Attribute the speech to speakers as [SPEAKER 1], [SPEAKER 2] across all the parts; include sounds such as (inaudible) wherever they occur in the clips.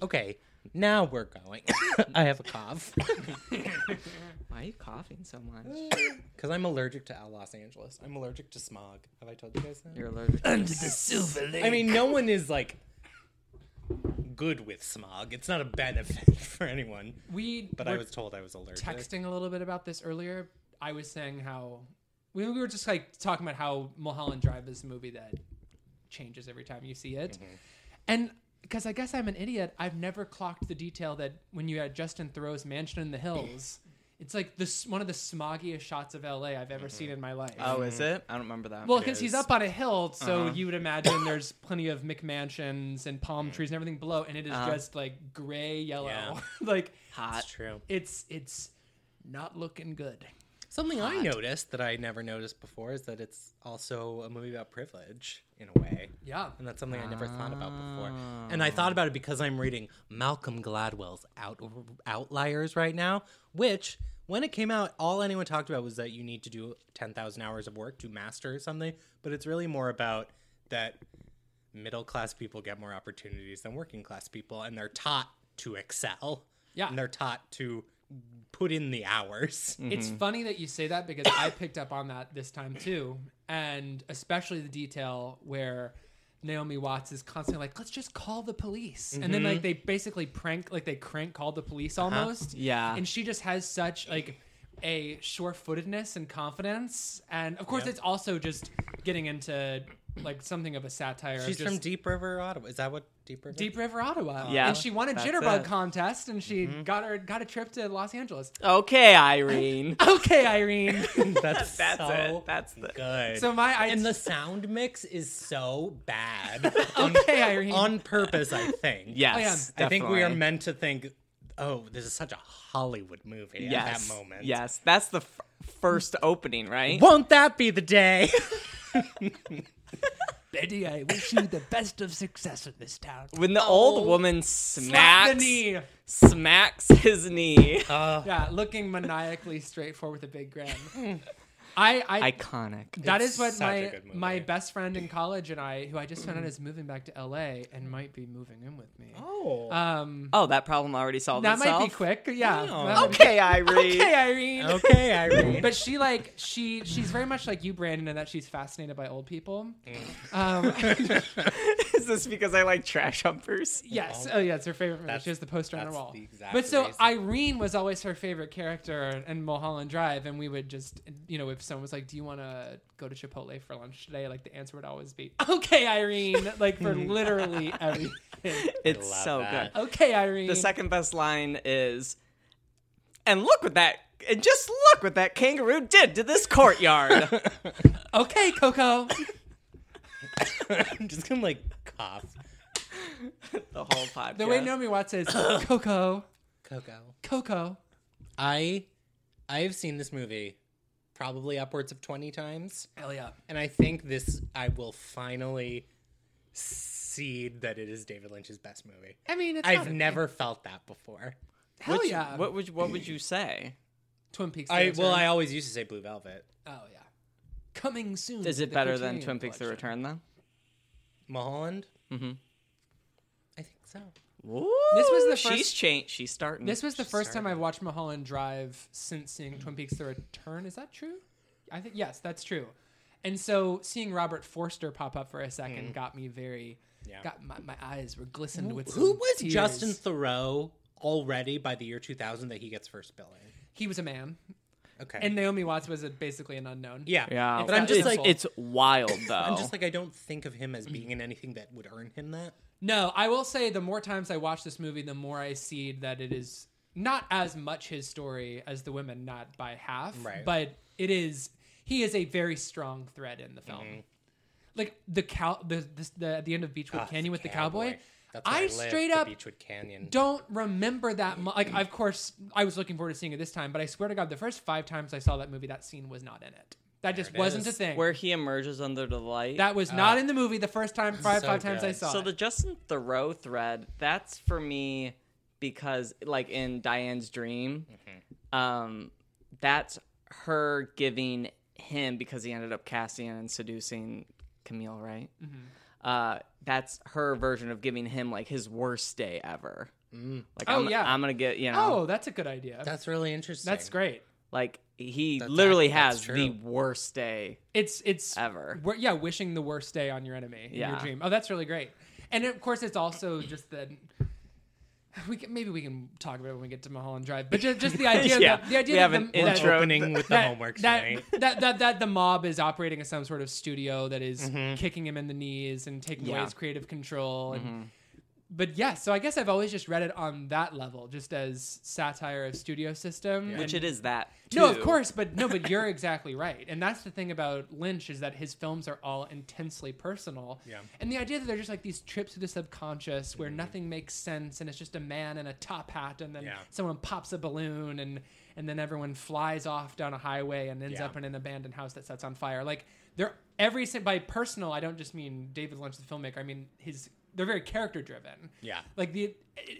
[SPEAKER 1] Okay, now we're going. (laughs) I have a cough (laughs)
[SPEAKER 2] Why are you coughing so much?
[SPEAKER 1] because I'm allergic to Los Angeles. I'm allergic to smog. Have I told you guys that?
[SPEAKER 2] You're allergic. to
[SPEAKER 1] I mean, no one is like good with smog. It's not a benefit (laughs) for anyone.
[SPEAKER 3] We
[SPEAKER 1] But
[SPEAKER 3] were
[SPEAKER 1] I was told I was allergic.
[SPEAKER 3] texting a little bit about this earlier. I was saying how we, we were just like talking about how Mulholland Drive is a movie that changes every time you see it,
[SPEAKER 1] Mm-hmm.
[SPEAKER 3] and because I guess I'm an idiot, I've never clocked the detail that when you had Justin Thoreau's Mansion in the
[SPEAKER 1] (clears throat)
[SPEAKER 3] Hills, it's like this one of the smoggiest shots of LA I've ever seen in my life.
[SPEAKER 2] Oh, is it? I don't remember that.
[SPEAKER 3] Well, because
[SPEAKER 1] Mm-hmm. is. Uh-huh.
[SPEAKER 3] he's up on a hill, so you would imagine there's plenty of McMansions and palm trees and everything below, and it is
[SPEAKER 2] Uh-huh.
[SPEAKER 3] just like gray yellow.
[SPEAKER 1] Mm. Yeah.
[SPEAKER 3] (laughs) like
[SPEAKER 2] hot.
[SPEAKER 1] That's true.
[SPEAKER 3] it's it's not looking good.
[SPEAKER 1] Something I
[SPEAKER 2] Hot.
[SPEAKER 1] noticed that I never noticed before is that it's also a movie about privilege in a way.
[SPEAKER 3] Yeah.
[SPEAKER 1] And that's something I never thought about before. And I thought about it because I'm reading Malcolm Gladwell's Out- Outliers right now, which when it came out, all anyone talked about was that you need to do 10,000 hours of work to master something. But it's really more about that middle class people get more opportunities than working class people, and they're taught to excel.
[SPEAKER 3] Yeah.
[SPEAKER 1] And they're taught to put in the hours.
[SPEAKER 3] It's funny that you say that because I picked up on that this time too, and especially the detail where Naomi Watts is constantly like, "Let's just call the police," and then like they basically prank, like they crank call the police almost.
[SPEAKER 2] Yeah.
[SPEAKER 3] and she just has such like a sure-footedness and confidence, and of course
[SPEAKER 1] Yeah.
[SPEAKER 3] it's also just getting into like something of a satire.
[SPEAKER 1] She's
[SPEAKER 3] of just,
[SPEAKER 1] from Deep River, Ottawa. Is that what Deep River?
[SPEAKER 3] Deep River, Ottawa.
[SPEAKER 2] Yeah.
[SPEAKER 3] and she won a
[SPEAKER 2] That's
[SPEAKER 3] jitterbug
[SPEAKER 2] it.
[SPEAKER 3] contest, and she
[SPEAKER 1] Mm-hmm.
[SPEAKER 3] got her got a trip to Los Angeles. (laughs)
[SPEAKER 2] Okay, Irene.
[SPEAKER 3] Okay,
[SPEAKER 1] (laughs)
[SPEAKER 3] Irene.
[SPEAKER 1] That's,
[SPEAKER 2] That's
[SPEAKER 1] so
[SPEAKER 2] it. That's the.
[SPEAKER 1] good.
[SPEAKER 3] so my I,
[SPEAKER 1] and
[SPEAKER 3] (laughs)
[SPEAKER 1] the sound mix is so
[SPEAKER 2] (laughs)
[SPEAKER 1] bad. on,
[SPEAKER 3] okay, Irene.
[SPEAKER 1] on purpose, I think.
[SPEAKER 2] Yes,
[SPEAKER 1] Oh, I think we are
[SPEAKER 2] definitely.
[SPEAKER 1] meant to think, oh, this is such a Hollywood movie at
[SPEAKER 2] Yes.
[SPEAKER 1] that moment.
[SPEAKER 2] Yes, that's the f- first opening, right?
[SPEAKER 1] Won't that be the
[SPEAKER 2] (laughs)
[SPEAKER 1] day?
[SPEAKER 3] Betty, I wish you the best of success in this town.
[SPEAKER 2] When the old woman smacks
[SPEAKER 3] Slap the knee.
[SPEAKER 2] smacks his knee.
[SPEAKER 1] Uh,
[SPEAKER 3] Yeah, looking maniacally straight forward with a big (laughs) grin. I, I,
[SPEAKER 2] Iconic.
[SPEAKER 3] that
[SPEAKER 1] It's
[SPEAKER 3] is what
[SPEAKER 1] such a
[SPEAKER 3] my
[SPEAKER 1] good movie. Mm.
[SPEAKER 3] my best friend in college and I, who I just found out is moving back to L.A. and might be moving in with me.
[SPEAKER 1] Oh.
[SPEAKER 3] Um,
[SPEAKER 2] Oh, that problem already solved
[SPEAKER 3] that
[SPEAKER 2] itself.
[SPEAKER 3] might be quick. Yeah.
[SPEAKER 1] Wow.
[SPEAKER 3] that might be-
[SPEAKER 2] Okay, Irene.
[SPEAKER 3] (laughs) Okay, Irene.
[SPEAKER 1] okay, Irene. (laughs)
[SPEAKER 3] But she like she she's very much like you, Brandon, in that she's fascinated by old people.
[SPEAKER 1] Mm. (laughs)
[SPEAKER 2] (laughs)
[SPEAKER 3] Um,
[SPEAKER 2] Is this because I like trash
[SPEAKER 3] (laughs)
[SPEAKER 2] humpers?
[SPEAKER 3] Yes. Oh, yeah. It's her favorite movie.
[SPEAKER 1] That's-
[SPEAKER 3] She has the poster on her
[SPEAKER 1] that's
[SPEAKER 3] wall.
[SPEAKER 1] the exact
[SPEAKER 3] but so
[SPEAKER 1] reason.
[SPEAKER 3] Irene was always her favorite character in Mulholland Drive, and we would just, you know, if someone was like, "Do you want to go to Chipotle for lunch today?" Like the answer would always be, "Okay, Irene." Like
[SPEAKER 1] (laughs)
[SPEAKER 3] for literally everything.
[SPEAKER 2] It's
[SPEAKER 1] love
[SPEAKER 2] so
[SPEAKER 1] that.
[SPEAKER 2] good.
[SPEAKER 3] Okay, Irene.
[SPEAKER 2] The second best line is, and look what that, and just look what that kangaroo did to this
[SPEAKER 3] (laughs)
[SPEAKER 2] courtyard.
[SPEAKER 3] Okay, Coco.
[SPEAKER 1] I'm just gonna like cough.
[SPEAKER 2] the whole podcast.
[SPEAKER 3] The way Naomi
[SPEAKER 1] (laughs)
[SPEAKER 3] Watts says, "Coco,
[SPEAKER 1] Coco.
[SPEAKER 3] Coco."
[SPEAKER 1] I I've seen this movie probably upwards of 20 times.
[SPEAKER 3] Hell yeah.
[SPEAKER 1] And I think this, I will finally cede that it is David Lynch's best movie.
[SPEAKER 3] I mean, it's not
[SPEAKER 1] I've
[SPEAKER 3] a-
[SPEAKER 1] never felt that before.
[SPEAKER 3] Hell
[SPEAKER 2] Which-
[SPEAKER 3] yeah.
[SPEAKER 2] What would what would you say?
[SPEAKER 3] Twin Peaks.
[SPEAKER 1] I
[SPEAKER 3] The
[SPEAKER 1] well, I
[SPEAKER 3] Return.
[SPEAKER 1] always used to say Blue Velvet.
[SPEAKER 3] Oh yeah. Coming soon.
[SPEAKER 2] Is it
[SPEAKER 3] the
[SPEAKER 2] better than
[SPEAKER 3] Criterion
[SPEAKER 2] Twin Peaks: The
[SPEAKER 3] Collection.
[SPEAKER 2] Return? Then.
[SPEAKER 1] Mulholland.
[SPEAKER 3] Mm-hmm.
[SPEAKER 2] Mhm.
[SPEAKER 1] I think so.
[SPEAKER 3] This was the
[SPEAKER 2] She's
[SPEAKER 3] first-
[SPEAKER 2] changed. She's starting.
[SPEAKER 3] This was the first
[SPEAKER 1] started
[SPEAKER 3] time I've watched Mulholland Drive since seeing Twin Peaks: The Return. Is that true? I think yes, that's true. And so seeing Robert Forster pop up for a second got me very.
[SPEAKER 1] Mm. Yeah.
[SPEAKER 3] Got my, my eyes were glistened with.
[SPEAKER 1] Who
[SPEAKER 3] some
[SPEAKER 1] was
[SPEAKER 3] tears.
[SPEAKER 1] Justin Thoreau already by the year 2000 that he gets first billing?
[SPEAKER 3] He was a man,
[SPEAKER 1] Okay.
[SPEAKER 3] and Naomi Watts was a, basically an unknown.
[SPEAKER 1] yeah,
[SPEAKER 2] Yeah,
[SPEAKER 1] But I'm just
[SPEAKER 2] it's,
[SPEAKER 1] like,
[SPEAKER 2] it's
[SPEAKER 3] (laughs)
[SPEAKER 2] wild though.
[SPEAKER 1] I'm just like, I don't think of him as
[SPEAKER 3] Mm-hmm.
[SPEAKER 1] being in anything that would earn him that.
[SPEAKER 3] No, I will say the more times I watch this movie, the more I see that it is not as much his story as the women, not by half,
[SPEAKER 1] Right.
[SPEAKER 3] but it is. He is a very strong thread in the film.
[SPEAKER 1] Mm-hmm.
[SPEAKER 3] Like the cow, the, the, the at the end of Beechwood
[SPEAKER 1] Ah,
[SPEAKER 3] Canyon with the cowboy.
[SPEAKER 1] cowboy. That's where
[SPEAKER 3] I
[SPEAKER 1] lived,
[SPEAKER 3] straight
[SPEAKER 1] the
[SPEAKER 3] up
[SPEAKER 1] Beechwood Canyon.
[SPEAKER 3] don't remember that much. Like, of course, I was looking forward to seeing it this time, but I swear to God, the first five times I saw that movie, that scene was not in it. That just
[SPEAKER 1] it
[SPEAKER 3] wasn't
[SPEAKER 1] is. Uh,
[SPEAKER 3] a thing.
[SPEAKER 2] where he emerges under the light.
[SPEAKER 3] that was not in the movie. The first time, five
[SPEAKER 1] so
[SPEAKER 3] five times I
[SPEAKER 1] good.
[SPEAKER 3] saw
[SPEAKER 2] so
[SPEAKER 3] it.
[SPEAKER 2] the Justin Thoreau thread. That's for me because like in Diane's dream,
[SPEAKER 3] Mm-hmm.
[SPEAKER 2] um, that's her giving him because he ended up casting and seducing Camille, right?
[SPEAKER 3] Mm-hmm.
[SPEAKER 2] uh, that's her version of giving him like his worst day ever. Like,
[SPEAKER 3] Oh,
[SPEAKER 2] I'm,
[SPEAKER 3] yeah.
[SPEAKER 2] I'm gonna get you know,
[SPEAKER 3] Oh, that's a good idea. That's,
[SPEAKER 1] That's really interesting.
[SPEAKER 3] great.
[SPEAKER 2] like he
[SPEAKER 1] That's
[SPEAKER 2] literally
[SPEAKER 1] ac- that's
[SPEAKER 2] has the
[SPEAKER 1] true.
[SPEAKER 2] worst day
[SPEAKER 3] It's it's
[SPEAKER 2] ever.
[SPEAKER 3] Wor- yeah, wishing the worst day on your enemy in your
[SPEAKER 2] Yeah.
[SPEAKER 3] dream. Oh, that's really great. And of course, it's also just the. We can, maybe we can talk about it when we get to Mulholland Drive, but just, just
[SPEAKER 2] (laughs)
[SPEAKER 3] the idea
[SPEAKER 2] Yeah,
[SPEAKER 3] that the idea
[SPEAKER 2] we have
[SPEAKER 3] that
[SPEAKER 2] an
[SPEAKER 3] the,
[SPEAKER 1] We're
[SPEAKER 3] that,
[SPEAKER 2] intro.
[SPEAKER 1] opening with the
[SPEAKER 3] that,
[SPEAKER 1] homework
[SPEAKER 3] that,
[SPEAKER 1] tonight.
[SPEAKER 3] (laughs) that that that the mob is operating in some sort of studio that is kicking him in the knees and taking
[SPEAKER 2] Mm-hmm. Yeah.
[SPEAKER 3] away
[SPEAKER 2] Mm-hmm.
[SPEAKER 3] his creative control. And, But yeah, so I guess I've always just read it on that level, just as satire of studio system,
[SPEAKER 2] Which
[SPEAKER 3] and-
[SPEAKER 2] it is that.
[SPEAKER 3] no, of
[SPEAKER 2] too.
[SPEAKER 3] course, but no, but you're exactly right. And that's the thing about Lynch is that his films are all intensely personal.
[SPEAKER 1] Yeah. Mm-hmm.
[SPEAKER 3] And the idea that they're just like these trips to the subconscious where nothing makes sense and it's just a man in a top hat and then
[SPEAKER 1] Yeah.
[SPEAKER 3] someone pops a balloon and and then everyone flies off down a highway and ends
[SPEAKER 1] Yeah.
[SPEAKER 3] up in an abandoned house that sets on fire. Like they're every sin- by personal, I don't just mean David Lynch the filmmaker. I mean his they're very character driven
[SPEAKER 1] Yeah.
[SPEAKER 3] like the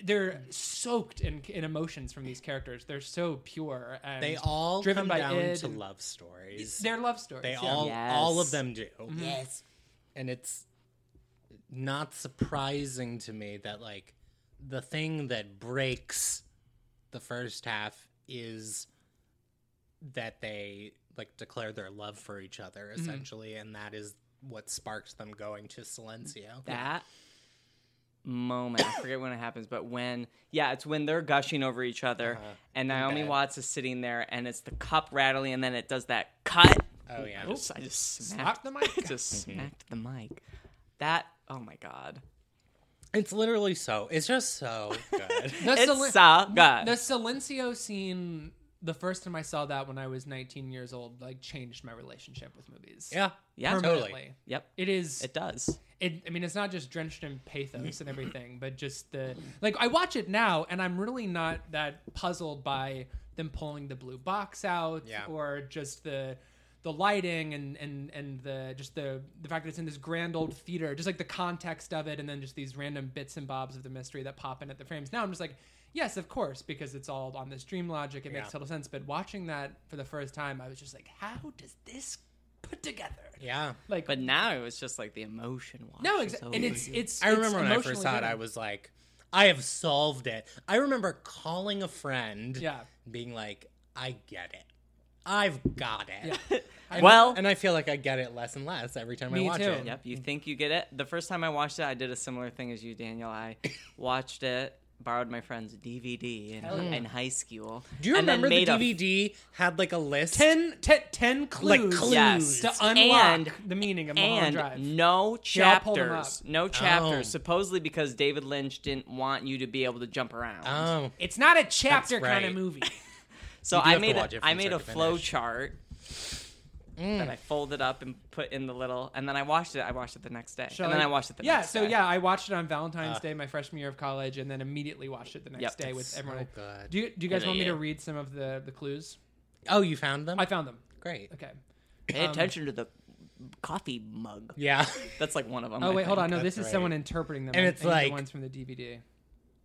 [SPEAKER 3] they're
[SPEAKER 1] Mm.
[SPEAKER 3] soaked in, in emotions from these characters. They're so pure and (laughs)
[SPEAKER 1] They all
[SPEAKER 3] driven
[SPEAKER 1] come
[SPEAKER 3] by
[SPEAKER 1] down
[SPEAKER 3] id
[SPEAKER 1] to
[SPEAKER 3] and-
[SPEAKER 1] love stories.
[SPEAKER 3] Their love stories.
[SPEAKER 1] They
[SPEAKER 3] yeah.
[SPEAKER 1] all
[SPEAKER 2] Yes.
[SPEAKER 1] all of them do.
[SPEAKER 2] Yes.
[SPEAKER 1] And it's not surprising to me that like the thing that breaks the first half is that they like declare their love for each other essentially and that is what sparks them going to Silencio.
[SPEAKER 2] that moment. I forget when it happens, but when yeah, it's when they're gushing over each other,
[SPEAKER 3] Uh-huh.
[SPEAKER 2] and Naomi
[SPEAKER 1] bed.
[SPEAKER 2] Watts is sitting there, and it's the cup rattling, and then it does that cut.
[SPEAKER 1] Oh yeah.
[SPEAKER 2] I just, I just smacked
[SPEAKER 3] Slap the
[SPEAKER 1] (laughs)
[SPEAKER 3] mic.
[SPEAKER 2] I just smacked the mic. That oh my god,
[SPEAKER 1] It's literally so. It's just so good.
[SPEAKER 3] The,
[SPEAKER 2] it's
[SPEAKER 3] Silen-
[SPEAKER 2] so good.
[SPEAKER 3] the Silencio scene. The first time I saw that when I was 19 years old, like changed my relationship with movies.
[SPEAKER 1] yeah.
[SPEAKER 2] yeah,
[SPEAKER 3] permanently.
[SPEAKER 1] totally.
[SPEAKER 2] Yep,
[SPEAKER 3] It is.
[SPEAKER 2] it does.
[SPEAKER 3] It, I mean, it's not just drenched in pathos and everything, but just the like. I watch it now, and I'm really not that puzzled by them pulling the blue box out,
[SPEAKER 1] Yeah.
[SPEAKER 3] or just the the lighting and and and the just the the fact that it's in this grand old theater, just like the context of it, and then just these random bits and bobs of the mystery that pop in at the frames. Now I'm just like, yes, of course, because it's all on this dream logic. It
[SPEAKER 1] Yeah.
[SPEAKER 3] makes total sense. But watching that for the first time, I was just like, how does this put together?
[SPEAKER 1] Yeah.
[SPEAKER 3] Like,
[SPEAKER 2] But now it was just like the emotion. Watch
[SPEAKER 3] no,
[SPEAKER 2] is
[SPEAKER 3] exactly. And
[SPEAKER 2] over
[SPEAKER 3] it's
[SPEAKER 2] you.
[SPEAKER 3] it's.
[SPEAKER 1] I
[SPEAKER 3] it's
[SPEAKER 1] remember when I first
[SPEAKER 3] emotionally
[SPEAKER 1] saw it,
[SPEAKER 3] driven.
[SPEAKER 1] I was like, I have solved it. I remember calling a friend,
[SPEAKER 3] Yeah.
[SPEAKER 1] being like, I get it. I've got it. (laughs) And-
[SPEAKER 2] well.
[SPEAKER 1] and I feel like I get it less and less every time I
[SPEAKER 3] Me
[SPEAKER 1] watch
[SPEAKER 3] too.
[SPEAKER 1] it.
[SPEAKER 2] Yep, you think you get it. The first time I watched it, I did a similar thing as you, Daniel. I watched it, borrowed my friend's DVD in,
[SPEAKER 3] Hell yeah.
[SPEAKER 2] in high school.
[SPEAKER 1] Do you
[SPEAKER 2] and then
[SPEAKER 1] remember the
[SPEAKER 2] made a-
[SPEAKER 1] DVD had like a list?
[SPEAKER 3] 10, te- 10 clues,
[SPEAKER 1] Like clues.
[SPEAKER 2] Yes.
[SPEAKER 3] to unlock
[SPEAKER 2] And-
[SPEAKER 3] the meaning of Mulholland
[SPEAKER 2] and
[SPEAKER 3] Drive.
[SPEAKER 2] no
[SPEAKER 3] Yeah, I pulled 'em
[SPEAKER 2] chapters.
[SPEAKER 3] up.
[SPEAKER 2] No chapters,
[SPEAKER 1] Oh.
[SPEAKER 2] supposedly because David Lynch didn't want you to be able to jump around.
[SPEAKER 1] Oh.
[SPEAKER 3] it's not a chapter
[SPEAKER 1] That's right.
[SPEAKER 3] kind
[SPEAKER 2] (laughs)
[SPEAKER 3] of movie.
[SPEAKER 2] so
[SPEAKER 1] You do
[SPEAKER 2] I
[SPEAKER 1] have to
[SPEAKER 2] made
[SPEAKER 1] watch it
[SPEAKER 2] a,
[SPEAKER 1] from
[SPEAKER 2] I made
[SPEAKER 1] start
[SPEAKER 2] a
[SPEAKER 1] to finish.
[SPEAKER 2] flow chart that I folded up and put in the little, and then I watched it. I watched it the next day,
[SPEAKER 3] Shall
[SPEAKER 2] and then I, watched it the
[SPEAKER 3] yeah,
[SPEAKER 2] next
[SPEAKER 3] so
[SPEAKER 2] day. Uh.
[SPEAKER 3] yeah, I watched it on Valentine's Day, my freshman year of college, and then immediately watched it the next
[SPEAKER 2] Yep.
[SPEAKER 3] day with everyone.
[SPEAKER 1] good.
[SPEAKER 3] Do you, do you guys
[SPEAKER 2] Yeah,
[SPEAKER 3] want me
[SPEAKER 2] yeah.
[SPEAKER 3] to read some of the, the clues?
[SPEAKER 1] Oh, you found them?
[SPEAKER 3] I found them.
[SPEAKER 1] Great.
[SPEAKER 3] Okay.
[SPEAKER 2] Pay
[SPEAKER 3] um,
[SPEAKER 2] attention to the coffee mug.
[SPEAKER 1] Yeah.
[SPEAKER 2] That's like one of them.
[SPEAKER 3] Oh
[SPEAKER 2] I
[SPEAKER 3] wait, hold
[SPEAKER 2] think.
[SPEAKER 3] on. No,
[SPEAKER 1] That's
[SPEAKER 3] this is
[SPEAKER 1] right.
[SPEAKER 3] someone interpreting them.
[SPEAKER 1] And
[SPEAKER 3] I
[SPEAKER 1] it's
[SPEAKER 3] think the
[SPEAKER 1] like-
[SPEAKER 3] ones from the DVD.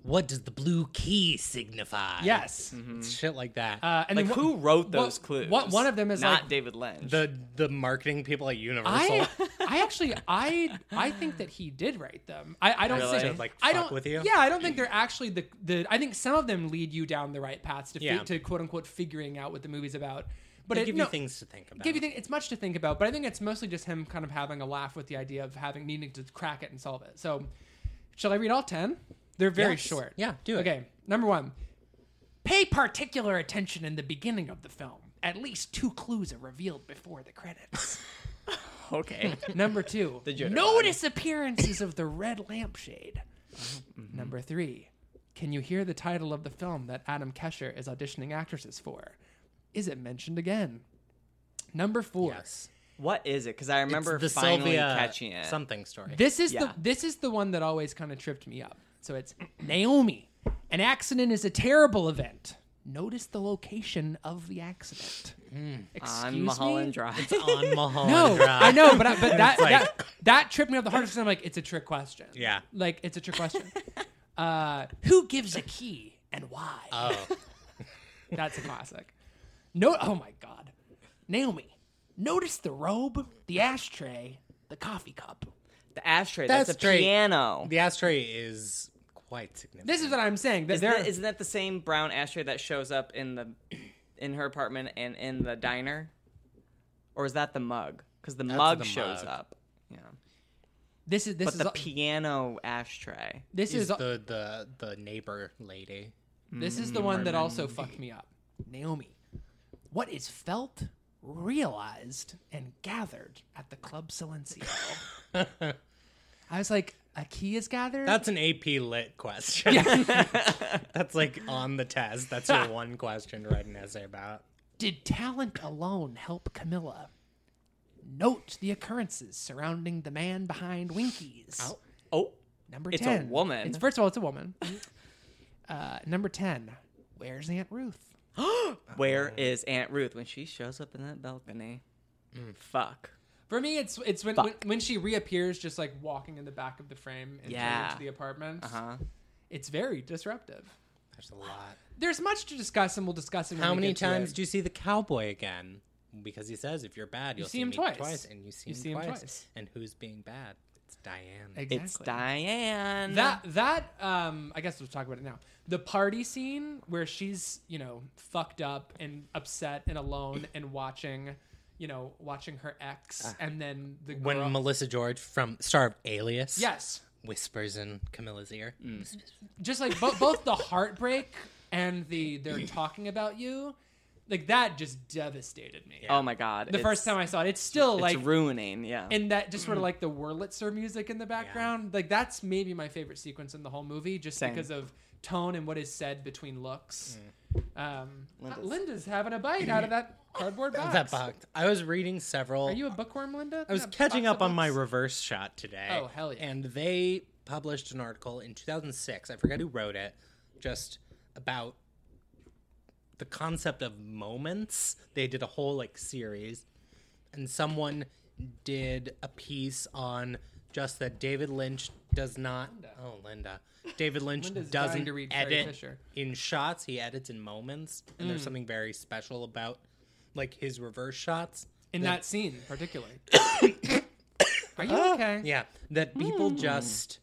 [SPEAKER 1] what does the blue key signify?
[SPEAKER 3] Yes.
[SPEAKER 2] Mm-hmm.
[SPEAKER 1] It's Shit like that.
[SPEAKER 3] Uh, and
[SPEAKER 2] Like
[SPEAKER 3] then wh-
[SPEAKER 2] who wrote
[SPEAKER 3] what-
[SPEAKER 2] those clues?
[SPEAKER 3] What one of them is
[SPEAKER 2] not
[SPEAKER 3] like
[SPEAKER 2] David Lynch.
[SPEAKER 1] the the marketing people at Universal.
[SPEAKER 3] I, (laughs) I actually, I, I think that he did write them. I, I don't
[SPEAKER 2] Really?
[SPEAKER 3] think,
[SPEAKER 2] Just,
[SPEAKER 1] like,
[SPEAKER 3] I
[SPEAKER 1] fuck
[SPEAKER 3] don't,
[SPEAKER 1] with you?
[SPEAKER 3] Yeah, I don't think they're actually the, the. I think some of them lead you down the right paths to, fi-
[SPEAKER 1] Yeah.
[SPEAKER 3] to quote unquote figuring out what the movie's about. But
[SPEAKER 1] They
[SPEAKER 3] it,
[SPEAKER 1] give
[SPEAKER 3] no,
[SPEAKER 1] you things to think about.
[SPEAKER 3] give you thing, it's much to think about. But I think it's mostly just him kind of having a laugh with the idea of having needing to crack it and solve it. So, shall I read all ten? They're very
[SPEAKER 1] Yes.
[SPEAKER 3] short.
[SPEAKER 1] Yeah, do it.
[SPEAKER 3] Okay, number one. Pay particular attention in the beginning of the film. At least two clues are revealed before the credits.
[SPEAKER 2] (laughs) okay. (laughs)
[SPEAKER 3] Number two,
[SPEAKER 2] Jitter
[SPEAKER 3] notice appearances of the red lampshade.
[SPEAKER 2] Mm-hmm.
[SPEAKER 3] Number three, can you hear the title of the film that Adam Kesher is auditioning actresses for? Is it mentioned again? Number four,
[SPEAKER 1] yes.
[SPEAKER 2] what is it? Because I remember
[SPEAKER 1] It's the
[SPEAKER 2] finally
[SPEAKER 1] Sylvia
[SPEAKER 2] catching it.
[SPEAKER 1] something story.
[SPEAKER 3] this is
[SPEAKER 2] Yeah.
[SPEAKER 3] the this is the one that always kind of tripped me up. So it's Naomi. An accident is a terrible event. Notice the location of the accident. Excuse
[SPEAKER 2] on Mm. Mulholland
[SPEAKER 3] me? (laughs)
[SPEAKER 2] Drive.
[SPEAKER 1] on Mulholland
[SPEAKER 3] No,
[SPEAKER 1] Drive.
[SPEAKER 3] I know, but I,
[SPEAKER 1] (laughs)
[SPEAKER 3] but that,
[SPEAKER 1] like-
[SPEAKER 3] that that tripped me up the hardest because I'm like, it's a trick question.
[SPEAKER 1] Yeah.
[SPEAKER 3] like it's a trick question. uh, who gives a key and why?
[SPEAKER 1] Oh.
[SPEAKER 3] (laughs) That's a classic. No, oh my god, Naomi, notice the robe, the ashtray, the coffee cup.
[SPEAKER 2] The ashtray. That's,
[SPEAKER 1] That's
[SPEAKER 2] a
[SPEAKER 1] great.
[SPEAKER 2] piano.
[SPEAKER 1] The ashtray is quite significant.
[SPEAKER 3] This is what I'm saying. That
[SPEAKER 2] Isn't
[SPEAKER 3] there,
[SPEAKER 2] that, isn't that the same brown ashtray that shows up in the in her apartment and in the diner? Or is that the mug? Because the mug
[SPEAKER 1] the
[SPEAKER 2] shows
[SPEAKER 1] mug.
[SPEAKER 2] up. Yeah.
[SPEAKER 3] this is this
[SPEAKER 2] But
[SPEAKER 3] is
[SPEAKER 2] the
[SPEAKER 3] all-
[SPEAKER 2] piano ashtray.
[SPEAKER 3] this
[SPEAKER 1] is
[SPEAKER 3] is
[SPEAKER 1] the the the neighbor lady.
[SPEAKER 3] This is the one that also fucked me up. Hmm. Naomi, what is felt, realized, and gathered at the Club (laughs) Silencio? I was like, a key is gathered? (laughs)
[SPEAKER 1] That's an AP lit question. (laughs) That's like on the test. That's
[SPEAKER 3] (laughs)
[SPEAKER 1] your one question to write an essay about.
[SPEAKER 3] Did talent alone help Camilla? Note the occurrences surrounding the man behind Winkies.
[SPEAKER 2] Oh.
[SPEAKER 3] Number
[SPEAKER 2] It's a
[SPEAKER 3] 10.
[SPEAKER 2] woman.
[SPEAKER 3] It's, first of all, it's a woman. (laughs) Uh, number 10. Where's Aunt Ruth? Oh,
[SPEAKER 2] Where is Aunt Ruth when she shows up in that balcony?
[SPEAKER 3] Mm.
[SPEAKER 2] Fuck.
[SPEAKER 3] For me, it's it's when, when
[SPEAKER 2] Fuck.
[SPEAKER 3] when she reappears, just like walking in the back of the frame and
[SPEAKER 2] Yeah. Uh-huh.
[SPEAKER 3] yeah. into the apartment.
[SPEAKER 2] Huh?
[SPEAKER 3] It's very disruptive.
[SPEAKER 1] There's a lot.
[SPEAKER 3] There's much to discuss, and we'll discuss it. When
[SPEAKER 1] How
[SPEAKER 3] we
[SPEAKER 1] many
[SPEAKER 3] get to
[SPEAKER 1] times
[SPEAKER 3] it.
[SPEAKER 1] do you see the cowboy again? Because he says, "If you're bad, you'll
[SPEAKER 3] see him
[SPEAKER 1] me
[SPEAKER 3] twice.
[SPEAKER 1] and you see,
[SPEAKER 3] You
[SPEAKER 1] him,
[SPEAKER 3] see him
[SPEAKER 1] twice.
[SPEAKER 3] twice.
[SPEAKER 1] And who's being bad? It's Diane.
[SPEAKER 3] exactly.
[SPEAKER 2] It's Diane.
[SPEAKER 3] that that um I guess we'll talk about it now. The party scene where she's you know fucked up and upset and alone and watching, you know, watching her ex,
[SPEAKER 2] Ah.
[SPEAKER 3] and then the
[SPEAKER 1] when
[SPEAKER 3] girl-
[SPEAKER 1] Melissa George from star of Alias,
[SPEAKER 3] yes,
[SPEAKER 1] whispers in Camilla's ear.
[SPEAKER 3] Mm. just like bo- both the heartbreak and the they're talking about you, like that just devastated me.
[SPEAKER 2] Oh my god.
[SPEAKER 3] the first time I saw it, it's (laughs) still
[SPEAKER 2] it's
[SPEAKER 3] like
[SPEAKER 2] ruining, yeah.
[SPEAKER 3] and that just sort of like the Wurlitzer music in the background. Like that's maybe my favorite sequence in the whole movie, just
[SPEAKER 2] Same.
[SPEAKER 3] because of tone and what is said between looks.
[SPEAKER 1] Mm.
[SPEAKER 3] Um,
[SPEAKER 2] Linda's-
[SPEAKER 3] Linda's. having a bite out of that cardboard box.
[SPEAKER 1] That box. I was reading several.
[SPEAKER 3] Are you a bookworm, Linda?
[SPEAKER 1] I was catching up on my reverse shot today.
[SPEAKER 3] Oh, hell yeah.
[SPEAKER 1] And they published an article in 2006. I forget who wrote it, just about the concept of moments. They did a whole like series, and someone did a piece on just that David Lynch does not. Oh, Linda. David Lynch
[SPEAKER 3] Linda's dying
[SPEAKER 1] doesn't
[SPEAKER 3] to read Carrie
[SPEAKER 1] edit
[SPEAKER 3] Fisher. Mm.
[SPEAKER 1] in shots. He edits in moments, and there's something very special about like his reverse shots.
[SPEAKER 3] in
[SPEAKER 1] that
[SPEAKER 3] that scene,
[SPEAKER 1] (coughs)
[SPEAKER 3] particularly. Are you okay?
[SPEAKER 1] Yeah, that people
[SPEAKER 3] Hmm.
[SPEAKER 1] just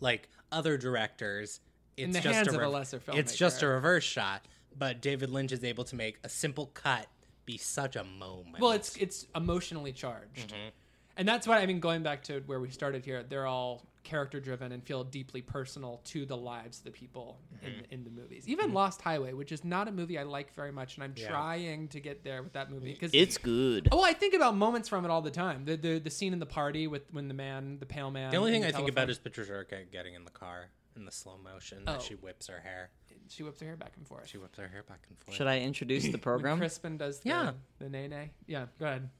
[SPEAKER 1] like other directors. It's
[SPEAKER 3] the
[SPEAKER 1] just
[SPEAKER 3] hands
[SPEAKER 1] a
[SPEAKER 3] of a
[SPEAKER 1] rev-
[SPEAKER 3] lesser
[SPEAKER 1] It's just a
[SPEAKER 3] filmmaker.
[SPEAKER 1] reverse shot, but David Lynch is able to make a simple cut be such a moment.
[SPEAKER 3] Well, it's it's emotionally charged,
[SPEAKER 1] Mm-hmm.
[SPEAKER 3] and that's what I mean. Going back to where we started here, they're all character driven and feel deeply personal to the lives of the people
[SPEAKER 1] Mm-hmm.
[SPEAKER 3] in, in the movies. Even Lost Highway, which is not a movie I like very much, and I'm trying to get there with that
[SPEAKER 1] Mm-hmm.
[SPEAKER 3] movie because
[SPEAKER 2] good.
[SPEAKER 3] Well, I think about moments from it all the time. The the, the scene in the party with when the man, the pale man.
[SPEAKER 1] the only thing
[SPEAKER 3] and
[SPEAKER 1] I think about
[SPEAKER 3] telephone-
[SPEAKER 1] is Patricia Arquette getting in the car in the slow motion that
[SPEAKER 3] Oh.
[SPEAKER 1] she whips her hair.
[SPEAKER 3] she whips her hair back and forth.
[SPEAKER 1] She whips her hair back and forth.
[SPEAKER 2] Should I introduce
[SPEAKER 3] (laughs)
[SPEAKER 2] the program?
[SPEAKER 3] Crispin does the,
[SPEAKER 1] Yeah.
[SPEAKER 3] the nay nay. Yeah, go ahead.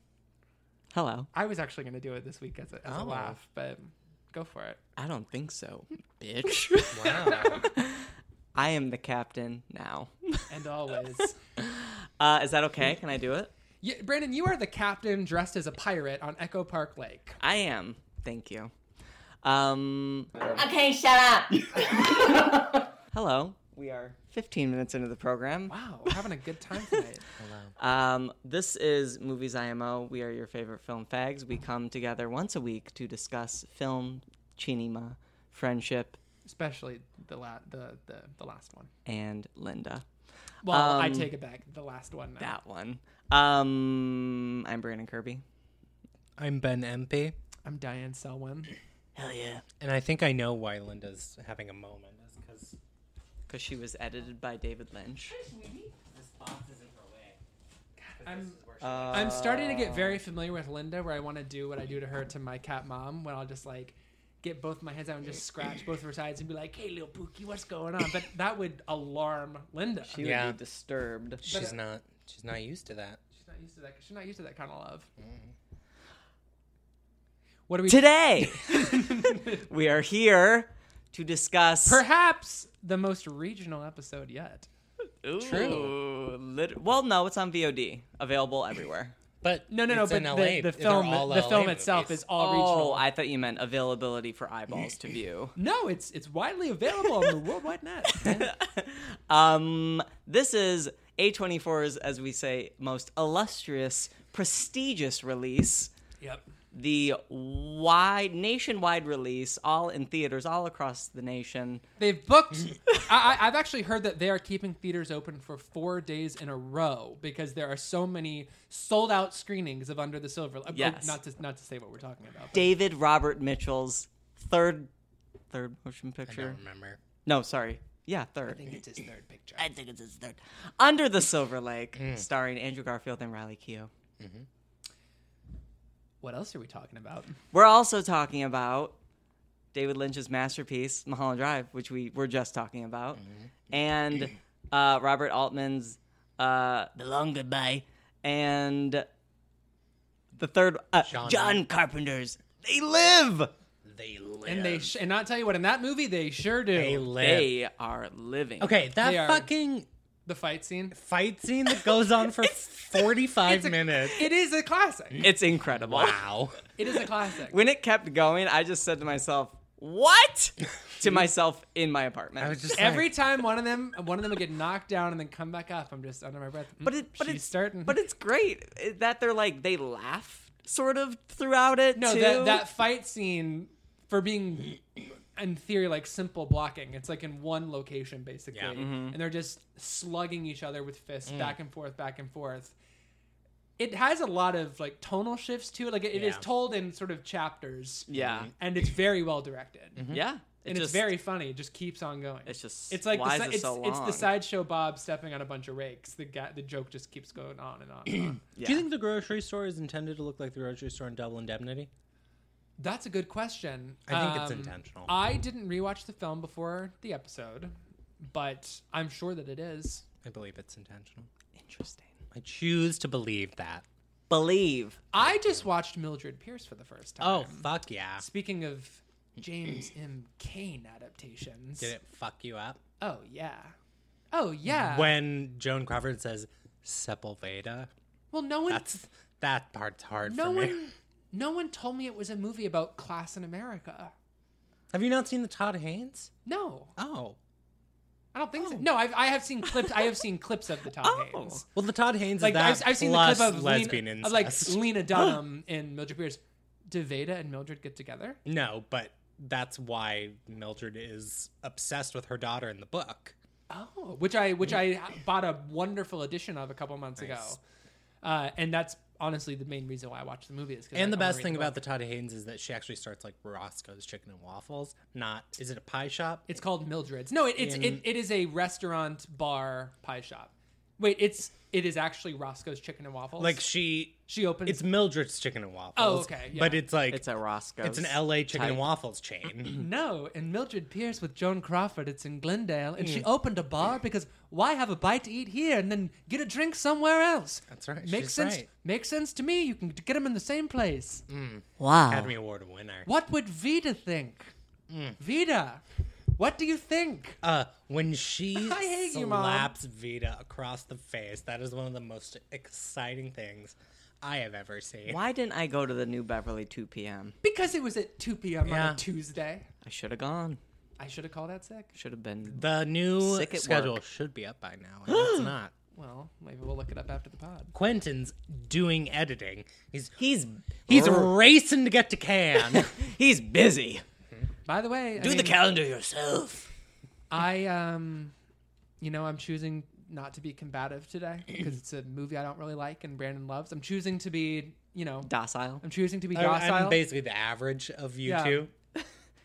[SPEAKER 2] Hello.
[SPEAKER 3] I was actually going to do it this week as a, as
[SPEAKER 1] Oh.
[SPEAKER 3] a laugh, but go for it.
[SPEAKER 2] I don't think so, bitch.
[SPEAKER 3] (laughs)
[SPEAKER 1] Wow. (laughs)
[SPEAKER 2] I am the captain now.
[SPEAKER 3] And always.
[SPEAKER 2] Uh, is that okay? Can I do it?
[SPEAKER 3] Yeah, Brandon, you are the captain dressed as a pirate on Echo Park Lake.
[SPEAKER 2] I am. Thank you. Um,
[SPEAKER 4] Okay, shut up.
[SPEAKER 2] (laughs) hello. We are 15 minutes into the program.
[SPEAKER 3] Wow, we're having a good time
[SPEAKER 2] (laughs)
[SPEAKER 3] tonight.
[SPEAKER 2] Um, this is Movies IMO. We are your favorite film fags. We come together once a week to discuss film, cinema, friendship,
[SPEAKER 3] Especially the, la- the the the last one.
[SPEAKER 2] and Linda.
[SPEAKER 3] Well, I
[SPEAKER 2] Um,
[SPEAKER 3] take it back. The last one. Now.
[SPEAKER 2] That one. Um, I'm Brandon Kirby.
[SPEAKER 1] I'm Ben Empey,
[SPEAKER 3] I'm Diane Selwyn.
[SPEAKER 2] Hell yeah.
[SPEAKER 1] and I think I know why Linda's having a moment is because
[SPEAKER 2] Because she was edited by David Lynch.
[SPEAKER 1] this box is in her way.
[SPEAKER 3] I'm
[SPEAKER 2] Uh,
[SPEAKER 3] I'm starting to get very familiar with Linda, where I want to do what I do to her to my cat mom, when I'll just like get both my hands out and just scratch both of her sides and be like, "Hey, little Pookie, what's going on?" But that would alarm Linda.
[SPEAKER 2] She would
[SPEAKER 1] Yeah.
[SPEAKER 2] be disturbed.
[SPEAKER 3] uh,
[SPEAKER 1] She's not. She's not used to that.
[SPEAKER 3] she's not used to that. She's not used to that kind of love. What are we?
[SPEAKER 1] (laughs)
[SPEAKER 2] Today, we are here to discuss.
[SPEAKER 3] Perhaps the most regional episode yet.
[SPEAKER 2] Ooh,
[SPEAKER 1] True.
[SPEAKER 2] lit- well, no, it's on VOD, available everywhere.
[SPEAKER 1] But
[SPEAKER 3] No, no, no.
[SPEAKER 1] it's
[SPEAKER 3] But
[SPEAKER 1] in
[SPEAKER 3] the,
[SPEAKER 1] LA.
[SPEAKER 3] the
[SPEAKER 1] They're
[SPEAKER 3] film,
[SPEAKER 1] all
[SPEAKER 3] the
[SPEAKER 1] LA
[SPEAKER 3] film itself
[SPEAKER 1] movies.
[SPEAKER 3] is all
[SPEAKER 2] oh,
[SPEAKER 3] regional.
[SPEAKER 2] I thought you meant availability for eyeballs to view.
[SPEAKER 3] no, it's it's widely
[SPEAKER 1] (laughs)
[SPEAKER 3] available on the worldwide net. man.
[SPEAKER 2] Um, this is A24's, as we say, most illustrious, prestigious release.
[SPEAKER 3] Yep.
[SPEAKER 2] the wide nationwide release, all in theaters all across the nation.
[SPEAKER 3] They've booked. I, I- I've actually heard that they are keeping theaters open for four days in a row because there are so many sold out screenings of Under the Silver. uh,
[SPEAKER 2] Yes.
[SPEAKER 3] Not to not to say what we're talking about. but-
[SPEAKER 2] David Robert Mitchell's third third motion
[SPEAKER 1] I
[SPEAKER 2] picture.
[SPEAKER 1] don't remember.
[SPEAKER 2] No, sorry. Yeah, third.
[SPEAKER 3] I think it's his third picture.
[SPEAKER 2] I think it's his third. Hmm. Under the Silver Lake, starring Andrew Garfield and Riley Keough.
[SPEAKER 3] What else are we talking about?
[SPEAKER 2] We're also talking about David Lynch's masterpiece, Mulholland Drive, which we were just talking about, and uh, Robert Altman's uh, The Long Goodbye, and the third, uh,
[SPEAKER 1] John-
[SPEAKER 2] John Carpenter's They Live.
[SPEAKER 1] They live.
[SPEAKER 3] And they sh- and I'll tell you what. In that movie, they sure do.
[SPEAKER 1] they live.
[SPEAKER 2] They are living.
[SPEAKER 1] okay, that
[SPEAKER 3] They are-
[SPEAKER 1] fucking
[SPEAKER 3] the
[SPEAKER 1] (laughs)
[SPEAKER 3] fight scene.
[SPEAKER 1] fight scene that goes on
[SPEAKER 3] (laughs)
[SPEAKER 1] for 45 minutes.
[SPEAKER 3] It is a classic.
[SPEAKER 2] It's incredible.
[SPEAKER 1] Wow.
[SPEAKER 3] It is a classic.
[SPEAKER 2] When it kept going, I just said to myself, What? to myself in my apartment.
[SPEAKER 1] I was just
[SPEAKER 3] Every
[SPEAKER 1] every
[SPEAKER 3] time one of them one of them would get knocked down and then come back up, I'm just under my breath.
[SPEAKER 2] but it, but
[SPEAKER 3] she's
[SPEAKER 2] it's
[SPEAKER 3] starting.
[SPEAKER 2] but it's great eh, that they're like they laugh sort of throughout it.
[SPEAKER 3] no
[SPEAKER 2] too.
[SPEAKER 3] that that fight scene for being in theory like simple blocking. It's like in one location basically,
[SPEAKER 1] Yeah.
[SPEAKER 2] Mm-hmm.
[SPEAKER 3] and they're just slugging each other with fists
[SPEAKER 2] Mm.
[SPEAKER 3] back and forth, back and forth. It has a lot of like tonal shifts to it. Like it, it is
[SPEAKER 1] Yeah.
[SPEAKER 3] told in sort of chapters.
[SPEAKER 2] yeah
[SPEAKER 3] and it's very well directed.
[SPEAKER 2] yeah
[SPEAKER 3] Mm-hmm. And it's very funny. It just keeps on going.
[SPEAKER 2] it's just
[SPEAKER 3] It's like
[SPEAKER 2] why
[SPEAKER 3] the,
[SPEAKER 2] is it
[SPEAKER 3] si- it's,
[SPEAKER 2] so
[SPEAKER 3] it's the
[SPEAKER 2] long?
[SPEAKER 3] sideshow Bob stepping on a bunch of rakes. The guy, the joke just keeps going on and on. And
[SPEAKER 2] (clears throat)
[SPEAKER 3] on.
[SPEAKER 1] Do you think the grocery store is intended to look like the grocery store in Double Indemnity?
[SPEAKER 3] That's a good question.
[SPEAKER 1] I think it's
[SPEAKER 3] Um,
[SPEAKER 1] intentional.
[SPEAKER 3] I didn't rewatch the film before the episode, but I'm sure that it is.
[SPEAKER 1] I believe it's intentional.
[SPEAKER 2] interesting.
[SPEAKER 1] I choose to believe that.
[SPEAKER 2] Believe
[SPEAKER 3] I just watched Mildred Pierce for the first time.
[SPEAKER 1] Oh fuck yeah!
[SPEAKER 3] speaking of James M. Cain adaptations.
[SPEAKER 1] Did it fuck you up
[SPEAKER 3] Oh yeah. Oh yeah.
[SPEAKER 1] when Joan Crawford says Sepulveda?
[SPEAKER 3] well, no one
[SPEAKER 1] That's that part's hard for
[SPEAKER 3] no
[SPEAKER 1] me. (laughs)
[SPEAKER 3] one no one told me it was a movie about class in America.
[SPEAKER 1] Have you not seen the Todd Haynes?
[SPEAKER 3] No,
[SPEAKER 1] Oh,
[SPEAKER 3] I don't think so. No, I've, I have seen clips. I have seen clips of the Tom
[SPEAKER 2] Oh.
[SPEAKER 3] Hanks.
[SPEAKER 1] well, the Todd Haynes
[SPEAKER 3] Like
[SPEAKER 1] is that
[SPEAKER 3] I've, I've seen the
[SPEAKER 1] plus
[SPEAKER 3] clip of
[SPEAKER 1] lesbian
[SPEAKER 3] Lena, of
[SPEAKER 1] incest. (gasps)
[SPEAKER 3] like Lena Dunham and Mildred Pierce. Deveda and Mildred get together.
[SPEAKER 1] no, but that's why Mildred is obsessed with her daughter in the book.
[SPEAKER 3] Oh, which I which I bought a wonderful edition of a couple months
[SPEAKER 1] Nice.
[SPEAKER 3] ago, uh, and that's honestly the main reason why I watched the movie is 'cause I
[SPEAKER 1] And the
[SPEAKER 3] wanna
[SPEAKER 1] best
[SPEAKER 3] read
[SPEAKER 1] thing about the
[SPEAKER 3] book.
[SPEAKER 1] Todd Haynes is that she actually starts like Roscoe's Chicken and Waffles. Not is it a pie shop?
[SPEAKER 3] it's called Mildred's. No, it, it's it, it is a restaurant bar pie shop. Wait, it's it is actually Roscoe's Chicken and Waffles.
[SPEAKER 1] like she
[SPEAKER 3] She opens.
[SPEAKER 1] It's Mildred's Chicken and Waffles.
[SPEAKER 3] Oh, okay, yeah.
[SPEAKER 1] But it's like it's,
[SPEAKER 2] it's a Roscoe.
[SPEAKER 1] an LA chicken
[SPEAKER 2] type.
[SPEAKER 1] and waffles
[SPEAKER 3] (clears throat)
[SPEAKER 1] chain.
[SPEAKER 3] no, in Mildred Pierce with Joan Crawford, it's in Glendale, and
[SPEAKER 1] Hmm.
[SPEAKER 3] she opened a bar because why have a bite to eat here and then get a drink somewhere else?
[SPEAKER 1] That's right,
[SPEAKER 3] Makes
[SPEAKER 1] she's
[SPEAKER 3] sense.
[SPEAKER 1] right. Hmm.
[SPEAKER 3] Makes sense to me. You can get them in the same place.
[SPEAKER 2] Wow.
[SPEAKER 1] Academy Award winner.
[SPEAKER 3] What would Vida think?
[SPEAKER 1] Hmm.
[SPEAKER 3] Vida, what do you think?
[SPEAKER 1] Uh, when she
[SPEAKER 3] (laughs) I hate you, Mom.
[SPEAKER 1] slaps Vita across the face, that is one of the most exciting things I have ever seen.
[SPEAKER 2] Why didn't I go to the New Beverly 2 p.m.?
[SPEAKER 3] Because it was at 2 p.m. on
[SPEAKER 1] Yeah.
[SPEAKER 3] a Tuesday.
[SPEAKER 2] I should have gone.
[SPEAKER 3] I should have called out sick.
[SPEAKER 2] Should have been.
[SPEAKER 1] The new
[SPEAKER 2] Sick at
[SPEAKER 1] schedule
[SPEAKER 2] work.
[SPEAKER 1] should be up by now, and it's not.
[SPEAKER 3] Well, maybe we'll look it up after the pod.
[SPEAKER 1] Quentin's doing editing. He's
[SPEAKER 2] He's
[SPEAKER 1] he's
[SPEAKER 2] Brr.
[SPEAKER 1] racing to get to Cannes.
[SPEAKER 2] he's busy.
[SPEAKER 3] By the way,
[SPEAKER 2] Do
[SPEAKER 3] I
[SPEAKER 2] the
[SPEAKER 3] mean,
[SPEAKER 2] calendar yourself.
[SPEAKER 3] I um, you know, I'm choosing not to be combative today because it's a movie I don't really like and Brandon loves. I'm choosing to be, you know,
[SPEAKER 2] Docile.
[SPEAKER 3] I'm choosing to be
[SPEAKER 1] I-
[SPEAKER 3] docile.
[SPEAKER 1] I'm basically the average of you
[SPEAKER 3] Yeah.
[SPEAKER 1] two.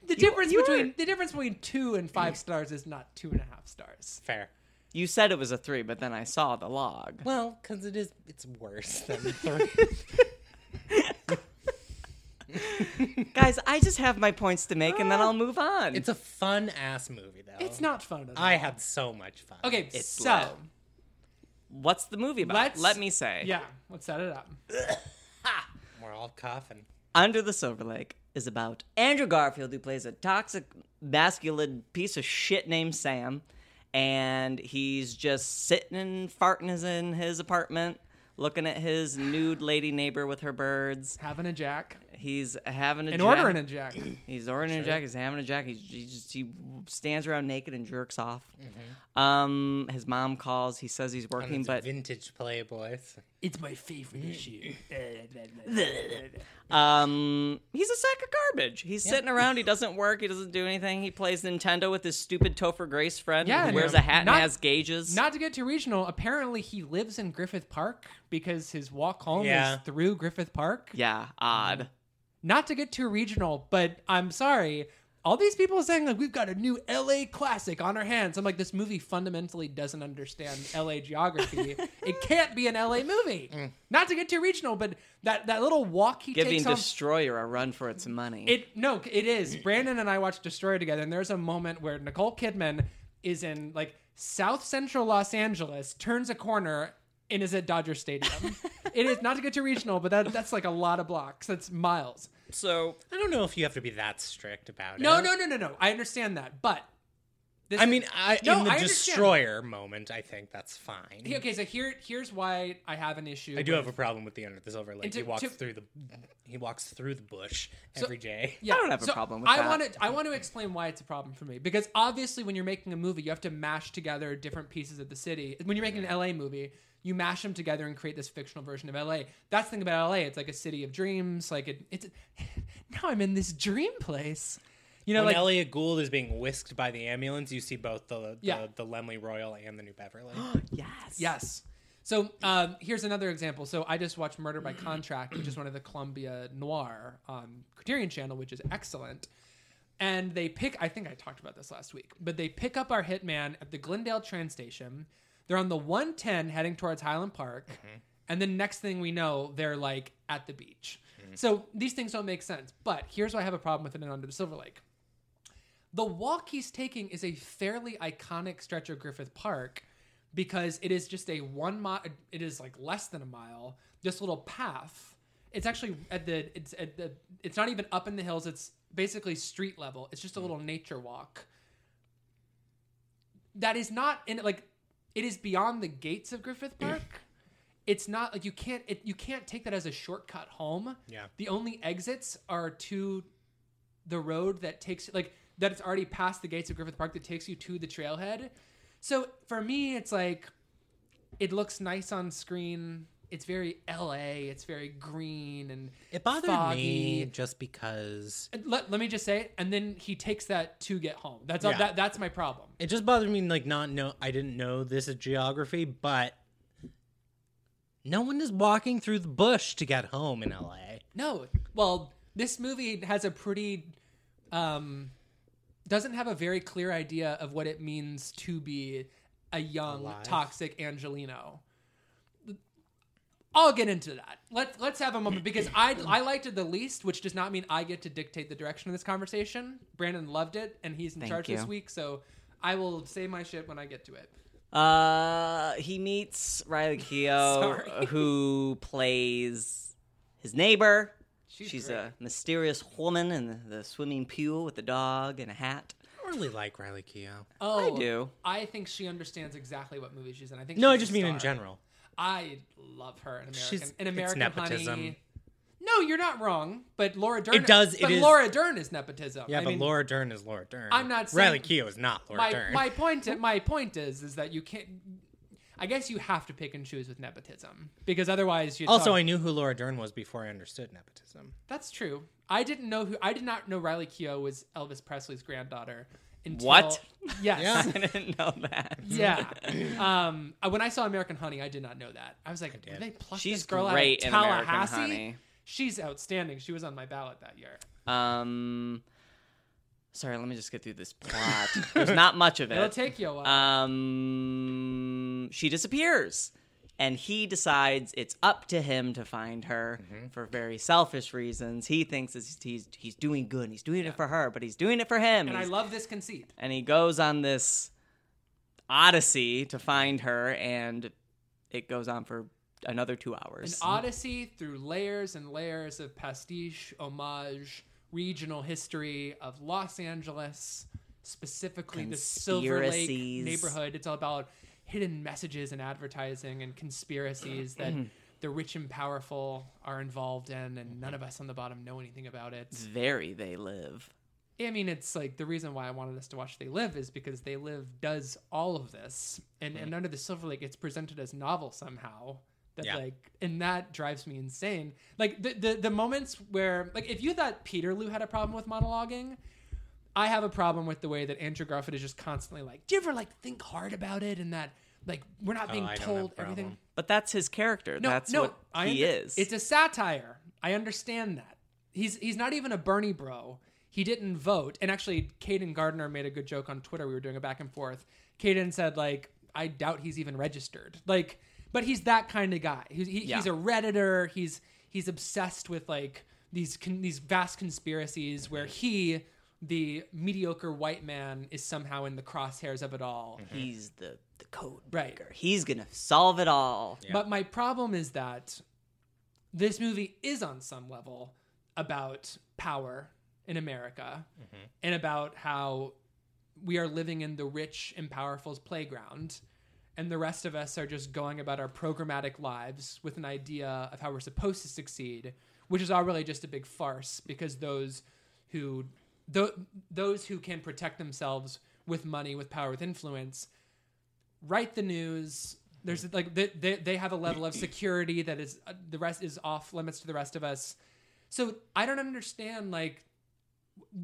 [SPEAKER 3] the difference
[SPEAKER 2] you
[SPEAKER 3] between the difference between two and five stars is not two and a half stars.
[SPEAKER 1] Fair.
[SPEAKER 2] You said it was a three, but then I saw the log.
[SPEAKER 1] Well, because it is it's worse than three.
[SPEAKER 2] Guys, I just have my points to make, and
[SPEAKER 3] Ah.
[SPEAKER 2] then I'll move on.
[SPEAKER 1] it's a fun ass movie though.
[SPEAKER 3] It's not fun. At all.
[SPEAKER 1] I had so much fun.
[SPEAKER 3] okay.
[SPEAKER 2] It's
[SPEAKER 3] so
[SPEAKER 2] lit. What's the movie about?
[SPEAKER 3] Let's-
[SPEAKER 2] Let me say.
[SPEAKER 3] yeah, let's set it up.
[SPEAKER 1] We're all coughing.
[SPEAKER 2] Under the Silver Lake is about Andrew Garfield, who plays a toxic, masculine piece of shit named Sam, and he's just sitting and farting his- in his apartment, looking at his nude lady neighbor with her birds,
[SPEAKER 3] Having a jack.
[SPEAKER 2] He's having a
[SPEAKER 3] An
[SPEAKER 2] jack.
[SPEAKER 3] order and a jack.
[SPEAKER 2] He's ordering a jack. He's having a jack. He's, he just he stands around naked and jerks off.
[SPEAKER 3] Mm-hmm.
[SPEAKER 2] Um, his mom calls. He says he's
[SPEAKER 1] And
[SPEAKER 2] working,
[SPEAKER 1] it's
[SPEAKER 2] but
[SPEAKER 1] vintage Playboys.
[SPEAKER 3] It's my favorite issue.
[SPEAKER 2] um, he's a sack of garbage. He's sitting around. He doesn't work. He doesn't do anything. He plays Nintendo with his stupid Topher Grace friend.
[SPEAKER 3] Yeah,
[SPEAKER 2] who
[SPEAKER 3] and,
[SPEAKER 2] wears
[SPEAKER 3] um,
[SPEAKER 2] a hat
[SPEAKER 3] not-
[SPEAKER 2] and has gauges.
[SPEAKER 3] Not to get too regional, apparently he lives in Griffith Park because his walk home
[SPEAKER 1] Yeah.
[SPEAKER 3] is through Griffith Park.
[SPEAKER 2] yeah,
[SPEAKER 3] Mm-hmm.
[SPEAKER 2] odd.
[SPEAKER 3] Not to get too regional, but I'm sorry. All these people are saying like we've got a new LA classic on our hands. I'm like, this movie fundamentally doesn't understand LA geography. it can't be an LA movie. Not to get too regional, but that, that little walk he
[SPEAKER 2] Giving
[SPEAKER 3] takes on
[SPEAKER 2] Destroyer a run for its money.
[SPEAKER 3] It no, it is. Brandon and I watched Destroyer together, and there's a moment where Nicole Kidman is in like South Central Los Angeles, turns a corner, and is at Dodger Stadium. it is not to get too regional, but that that's like a lot of blocks. That's miles.
[SPEAKER 2] so
[SPEAKER 1] I don't know if you have to be that strict about it.
[SPEAKER 3] No, no, no, no, no. I understand that, but this
[SPEAKER 1] I
[SPEAKER 3] is-
[SPEAKER 1] mean, I,
[SPEAKER 3] No,
[SPEAKER 1] in the
[SPEAKER 3] I understand.
[SPEAKER 1] destroyer moment, I think that's fine.
[SPEAKER 3] okay. So here, here's why I have an issue.
[SPEAKER 1] I do
[SPEAKER 3] with-
[SPEAKER 1] have a problem with the under the silver lake.
[SPEAKER 3] to-
[SPEAKER 1] he walks
[SPEAKER 3] to-
[SPEAKER 1] through the he walks through the bush every day.
[SPEAKER 3] Yeah,
[SPEAKER 2] I don't have a
[SPEAKER 3] so
[SPEAKER 2] problem with
[SPEAKER 3] I
[SPEAKER 2] that.
[SPEAKER 3] want to I want to explain why it's a problem for me because obviously when you're making a movie, you have to mash together different pieces of the city. When you're
[SPEAKER 2] Mm-hmm.
[SPEAKER 3] making an LA movie, you mash them together and create this fictional version of LA. That's the thing about LA. It's like a city of dreams. Like it, it's (laughs) now I'm in this dream place. You know,
[SPEAKER 1] when
[SPEAKER 3] like
[SPEAKER 1] Elliot Gould is being whisked by the ambulance, you see both the the,
[SPEAKER 3] Yeah.
[SPEAKER 1] the Lemley Royal and the New Beverly.
[SPEAKER 2] yes,
[SPEAKER 3] Yes. So um, here's another example. So I just watched Murder by Contract, which is one of the Columbia Noir on Criterion Channel, which is excellent. And they pick, I think I talked about this last week, but they pick up our hitman at the Glendale train station. They're on the 110 heading towards Highland Park. And then next thing we know, they're like at the beach. So these things don't make sense. But here's why I have a problem with it in Under the Silver Lake the walk he's taking is a fairly iconic stretch of Griffith Park because it is just a one mile. It is like less than a mile. This little path. It's actually at the. It's at the. It's not even up in the hills. It's basically street level. It's just a little nature walk. That is not in like. It is beyond the gates of Griffith Park. It's not like you can't it, you can't take that as a shortcut home.
[SPEAKER 1] Yeah.
[SPEAKER 3] The only exits are to the road that takes like that it's already past the gates of Griffith Park that takes you to the trailhead. So for me, it's like it looks nice on screen. It's very LA. It's very green and
[SPEAKER 1] (gasps) It bothered me
[SPEAKER 3] foggy.
[SPEAKER 1] just because
[SPEAKER 3] And Let, let me just say it, and then he takes that to get home. That's
[SPEAKER 1] Yeah.
[SPEAKER 3] all, that. That's my problem.
[SPEAKER 1] it just bothered me like not know I didn't know this is geography, but no one is walking through the bush to get home in LA.
[SPEAKER 3] No, well, this movie has a pretty, um, doesn't have a very clear idea of what it means to be a young
[SPEAKER 1] Alive.
[SPEAKER 3] toxic Angelino. I'll get into that. Let's let's have a moment because I I liked it the least, which does not mean I get to dictate the direction of this conversation. Brandon loved it, and he's in
[SPEAKER 2] Thank
[SPEAKER 3] charge this
[SPEAKER 2] you.
[SPEAKER 3] week, so I will say my shit when I get to it.
[SPEAKER 2] Uh, he meets Riley Keough,
[SPEAKER 3] Sorry.
[SPEAKER 2] who plays his neighbor.
[SPEAKER 3] She's
[SPEAKER 2] She's,
[SPEAKER 3] great.
[SPEAKER 2] a mysterious woman in the, the swimming pool with a dog and a hat. (laughs)
[SPEAKER 1] I don't really like Riley Keough.
[SPEAKER 2] I
[SPEAKER 3] Oh,
[SPEAKER 2] do.
[SPEAKER 3] I think she understands exactly what movie she's in. I think
[SPEAKER 1] No,
[SPEAKER 3] she's
[SPEAKER 1] I
[SPEAKER 3] a
[SPEAKER 1] just mean in
[SPEAKER 3] star.
[SPEAKER 1] general.
[SPEAKER 3] I love her in American.
[SPEAKER 1] She's-
[SPEAKER 3] in
[SPEAKER 1] it's
[SPEAKER 3] American
[SPEAKER 1] nepotism.
[SPEAKER 3] Honey. No, you're not wrong. But Laura Dern.
[SPEAKER 1] It does- it
[SPEAKER 3] but
[SPEAKER 1] is-
[SPEAKER 3] Laura Dern is nepotism.
[SPEAKER 1] Yeah,
[SPEAKER 3] I
[SPEAKER 1] but
[SPEAKER 3] mean,
[SPEAKER 1] Laura Dern is Laura Dern.
[SPEAKER 3] I'm not
[SPEAKER 1] Riley
[SPEAKER 3] saying-
[SPEAKER 1] Keough is not Laura
[SPEAKER 3] My
[SPEAKER 1] Dern.
[SPEAKER 3] my point. My point is is that you can't. I guess you have to pick and choose with nepotism because otherwise you.
[SPEAKER 1] also, I knew who Laura Dern was before I understood nepotism.
[SPEAKER 3] that's true. I didn't know who. I did not know Riley Keough was Elvis Presley's granddaughter. Until,
[SPEAKER 2] What?
[SPEAKER 3] Yes.
[SPEAKER 2] I didn't know that.
[SPEAKER 3] Yeah. (laughs) Um, I- when I saw American Honey, I did not know that. I was like, did they pluck
[SPEAKER 2] She's
[SPEAKER 3] this girl
[SPEAKER 2] great
[SPEAKER 3] out
[SPEAKER 2] in
[SPEAKER 3] of
[SPEAKER 2] American
[SPEAKER 3] Tallahassee?
[SPEAKER 2] Honey.
[SPEAKER 3] She's outstanding. She was on my ballot that year.
[SPEAKER 2] Um, sorry, let me just get through this plot. There's not much of
[SPEAKER 3] (laughs) It'll
[SPEAKER 2] it.
[SPEAKER 3] take you a while.
[SPEAKER 2] Um, she disappears, and he decides it's up to him to find her
[SPEAKER 3] Mm-hmm.
[SPEAKER 2] for very selfish reasons. He thinks it's- he's he's doing good, and he's doing it for her, but he's doing it for him.
[SPEAKER 3] and I
[SPEAKER 2] He's-
[SPEAKER 3] love this conceit.
[SPEAKER 2] and he goes on this odyssey to find her, and it goes on for another two
[SPEAKER 3] An
[SPEAKER 2] hours.
[SPEAKER 3] odyssey through layers and layers of pastiche, homage, regional history of Los Angeles, specifically the Silver Lake
[SPEAKER 2] Conspiracies.
[SPEAKER 3] neighborhood. It's all about hidden messages and advertising and conspiracies that the rich and powerful are involved in, and none of us on the bottom know anything about it.
[SPEAKER 2] Very they live.
[SPEAKER 3] I mean, it's like the reason why I wanted us to watch They Live is because They Live does all of this, and and Under the Silver Lake, it's presented as novel somehow. That
[SPEAKER 1] Yeah.
[SPEAKER 3] like, and that drives me insane. Like the, the the moments where like if you thought Peterloo had a problem with monologuing, I have a problem with the way that Andrew Garfield is just constantly like, do you ever like think hard about it, and that like we're not being
[SPEAKER 1] Oh, I don't have a
[SPEAKER 3] told everything.
[SPEAKER 1] problem.
[SPEAKER 2] But that's his character.
[SPEAKER 3] No,
[SPEAKER 2] that's
[SPEAKER 3] no,
[SPEAKER 2] what
[SPEAKER 3] I
[SPEAKER 2] he
[SPEAKER 3] under-
[SPEAKER 2] is.
[SPEAKER 3] It's a satire. I understand that. He's he's not even a Bernie bro. He didn't vote. And actually, Caden Gardner made a good joke on Twitter. We were doing a back and forth. Caden said like, I doubt he's even registered. Like, but he's that kind of guy. He's he,
[SPEAKER 2] Yeah.
[SPEAKER 3] he's a redditor. He's he's obsessed with like these con- these vast conspiracies where he. The mediocre white man is somehow in the crosshairs of it all.
[SPEAKER 2] He's the, the code
[SPEAKER 3] Right.
[SPEAKER 2] breaker. He's gonna solve it all.
[SPEAKER 3] But my problem is that this movie is on some level about power in America and about how we are living in the rich and powerful's playground and the rest of us are just going about our programmatic lives with an idea of how we're supposed to succeed which is all really just a big farce because those who tho- those who can protect themselves with money with power with influence write the news. There's like they, they, they have a level of security that is uh, the rest is off limits to the rest of us. So I don't understand like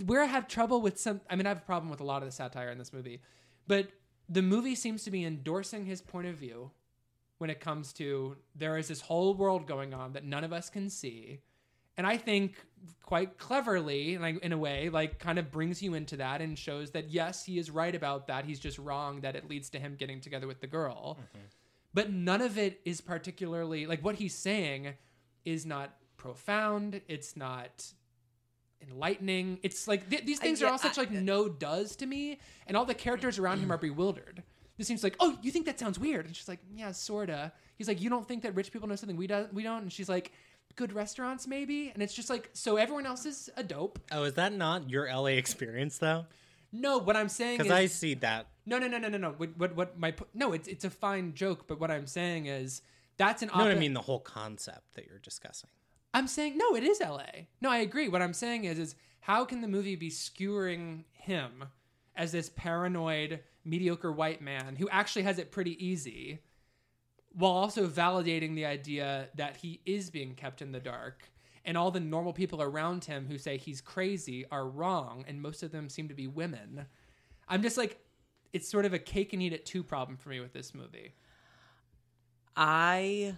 [SPEAKER 3] where I have trouble with some. I mean, I have a problem with a lot of the satire in this movie, but the movie seems to be endorsing his point of view when it comes to there is this whole world going on that none of us can see. And I think quite cleverly, and I, in a way, like kind of brings you into that and shows that yes, he is right about that. He's just wrong that it leads to him getting together with the girl. But none of it is particularly like what he's saying is not profound. It's not enlightening. It's like th- these things are
[SPEAKER 2] yeah,
[SPEAKER 3] all such
[SPEAKER 2] I-
[SPEAKER 3] like
[SPEAKER 1] uh,
[SPEAKER 3] no does to me, and all the characters
[SPEAKER 1] (clears throat)
[SPEAKER 3] around him are bewildered. This seems like, oh, you think that sounds weird? And she's like, yeah, sorta. He's like, you don't think that rich people know something we don't? We don't. And she's like, good restaurants maybe. And it's just like, so everyone else is a dope.
[SPEAKER 1] Oh, is that not your LA experience though?
[SPEAKER 3] No, what I'm saying
[SPEAKER 1] Because
[SPEAKER 3] is,
[SPEAKER 1] I see that.
[SPEAKER 3] no, no, no, no, no, no. What, what, what my po- no, it's it's a fine joke, but what I'm saying is that's an.
[SPEAKER 1] No, I
[SPEAKER 3] oppo-
[SPEAKER 1] mean the whole concept that you're discussing.
[SPEAKER 3] I'm saying no, it is LA. No, I agree. What I'm saying is is how can the movie be skewering him as this paranoid, mediocre white man who actually has it pretty easy while also validating the idea that he is being kept in the dark and all the normal people around him who say he's crazy are wrong and most of them seem to be women. I'm just like it's sort of a cake and eat it too problem for me with this movie.
[SPEAKER 2] I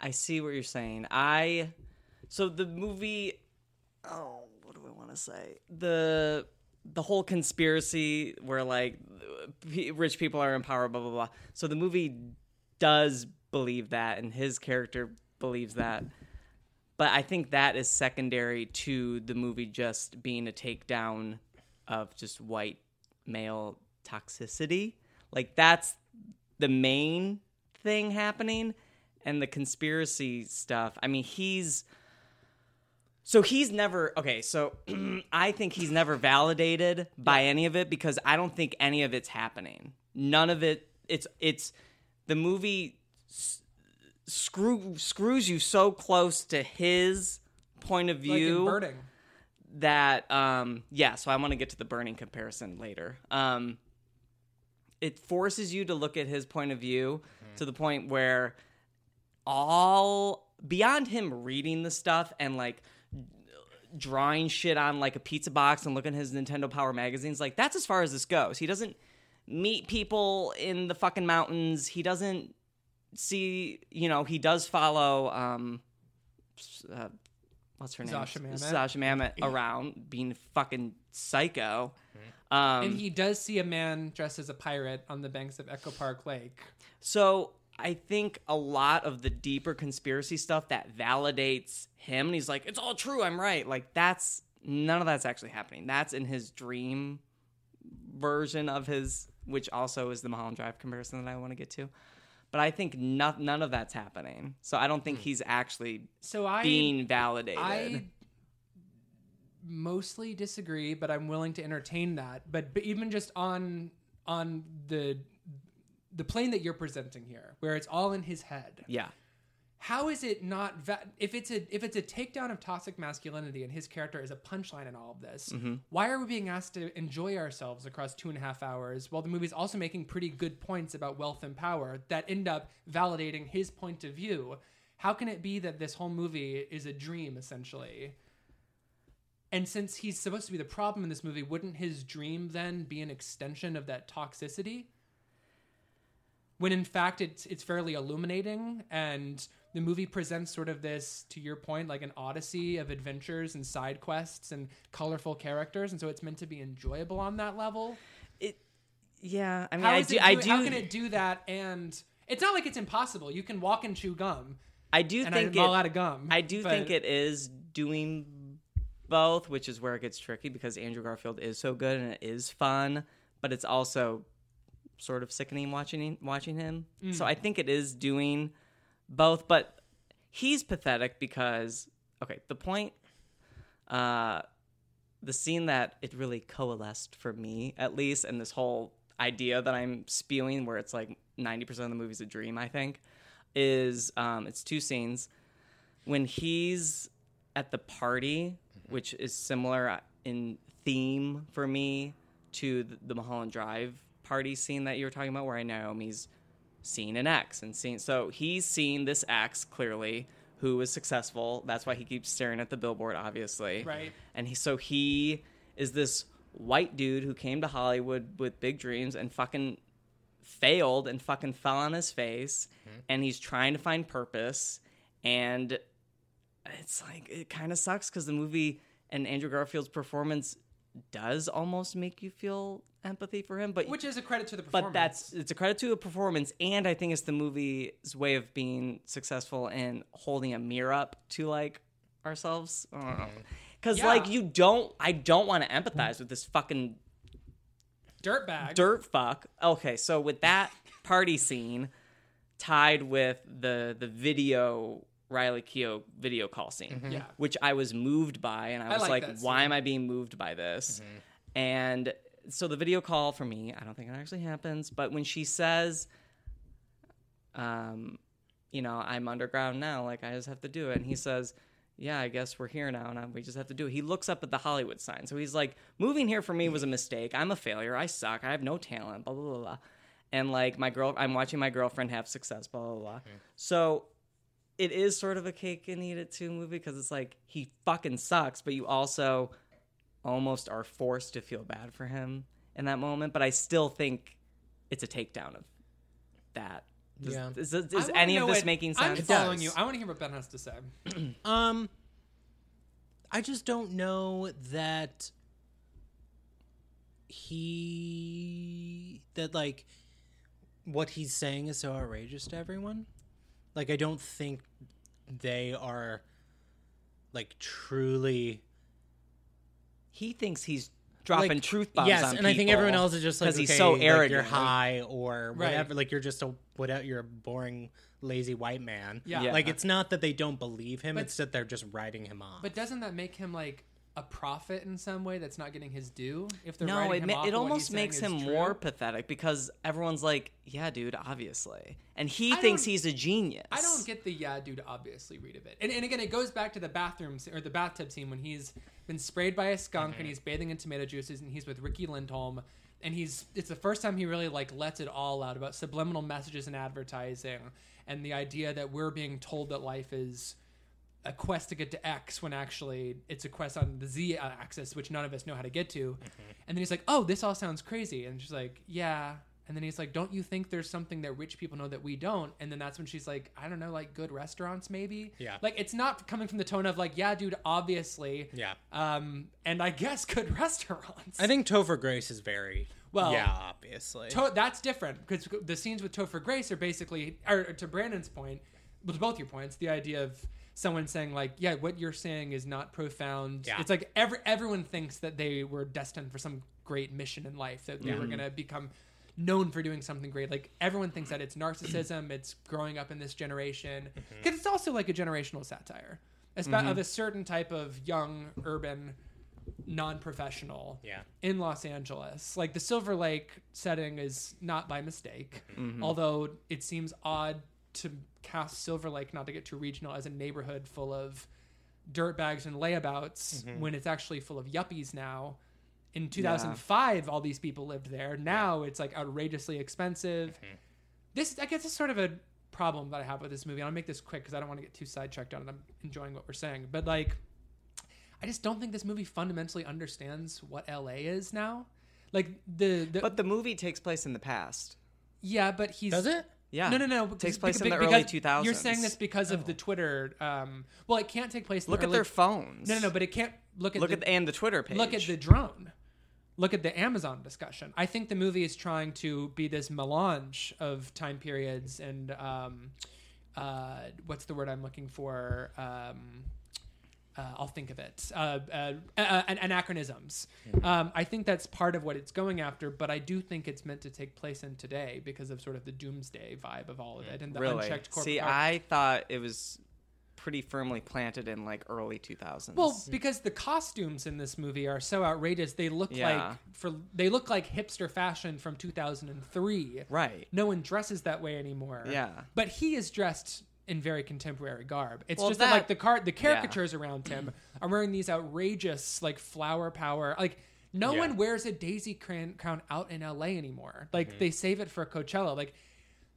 [SPEAKER 2] I see what you're saying. I so the movie oh, what do I want to say? The the whole conspiracy where like p- rich people are in power blah blah blah. So the movie does believe that and his character believes that. But I think that is secondary to the movie just being a takedown of just white male toxicity. Like that's the main thing happening and the conspiracy stuff. I mean, he's so he's never okay, so (clears throat) I think he's never validated by any of it because I don't think any of it's happening. None of it it's it's the movie s- screw screws you so close to his point of
[SPEAKER 3] Like
[SPEAKER 2] view
[SPEAKER 3] in Burning.
[SPEAKER 2] that um yeah so i want to get to the burning comparison later um it forces you to look at his point of view
[SPEAKER 3] Mm-hmm.
[SPEAKER 2] to the point where all beyond him reading the stuff and like drawing shit on like a pizza box and looking at his Nintendo Power magazines. Like that's as far as this goes. He doesn't meet people in the fucking mountains. He doesn't see, you know, he does follow um s- uh, what's her name?
[SPEAKER 3] Sasha Mamet.
[SPEAKER 2] Sasha Mamet around being fucking psycho. Um
[SPEAKER 3] And he does see a man dressed as a pirate on the banks of Echo Park Lake.
[SPEAKER 2] So I think a lot of the deeper conspiracy stuff that validates him, and he's like, "It's all true. I'm right." Like that's none of that's actually happening. That's in his dream version of his, which also is the Mulholland Drive comparison that I want to get to. But I think no, none of that's happening. So I don't
[SPEAKER 3] Hmm.
[SPEAKER 2] think he's actually
[SPEAKER 3] So I
[SPEAKER 2] being validated.
[SPEAKER 3] I mostly disagree, but I'm willing to entertain that. But, but even just on on the the plane that you're presenting here, where it's all in his head.
[SPEAKER 2] yeah.
[SPEAKER 3] how is it not va- if it's a if it's a takedown of toxic masculinity and his character is a punchline in all of this why are we being asked to enjoy ourselves across two and a half hours while the movie's also making pretty good points about wealth and power that end up validating his point of view how can it be that this whole movie is a dream essentially and since he's supposed to be the problem in this movie wouldn't his dream then be an extension of that toxicity when in fact it's it's fairly illuminating and the movie presents sort of this to your point like an odyssey of adventures and side quests and colorful characters and so it's meant to be enjoyable on that level
[SPEAKER 2] It, yeah, I mean,
[SPEAKER 3] How
[SPEAKER 2] I
[SPEAKER 3] is
[SPEAKER 2] do,
[SPEAKER 3] it
[SPEAKER 2] I
[SPEAKER 3] do-
[SPEAKER 2] do,
[SPEAKER 3] how can it do that and it's not like it's impossible you can walk and chew gum
[SPEAKER 2] I do
[SPEAKER 3] and
[SPEAKER 2] think
[SPEAKER 3] i'm all
[SPEAKER 2] it-
[SPEAKER 3] out of gum
[SPEAKER 2] I do
[SPEAKER 3] but-
[SPEAKER 2] think it is doing both, which is where it gets tricky because Andrew Garfield is so good and it is fun, but it's also sort of sickening watching watching him. So I think it is doing both, but he's pathetic because okay, the point uh the scene that it really coalesced for me at least and this whole idea that i'm spewing where it's like 90% of the movie's a dream i think is um, it's two scenes when he's at the party which is similar in theme for me to the, the mulholland drive party scene that you were talking about where i naomi's seen an ex and seen so he's seen this ex clearly who is successful that's why he keeps staring at the billboard obviously
[SPEAKER 3] Right.
[SPEAKER 2] and he, so he is this white dude who came to Hollywood with big dreams and fucking failed and fucking fell on his face and he's trying to find purpose and it's like it kind of sucks cuz the movie and Andrew Garfield's performance does almost make you feel empathy for him but
[SPEAKER 3] which is a credit to the performance
[SPEAKER 2] but that's it's a credit to the performance and i think it's the movie's way of being successful in holding a mirror up to like ourselves because
[SPEAKER 3] Mm-hmm. Yeah.
[SPEAKER 2] like you don't i don't want to empathize with this fucking
[SPEAKER 3] dirtbag
[SPEAKER 2] dirt fuck okay so with that party scene tied with the the video riley keough video call scene
[SPEAKER 3] yeah
[SPEAKER 2] which I was moved by, and I was
[SPEAKER 3] like
[SPEAKER 2] like,
[SPEAKER 3] that Mm-hmm.
[SPEAKER 2] why am I being moved by this? And so the video call for me, I don't think it actually happens, but when she says, um, you know, I'm underground now, like I just have to do it, and he says, yeah, I guess we're here now, and I, we just have to do it. He looks up at the Hollywood sign, so he's like, moving here for me was a mistake. I'm a failure. I suck. I have no talent. Blah blah blah. blah. And like my girl, I'm watching my girlfriend have success. Blah blah blah. So it is sort of a cake and eat it too movie because it's like he fucking sucks, but you also almost are forced to feel bad for him in that moment. But I still think it's a takedown of that. Does-
[SPEAKER 1] Yeah.
[SPEAKER 2] Is, is-
[SPEAKER 3] I
[SPEAKER 2] is
[SPEAKER 3] wanna
[SPEAKER 2] any of
[SPEAKER 3] know
[SPEAKER 2] this
[SPEAKER 3] what-
[SPEAKER 2] making
[SPEAKER 3] i'm
[SPEAKER 2] sense?
[SPEAKER 3] following
[SPEAKER 1] does.
[SPEAKER 3] you i want to hear what ben has to say
[SPEAKER 1] Um, I just don't know that he that like what he's saying is so outrageous to everyone. Like, I don't think they are like truly
[SPEAKER 2] He thinks he's dropping
[SPEAKER 1] like,
[SPEAKER 2] truth bombs
[SPEAKER 1] Yes,
[SPEAKER 2] on
[SPEAKER 1] and I think
[SPEAKER 2] people
[SPEAKER 1] everyone else is just like
[SPEAKER 2] he's
[SPEAKER 1] okay,
[SPEAKER 2] so
[SPEAKER 1] like,
[SPEAKER 2] arrogant.
[SPEAKER 1] you're
[SPEAKER 2] like,
[SPEAKER 1] high or
[SPEAKER 3] Right.
[SPEAKER 1] whatever. Like you're just a whatever. You're a boring, lazy white man.
[SPEAKER 3] Yeah.
[SPEAKER 2] Yeah.
[SPEAKER 1] Like it's not that they don't believe him;
[SPEAKER 3] But-
[SPEAKER 1] it's that they're just writing him off.
[SPEAKER 3] But doesn't that make him like a prophet in some way that's not getting his due? If they're
[SPEAKER 2] no,
[SPEAKER 3] writing
[SPEAKER 2] it,
[SPEAKER 3] him
[SPEAKER 2] ma-
[SPEAKER 3] off
[SPEAKER 2] it
[SPEAKER 3] for what
[SPEAKER 2] almost
[SPEAKER 3] he's saying
[SPEAKER 2] makes
[SPEAKER 3] is
[SPEAKER 2] him
[SPEAKER 3] true?
[SPEAKER 2] more pathetic because everyone's like, yeah, dude, obviously. And he
[SPEAKER 3] I
[SPEAKER 2] thinks
[SPEAKER 3] don't-
[SPEAKER 2] he's a genius.
[SPEAKER 3] I don't get the yeah, dude. Obviously, read of it, and, and again, it goes back to the bathroom scene- or the bathtub scene when he's been sprayed by a skunk
[SPEAKER 2] Mm-hmm.
[SPEAKER 3] and he's bathing in tomato juices and he's with Ricky Lindholm, and he's it's the first time he really like lets it all out about subliminal messages in advertising and the idea that we're being told that life is a quest to get to X when actually it's a quest on the Z axis, which none of us know how to get to.
[SPEAKER 1] Mm-hmm.
[SPEAKER 3] And then he's like, "Oh, this all sounds crazy," and she's like, "Yeah." And then he's like, "Don't you think there's something that rich people know that we don't?" And then that's when she's like, "I don't know, like good restaurants, maybe."
[SPEAKER 1] Yeah.
[SPEAKER 3] Like it's not coming from the tone of like, "Yeah, dude, obviously."
[SPEAKER 1] yeah.
[SPEAKER 3] Um, and I guess good (laughs) restaurants.
[SPEAKER 1] I think Topher Grace is very
[SPEAKER 3] Well,
[SPEAKER 1] Yeah, obviously.
[SPEAKER 3] To- that's different because the scenes with Topher Grace are basically, or to Brandon's point, well, to both your points, the idea of someone saying like, "Yeah, what you're saying is not profound."
[SPEAKER 1] Yeah.
[SPEAKER 3] It's like every everyone thinks that they were destined for some great mission in life that they
[SPEAKER 1] Mm-hmm.
[SPEAKER 3] were gonna become known for doing something great. Like everyone thinks that it's narcissism, (clears throat) it's growing up in this generation
[SPEAKER 1] Mm-hmm.
[SPEAKER 3] because it's also like a generational satire, espe- of a certain type of young urban non-professional
[SPEAKER 1] yeah.
[SPEAKER 3] in Los Angeles. Like the Silver Lake setting is not by mistake, although it seems odd to cast Silver Lake, not to get too regional, as a neighborhood full of dirtbags and layabouts when it's actually full of yuppies now. In 2005, all these people lived there. Now it's like outrageously expensive. This, I guess, is sort of a problem that I have with this movie. And I'll make this quick because I don't want to get too sidetracked on it. I'm enjoying what we're saying. But like, I just don't think this movie fundamentally understands what LA is now. Like the, the
[SPEAKER 2] But the movie takes place in the past.
[SPEAKER 3] yeah, but he's
[SPEAKER 1] Does it?
[SPEAKER 2] Yeah.
[SPEAKER 3] no, no, no.
[SPEAKER 2] It
[SPEAKER 3] because-
[SPEAKER 2] takes place in the
[SPEAKER 3] because-
[SPEAKER 2] early
[SPEAKER 3] because
[SPEAKER 2] 2000s.
[SPEAKER 3] You're saying this because of the Twitter. Um, well, it can't take place. In
[SPEAKER 2] Look
[SPEAKER 3] the
[SPEAKER 2] at
[SPEAKER 3] early,
[SPEAKER 2] their phones.
[SPEAKER 3] No, no, no. But it can't look at
[SPEAKER 2] look
[SPEAKER 3] the,
[SPEAKER 2] at the, and the Twitter page.
[SPEAKER 3] look at the drone. Look at the Amazon discussion. I think the movie is trying to be this melange of time periods and um, uh, what's the word I'm looking for? Um, uh, I'll think of it. Uh, uh, uh, uh, an- anachronisms.
[SPEAKER 2] Hmm.
[SPEAKER 3] Um, I think that's part of what it's going after, but I do think it's meant to take place in today because of sort of the doomsday vibe of all of it and the
[SPEAKER 2] Hmm. really.
[SPEAKER 3] unchecked corporate.
[SPEAKER 2] See, I thought it was pretty firmly planted in like early 2000s.
[SPEAKER 3] Well, because the costumes in this movie are so outrageous, they look
[SPEAKER 2] Yeah.
[SPEAKER 3] like for they look like hipster fashion from 2003.
[SPEAKER 2] right.
[SPEAKER 3] No one dresses that way anymore.
[SPEAKER 2] Yeah.
[SPEAKER 3] But he is dressed in very contemporary garb. It's
[SPEAKER 2] Well,
[SPEAKER 3] just that, like
[SPEAKER 2] that-
[SPEAKER 3] the car the caricatures around him are wearing these outrageous like flower power like no
[SPEAKER 1] Yeah.
[SPEAKER 3] one wears a daisy cran- crown out in LA anymore. Like
[SPEAKER 2] Mm-hmm.
[SPEAKER 3] they save it for Coachella. Like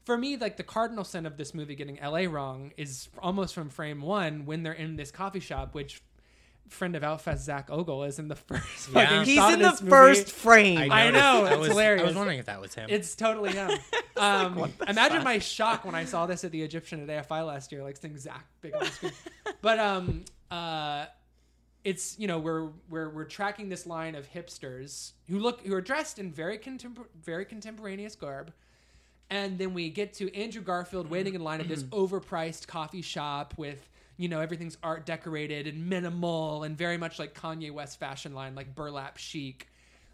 [SPEAKER 3] for me, like the cardinal sin of this movie getting LA wrong is almost from frame one when they're in this coffee shop, which friend of Outfest Zach Ogle is in the (laughs) first.
[SPEAKER 1] Yeah.
[SPEAKER 3] fucking
[SPEAKER 1] He's
[SPEAKER 2] He's
[SPEAKER 3] shot
[SPEAKER 2] in the
[SPEAKER 3] this movie.
[SPEAKER 2] first frame.
[SPEAKER 3] I
[SPEAKER 1] noticed.
[SPEAKER 3] know,
[SPEAKER 1] I
[SPEAKER 3] it's
[SPEAKER 1] was,
[SPEAKER 3] hilarious.
[SPEAKER 1] I was wondering if that was him.
[SPEAKER 3] It's totally him. um, imagine my shock when I saw this at the Egyptian at AFI last year, like seeing Zach big on the screen. but um, uh, it's you know we're we're we're tracking this line of hipsters who look who are dressed in very contempor- very contemporaneous garb. And then we get to Andrew Garfield waiting in line at this overpriced coffee shop with, you know, everything's art decorated and minimal and very much like Kanye West fashion line, like burlap chic.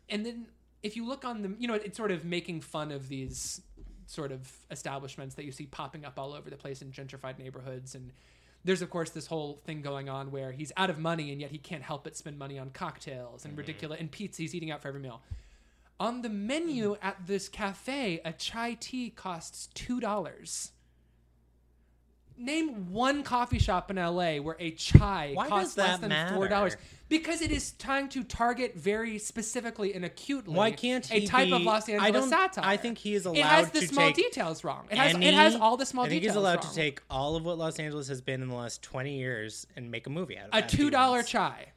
[SPEAKER 3] And then if you look on the, you know, it's sort of making fun of these sort of establishments that you see popping up all over the place in gentrified neighborhoods. And there's, of course, this whole thing going on where he's out of money and yet he can't help but spend money on cocktails and ridiculous and pizza he's eating out for every meal. On the menu
[SPEAKER 1] Mm-hmm.
[SPEAKER 3] at this cafe, a chai tea costs two dollars. Name one coffee shop in LA where a chai
[SPEAKER 1] Why
[SPEAKER 3] costs
[SPEAKER 1] does that
[SPEAKER 3] less than four dollars.
[SPEAKER 1] matter?
[SPEAKER 3] Because it is trying to target very specifically and acutely
[SPEAKER 1] Why can't
[SPEAKER 3] a
[SPEAKER 1] he
[SPEAKER 3] type of
[SPEAKER 1] be-
[SPEAKER 3] Los
[SPEAKER 1] I
[SPEAKER 3] Angeles
[SPEAKER 1] don't-
[SPEAKER 3] satire.
[SPEAKER 1] I think he is
[SPEAKER 3] It has
[SPEAKER 1] allowed
[SPEAKER 3] the
[SPEAKER 1] to
[SPEAKER 3] small
[SPEAKER 1] take
[SPEAKER 3] details wrong. It has
[SPEAKER 1] Any-
[SPEAKER 3] it has all the small
[SPEAKER 1] I think
[SPEAKER 3] details.
[SPEAKER 1] he's allowed
[SPEAKER 3] wrong.
[SPEAKER 1] to take all of what Los Angeles has been in the last 20 years and make a movie out of
[SPEAKER 3] a
[SPEAKER 1] it. if he
[SPEAKER 3] two dollar
[SPEAKER 1] wants.
[SPEAKER 3] chai.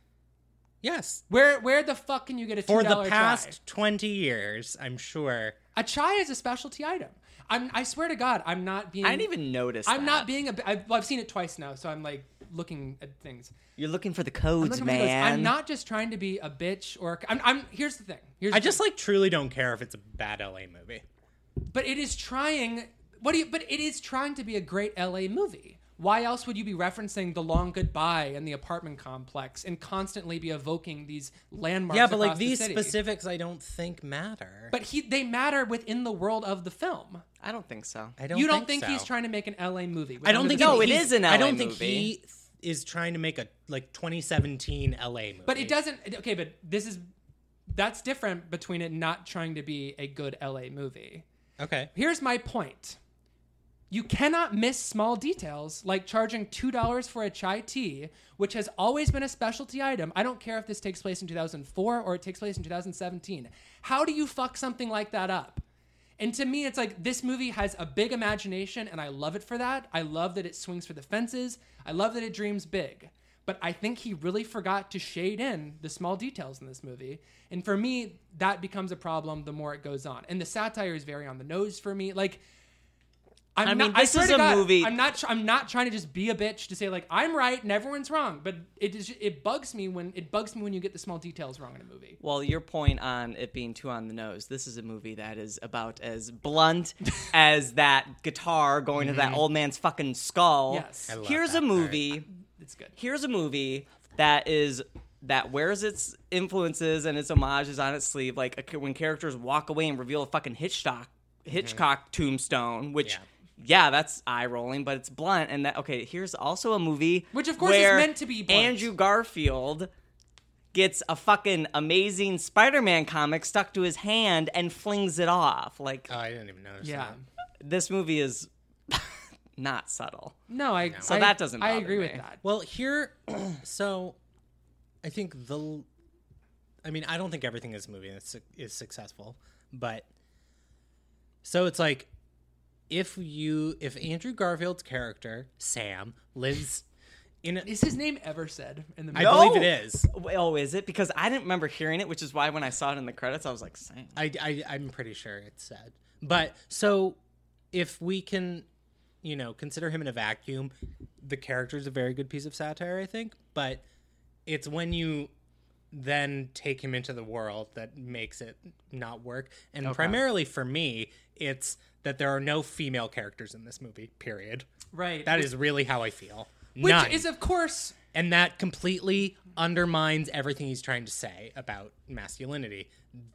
[SPEAKER 1] Yes.
[SPEAKER 3] Where where the fuck can you get a two
[SPEAKER 1] For
[SPEAKER 3] dollar
[SPEAKER 1] the past 20 years, I'm sure.
[SPEAKER 3] chai? A chai is a specialty item. I'm I swear to God, I'm not being
[SPEAKER 2] I didn't even notice.
[SPEAKER 3] I'm
[SPEAKER 2] that.
[SPEAKER 3] not being a. I've, well, I've seen it twice now, so I'm like looking at things.
[SPEAKER 2] You're looking for the
[SPEAKER 3] I'm,
[SPEAKER 2] codes,
[SPEAKER 3] looking for those-
[SPEAKER 2] man.
[SPEAKER 3] I'm not just trying to be a bitch or. a- I'm. I'm here's the thing. Here's
[SPEAKER 1] I
[SPEAKER 3] the
[SPEAKER 1] just like truly don't care if it's a bad LA movie.
[SPEAKER 3] thing. But it is trying. What do you? But it is trying to be a great LA movie. Why else would you be referencing the long goodbye and the apartment complex and constantly be evoking these landmarks?
[SPEAKER 1] Yeah, but
[SPEAKER 3] across
[SPEAKER 1] like
[SPEAKER 3] the
[SPEAKER 1] these
[SPEAKER 3] city?
[SPEAKER 1] specifics, I don't think matter.
[SPEAKER 3] But he, they matter within the world of the film.
[SPEAKER 2] I don't think so.
[SPEAKER 1] I don't
[SPEAKER 3] you
[SPEAKER 1] think
[SPEAKER 3] don't think,
[SPEAKER 1] so.
[SPEAKER 3] he's trying to make an LA movie?
[SPEAKER 1] I don't think
[SPEAKER 2] No, it
[SPEAKER 1] he's-
[SPEAKER 2] is an
[SPEAKER 1] I
[SPEAKER 2] LA
[SPEAKER 1] don't think
[SPEAKER 2] movie.
[SPEAKER 1] he is trying to make a like 2017 LA movie.
[SPEAKER 3] But it doesn't. Okay, but this is that's different between it not trying to be a good LA movie.
[SPEAKER 1] Okay.
[SPEAKER 3] Here's my point. You cannot miss small details like charging $2 for a chai tea, which has always been a specialty item. I don't care if this takes place in 2004 or it takes place in 2017. How do you fuck something like that up? And to me, it's like this movie has a big imagination, and I love it for that. I love that it swings for the fences. I love that it dreams big. But I think he really forgot to shade in the small details in this movie. And for me, that becomes a problem the more it goes on. And the satire is very on the nose for me. Like, I'm
[SPEAKER 2] I mean,
[SPEAKER 3] not, I
[SPEAKER 2] this
[SPEAKER 3] swear
[SPEAKER 2] is
[SPEAKER 3] to
[SPEAKER 2] a
[SPEAKER 3] God,
[SPEAKER 2] movie-
[SPEAKER 3] I'm not. tr- I'm not trying to just be a bitch to say like I'm right and everyone's wrong. But it is. It bugs me when it bugs me when you get the small details wrong in a movie.
[SPEAKER 2] Well, your point on it being too on the nose, this is a movie that is about as
[SPEAKER 3] (laughs)
[SPEAKER 2] blunt as that guitar going to that old man's fucking skull.
[SPEAKER 3] Mm-hmm. Yes. I
[SPEAKER 1] love
[SPEAKER 2] Here's
[SPEAKER 1] that
[SPEAKER 2] a movie.
[SPEAKER 3] It's good.
[SPEAKER 2] Here's a movie that is that wears its influences and its homages on its sleeve like a, when characters walk away and reveal a fucking Hitchcock Hitchcock
[SPEAKER 3] Mm-hmm.
[SPEAKER 2] tombstone, which
[SPEAKER 1] Yeah.
[SPEAKER 2] yeah. that's eye rolling, but it's blunt. And that okay, here's also a movie
[SPEAKER 3] Which, of course, is
[SPEAKER 2] where
[SPEAKER 3] meant to be blunt.
[SPEAKER 2] Andrew Garfield gets a fucking amazing Spider-Man comic stuck to his hand and flings it off. Like
[SPEAKER 3] Uh.
[SPEAKER 1] Oh, I didn't even notice.
[SPEAKER 3] Yeah.
[SPEAKER 1] that.
[SPEAKER 2] this movie is (laughs) not subtle.
[SPEAKER 3] No, I.
[SPEAKER 2] So
[SPEAKER 3] I-
[SPEAKER 2] that doesn't
[SPEAKER 3] I
[SPEAKER 2] bother
[SPEAKER 3] agree
[SPEAKER 2] me.
[SPEAKER 3] with that.
[SPEAKER 1] Well, here, (clears throat) so I think the, I mean, I don't think everything in this movie is, su- is successful, but so it's like if you if Andrew Garfield's character Sam lives in, a,
[SPEAKER 3] Is his name ever said in the
[SPEAKER 1] I
[SPEAKER 3] movie?
[SPEAKER 2] No.
[SPEAKER 1] believe it is.
[SPEAKER 2] Oh, is it? Because I didn't remember hearing it, which is why when I saw it in the credits, I was like, "Sam."
[SPEAKER 1] I, I I'm pretty sure it's said. But so if we can, you know, consider him in a vacuum, the character's a very good piece of satire, I think. But it's when you then take him into the world that makes it not work. And primarily for me, it's that there are no female characters in this movie. Period.
[SPEAKER 3] Right.
[SPEAKER 1] That is really how I feel.
[SPEAKER 3] Which
[SPEAKER 1] None.
[SPEAKER 3] is, of course,
[SPEAKER 1] and that completely undermines everything he's trying to say about masculinity.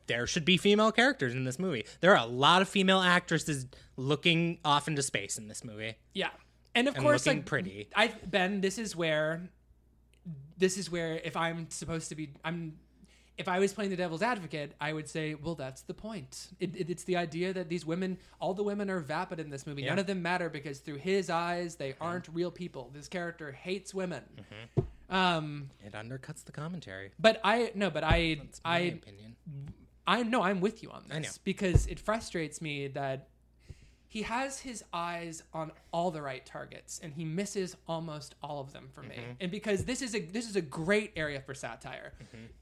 [SPEAKER 1] There should be female characters in this movie. There are a lot of female actresses looking off into space in this movie.
[SPEAKER 3] yeah, and of
[SPEAKER 1] And
[SPEAKER 3] course,
[SPEAKER 1] looking
[SPEAKER 3] like
[SPEAKER 1] pretty.
[SPEAKER 3] I Ben, this is where, this is where if I'm supposed to be, I'm. If I was playing the devil's advocate, I would say, well, that's the point. It, it- it's the idea that these women, all the women are vapid in this movie. None of them matter because through his eyes, they aren't real people. This character hates women. Um,
[SPEAKER 1] It undercuts the commentary.
[SPEAKER 3] but I no, but I
[SPEAKER 1] in my
[SPEAKER 3] I
[SPEAKER 1] opinion.
[SPEAKER 3] I no, I'm with you on this
[SPEAKER 1] know.
[SPEAKER 3] because it frustrates me that he has his eyes on all the right targets and he misses almost all of them for me. And because this is a this is a great area for satire.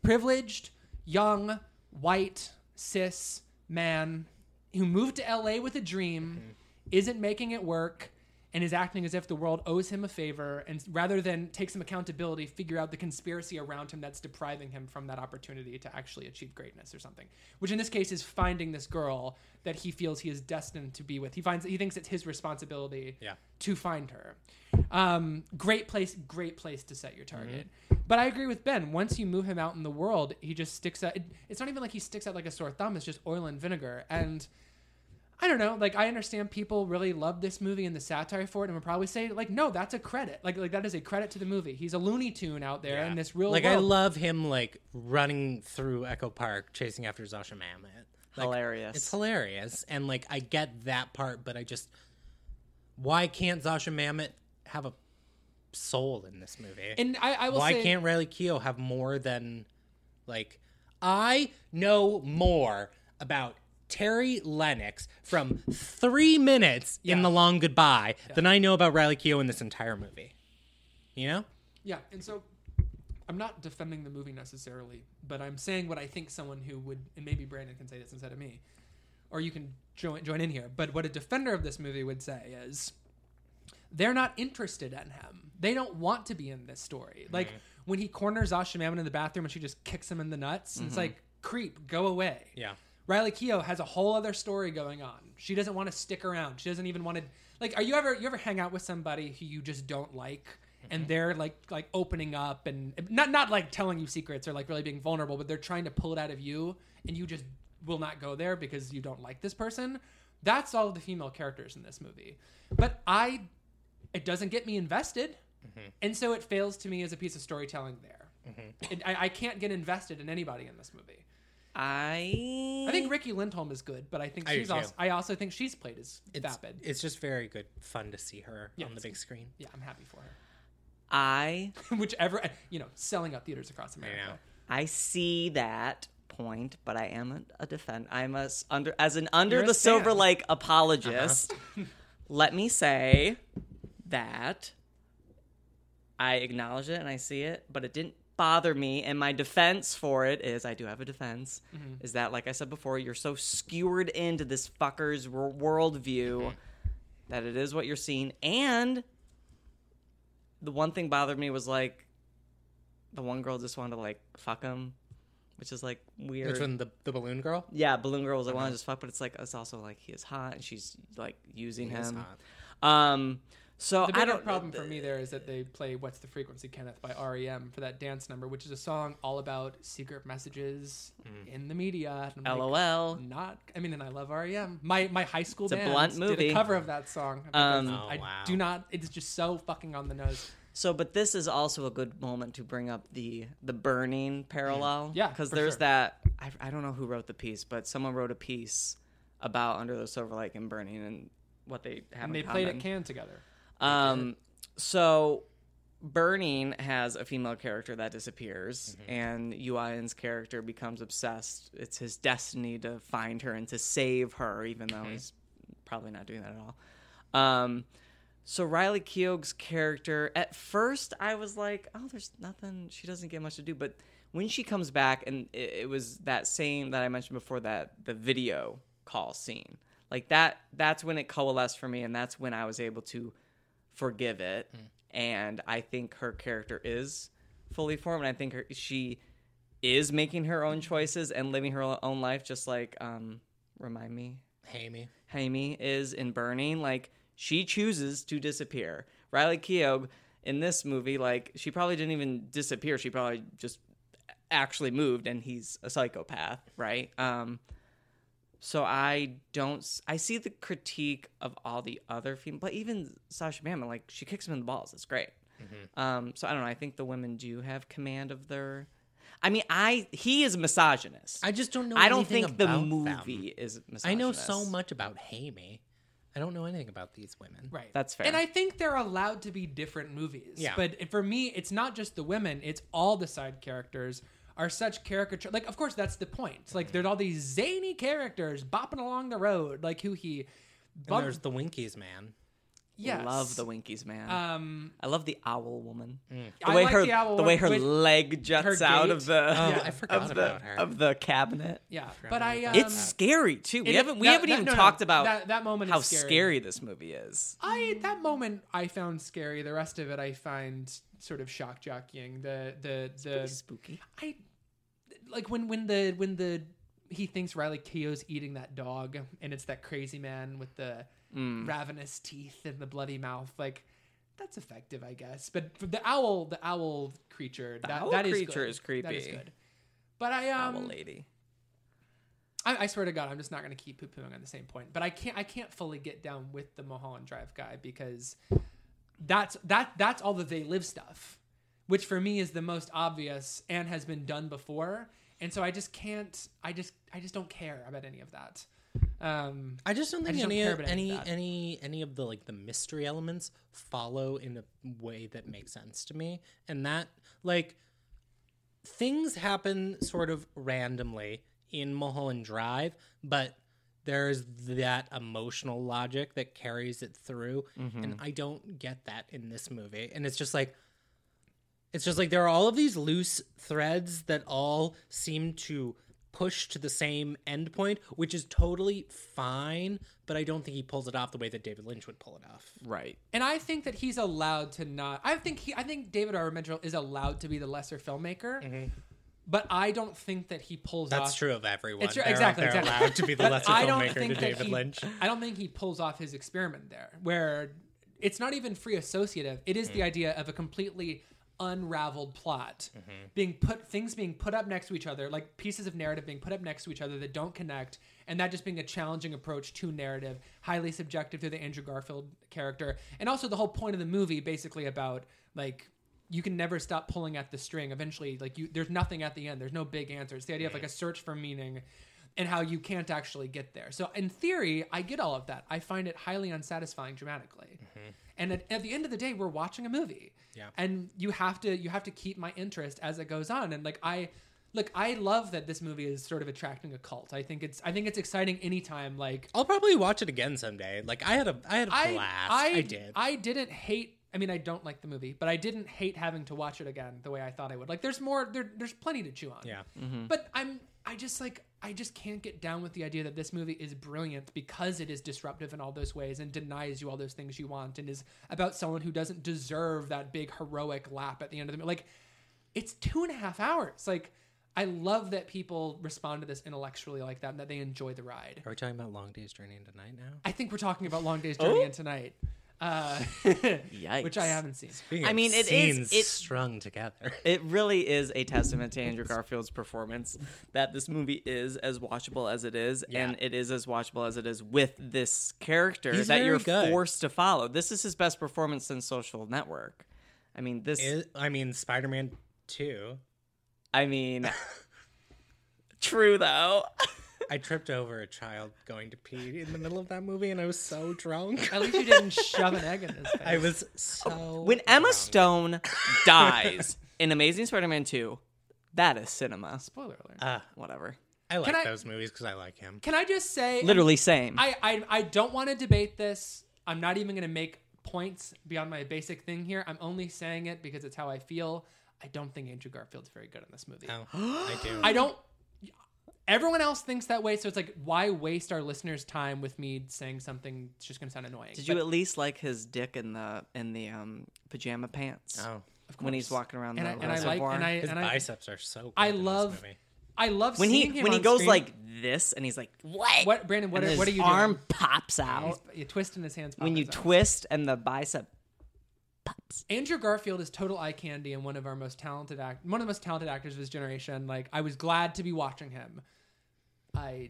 [SPEAKER 3] Privileged, young, white, cis man who moved to LA with a dream, isn't making it work. And is acting as if the world owes him a favor, and rather than take some accountability, figure out the conspiracy around him that's depriving him from that opportunity to actually achieve greatness or something. Which in this case is finding this girl that he feels he is destined to be with. He finds he thinks it's his responsibility
[SPEAKER 1] Yeah.
[SPEAKER 3] to find her. Um, great place, great place to set your target. But I agree with Ben. Once you move him out in the world, he just sticks out. It, it's not even like he sticks out like a sore thumb. It's just oil and vinegar. And I don't know. Like I understand people really love this movie and the satire for it, and would probably say like, no, that's a credit. Like like that is a credit to the movie. He's a Looney Tune out there in this real
[SPEAKER 1] like I
[SPEAKER 3] world.
[SPEAKER 1] love him like running through Echo Park chasing after Zasha Mamet. Like,
[SPEAKER 2] Hilarious.
[SPEAKER 1] It's hilarious, and like I get that part, but I just why can't Zasha Mamet have a soul in this movie?
[SPEAKER 3] and I, I will
[SPEAKER 1] Why
[SPEAKER 3] say,
[SPEAKER 1] can't Riley Keough have more than like I know more about Terry Lennox from three minutes in
[SPEAKER 3] Yeah.
[SPEAKER 1] The Long Goodbye than I know about Riley Keough in this entire movie. You know?
[SPEAKER 3] Yeah, and so I'm not defending the movie necessarily, but I'm saying what I think someone who would, and maybe Brandon can say this instead of me, or you can join join in here. But what a defender of this movie would say is, they're not interested in him. They don't want to be in this story. Like when he corners Asha Mammon in the bathroom and she just kicks him in the nuts, and it's like, creep, go away.
[SPEAKER 1] Yeah.
[SPEAKER 3] Riley Keough has a whole other story going on. She doesn't want to stick around. She doesn't even want to like are you ever you ever hang out with somebody who you just don't like and they're like like opening up and not not like telling you secrets or like really being vulnerable, but they're trying to pull it out of you and you just will not go there because you don't like this person. That's all of the female characters in this movie. But I it doesn't get me invested
[SPEAKER 1] Mm-hmm.
[SPEAKER 3] and so it fails to me as a piece of storytelling there
[SPEAKER 1] Mm-hmm.
[SPEAKER 3] And I, I can't get invested in anybody in this movie
[SPEAKER 2] I
[SPEAKER 3] I think Ricky Lindholm is good, but I think
[SPEAKER 1] I do
[SPEAKER 3] she's
[SPEAKER 1] too.
[SPEAKER 3] also. I also think she's played as
[SPEAKER 1] It's,
[SPEAKER 3] vapid.
[SPEAKER 1] it's just very good fun to see her
[SPEAKER 3] Yeah,
[SPEAKER 1] on the
[SPEAKER 3] it's-
[SPEAKER 1] big screen.
[SPEAKER 3] yeah, I'm happy for her. (laughs)
[SPEAKER 2] I
[SPEAKER 3] Whichever, you know, selling out theaters across America.
[SPEAKER 2] I see that point, but I am a, a defend. I'm a s- under as an under
[SPEAKER 3] You're a
[SPEAKER 2] the silver
[SPEAKER 3] stan. Uh-huh.
[SPEAKER 2] lake apologist.
[SPEAKER 3] (laughs)
[SPEAKER 2] let me say that I acknowledge it and I see it, but it didn't bother me. And my defense for it is, I do have a defense,
[SPEAKER 3] Mm-hmm.
[SPEAKER 2] is that like I said before, you're so skewered into this fucker's wor- worldview
[SPEAKER 3] Mm-hmm.
[SPEAKER 2] that it is what you're seeing. And the one thing bothered me was like the one girl just wanted to like fuck him, which is like weird.
[SPEAKER 1] Which one, the, the balloon girl?
[SPEAKER 2] Yeah, balloon girl was like, "Well, I just fuck," but it's like it's also like he is hot and she's like using
[SPEAKER 1] is
[SPEAKER 3] Mm-hmm.
[SPEAKER 2] him.
[SPEAKER 1] hot.
[SPEAKER 2] Um, so
[SPEAKER 3] The
[SPEAKER 2] I
[SPEAKER 3] bigger
[SPEAKER 2] don't.
[SPEAKER 3] problem for me there is that they play "What's the Frequency, Kenneth" by REM for that dance number, which is a song all about secret messages
[SPEAKER 1] Mm.
[SPEAKER 3] in the media. And I'm like, mm.
[SPEAKER 2] LOL.
[SPEAKER 3] not. I mean, and I love REM. My my high school
[SPEAKER 2] a
[SPEAKER 3] band
[SPEAKER 2] blunt
[SPEAKER 3] did
[SPEAKER 2] movie.
[SPEAKER 3] a cover of that song.
[SPEAKER 2] Um,
[SPEAKER 3] because
[SPEAKER 1] Oh,
[SPEAKER 3] I
[SPEAKER 1] wow.
[SPEAKER 3] do not. It's just so fucking on
[SPEAKER 2] (laughs)
[SPEAKER 3] the nose.
[SPEAKER 2] So, but this is also a good moment to bring up the the burning parallel.
[SPEAKER 3] Mm. Yeah,
[SPEAKER 2] because
[SPEAKER 3] for
[SPEAKER 2] there's
[SPEAKER 3] sure.
[SPEAKER 2] that. I, I don't know who wrote the piece, but someone wrote a piece about Under the Silver Lake and burning, and what they have.
[SPEAKER 3] and
[SPEAKER 2] in
[SPEAKER 3] they played
[SPEAKER 2] common.
[SPEAKER 3] at Cannes together.
[SPEAKER 2] Um, so Burning has a female character that disappears, and Yuan's character becomes obsessed. It's his destiny to find her and to save her, even though he's probably not doing that at all. Um, so Riley Keogh's character, at first, I was like, oh, there's nothing. She doesn't get much to do, but when she comes back, and it, it was that same that I mentioned before that the video call scene, like that. That's when it coalesced for me, and that's when I was able to forgive it. And I think her character is fully formed. And I think her, she is making her own choices and living her own life, just like, um, remind me,
[SPEAKER 1] Hey, me.
[SPEAKER 2] Jaime is in Burning. Like, she chooses to disappear. Riley Keogh in this movie, like, she probably didn't even disappear. She probably just actually moved and he's a psychopath, right? Um, so I don't. s- I see the critique of all the other female, but even Sasha Baman, like she kicks him in the balls. It's great.
[SPEAKER 1] Mm-hmm.
[SPEAKER 2] Um, so I don't know. I think the women do have command of their. I mean, I he is a misogynist.
[SPEAKER 1] I just don't know.
[SPEAKER 2] I don't
[SPEAKER 1] anything
[SPEAKER 2] think the
[SPEAKER 1] about them.
[SPEAKER 2] movie is. Misogynist.
[SPEAKER 1] I know so much about Hey, me. I don't know anything about these women.
[SPEAKER 3] Right.
[SPEAKER 2] That's fair.
[SPEAKER 3] And I think they're allowed to be different movies.
[SPEAKER 1] Yeah.
[SPEAKER 3] But for me, it's not just the women, it's all the side characters are such caricature. Like, of course, that's the point. It's Like, there's all these zany characters bopping along the road, like who he.
[SPEAKER 1] And
[SPEAKER 3] Bump-
[SPEAKER 1] there's the Winkies man.
[SPEAKER 3] yes.
[SPEAKER 2] Love the Winkies, man.
[SPEAKER 3] Um,
[SPEAKER 2] I love the owl woman. The
[SPEAKER 3] I
[SPEAKER 2] way
[SPEAKER 3] like
[SPEAKER 2] her
[SPEAKER 3] the owl
[SPEAKER 2] way
[SPEAKER 3] woman
[SPEAKER 2] her
[SPEAKER 3] with
[SPEAKER 2] leg
[SPEAKER 3] her
[SPEAKER 2] juts out
[SPEAKER 3] gait.
[SPEAKER 2] of the (laughs)
[SPEAKER 1] Oh,
[SPEAKER 3] Yeah.
[SPEAKER 1] I forgot
[SPEAKER 2] of the
[SPEAKER 1] about her.
[SPEAKER 2] of the cabinet.
[SPEAKER 3] yeah. But I. Um,
[SPEAKER 2] it's scary too. We
[SPEAKER 3] it-
[SPEAKER 2] haven't we
[SPEAKER 3] that-
[SPEAKER 2] haven't
[SPEAKER 3] that-
[SPEAKER 2] even
[SPEAKER 3] no, no,
[SPEAKER 2] talked about
[SPEAKER 3] that, that moment.
[SPEAKER 2] how
[SPEAKER 3] is
[SPEAKER 2] scary. this movie is.
[SPEAKER 3] I that moment I found scary. The rest of it I find sort of shock jockeying. The the the
[SPEAKER 2] spooky.
[SPEAKER 3] I like when when the when the he thinks Riley Keough's eating that dog, and it's that crazy man with the
[SPEAKER 2] Mm.
[SPEAKER 3] ravenous teeth and the bloody mouth. Like that's effective, I guess. But for the owl, the owl creature, that,
[SPEAKER 2] owl
[SPEAKER 3] that is
[SPEAKER 2] creature
[SPEAKER 3] good.
[SPEAKER 2] is
[SPEAKER 3] That is
[SPEAKER 2] creepy.
[SPEAKER 3] good. But I
[SPEAKER 2] owl
[SPEAKER 3] um
[SPEAKER 2] lady.
[SPEAKER 3] I, I swear to God, I'm just not going to keep poo pooing on the same point. But I can't I can't fully get down with the Mulholland Drive guy because that's that that's all the they live stuff, which for me is the most obvious and has been done before. And so I just can't. I just I just don't care about any of that. Um,
[SPEAKER 1] I just don't think
[SPEAKER 3] just don't
[SPEAKER 1] any
[SPEAKER 3] care
[SPEAKER 1] of-
[SPEAKER 3] about
[SPEAKER 1] any
[SPEAKER 3] any of
[SPEAKER 1] any,
[SPEAKER 3] that.
[SPEAKER 1] any of the like the mystery elements follow in a way that makes sense to me, and that like things happen sort of randomly in Mulholland Drive, but there's that emotional logic that carries it through,
[SPEAKER 3] Mm-hmm.
[SPEAKER 1] and I don't get that in this movie, and it's just like. It's just like there are all of these loose threads that all seem to push to the same end point, which is totally fine, but I don't think he pulls it off the way that David Lynch would pull it off.
[SPEAKER 2] Right.
[SPEAKER 3] and I think that he's allowed to not. I think he. I think David R. Mitchell is allowed to be the lesser filmmaker. But I don't think that he pulls
[SPEAKER 1] That's
[SPEAKER 3] off
[SPEAKER 1] true of everyone.
[SPEAKER 3] It's true-
[SPEAKER 1] They're-
[SPEAKER 3] exactly,
[SPEAKER 1] They're
[SPEAKER 3] exactly.
[SPEAKER 1] allowed to be (laughs) the
[SPEAKER 3] But
[SPEAKER 1] lesser
[SPEAKER 3] I don't
[SPEAKER 1] filmmaker
[SPEAKER 3] think
[SPEAKER 1] to
[SPEAKER 3] that
[SPEAKER 1] David
[SPEAKER 3] he-
[SPEAKER 1] Lynch.
[SPEAKER 3] I don't think he pulls off his experiment there, where it's not even free associative. It is
[SPEAKER 1] Mm.
[SPEAKER 3] the idea of a completely unraveled plot
[SPEAKER 1] Mm-hmm.
[SPEAKER 3] being put things being put up next to each other like pieces of narrative being put up next to each other that don't connect and that just being a challenging approach to narrative highly subjective to the andrew garfield character and also the whole point of the movie basically about like you can never stop pulling at the string eventually like you there's nothing at the end there's no big answer it's the idea of like a search for meaning and how you can't actually get there. So in theory, I get all of that. I find it highly unsatisfying dramatically. And at, at the end of the day, we're watching a movie.
[SPEAKER 1] Yeah.
[SPEAKER 3] And you have to you have to keep my interest as it goes on. And like I look, I love that this movie is sort of attracting a cult. I think it's I think it's exciting anytime like
[SPEAKER 1] I'll probably watch it again someday. Like I had a I had a
[SPEAKER 3] I
[SPEAKER 1] blast.
[SPEAKER 3] I,
[SPEAKER 1] I, did.
[SPEAKER 3] I didn't hate I mean, I don't like the movie, but I didn't hate having to watch it again the way I thought I would. Like, there's more, there, there's plenty to chew on.
[SPEAKER 1] yeah.
[SPEAKER 3] But I'm I just like I just can't get down with the idea that this movie is brilliant because it is disruptive in all those ways and denies you all those things you want and is about someone who doesn't deserve that big heroic lap at the end of the movie. Like it's two and a half hours. Like I love that people respond to this intellectually like that and that they enjoy the ride.
[SPEAKER 1] Are we talking about Long Day's Journey into Night now?
[SPEAKER 3] I think we're talking about Long Day's Journey and tonight. Uh, (laughs) which I
[SPEAKER 2] Oh. Yikes.
[SPEAKER 3] haven't seen.
[SPEAKER 1] Speaking
[SPEAKER 2] I
[SPEAKER 1] of
[SPEAKER 2] mean, it is-
[SPEAKER 1] scenes
[SPEAKER 2] it-
[SPEAKER 1] strung (laughs) together.
[SPEAKER 2] It really is a testament to Andrew Garfield's performance that this movie is as watchable as it is, and it is as watchable as it is with this character
[SPEAKER 1] He's
[SPEAKER 2] that
[SPEAKER 1] very
[SPEAKER 2] you're
[SPEAKER 1] good.
[SPEAKER 2] forced to follow. This is his best performance since Social Network. I mean, this.
[SPEAKER 1] It- I mean, Spider Man Two. (laughs)
[SPEAKER 2] I mean, true though.
[SPEAKER 1] I tripped over a child going to pee in the middle of that movie, and I was so drunk.
[SPEAKER 3] At least you didn't shove an egg
[SPEAKER 2] (laughs)
[SPEAKER 3] in his face.
[SPEAKER 1] I was so.
[SPEAKER 2] When Emma
[SPEAKER 1] drunk.
[SPEAKER 2] Stone dies in Amazing Spider-Man 2, that is cinema.
[SPEAKER 3] Spoiler alert.
[SPEAKER 2] Uh, Whatever.
[SPEAKER 1] I like
[SPEAKER 3] Can I-
[SPEAKER 1] those movies because I like
[SPEAKER 3] (gasps)
[SPEAKER 1] him.
[SPEAKER 3] Can I just say,
[SPEAKER 2] Literally same.
[SPEAKER 3] I, I I don't want to debate this. I'm not even going to make points beyond my basic thing here. I'm only saying it because it's how I feel. I don't think Andrew Garfield's very good in this movie.
[SPEAKER 1] Oh, I do.
[SPEAKER 3] I don't. Everyone else thinks that way, so it's like, why waste our listeners' time with me saying something that's just going to sound annoying?
[SPEAKER 2] Did you
[SPEAKER 3] But
[SPEAKER 2] at least like his dick in the in the um, pajama pants
[SPEAKER 1] oh,
[SPEAKER 2] when he's walking around
[SPEAKER 3] and
[SPEAKER 2] the
[SPEAKER 3] I, and I like
[SPEAKER 2] reservoir?
[SPEAKER 3] and I
[SPEAKER 1] his
[SPEAKER 3] and I,
[SPEAKER 1] biceps are so. Good
[SPEAKER 3] I
[SPEAKER 1] in this
[SPEAKER 3] love
[SPEAKER 1] movie.
[SPEAKER 3] I love
[SPEAKER 2] when he
[SPEAKER 3] seeing him
[SPEAKER 2] when he
[SPEAKER 3] on
[SPEAKER 2] goes
[SPEAKER 3] screen.
[SPEAKER 2] like this and he's like what?
[SPEAKER 3] what Brandon what
[SPEAKER 2] and
[SPEAKER 3] are,
[SPEAKER 2] his
[SPEAKER 3] what are you
[SPEAKER 2] arm
[SPEAKER 3] doing?
[SPEAKER 2] pops out
[SPEAKER 3] He's, Oh. you twisting his hands.
[SPEAKER 2] when you
[SPEAKER 3] popping out.
[SPEAKER 2] twist and the bicep pops.
[SPEAKER 3] Andrew Garfield is total eye candy and one of our most talented act, one of the most talented actors of his generation. Like I was glad to be watching him. I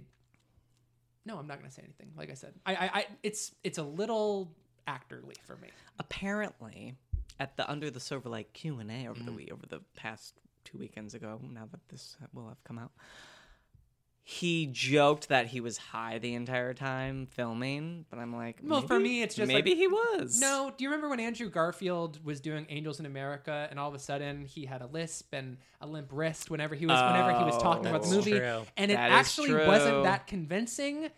[SPEAKER 3] no, I'm not gonna say anything. Like I said, I, I, I it's it's a little actorly for me.
[SPEAKER 2] Apparently, at the Under the Silver Lake Q and A over
[SPEAKER 3] Mm-hmm.
[SPEAKER 2] the week over the past two weekends ago, now that this will have come out, he joked that he was high the entire time filming. But I'm like,
[SPEAKER 3] Well, for
[SPEAKER 2] maybe-
[SPEAKER 3] me, it's just like-
[SPEAKER 2] maybe he was.
[SPEAKER 3] No, do you remember when Andrew Garfield was doing Angels in America and all of a sudden he had a lisp and a limp wrist whenever he was whenever he was talking about the
[SPEAKER 1] Oh, That's
[SPEAKER 3] movie
[SPEAKER 1] true.
[SPEAKER 3] and it
[SPEAKER 2] That is
[SPEAKER 3] actually wasn't
[SPEAKER 2] true.
[SPEAKER 3] that convincing.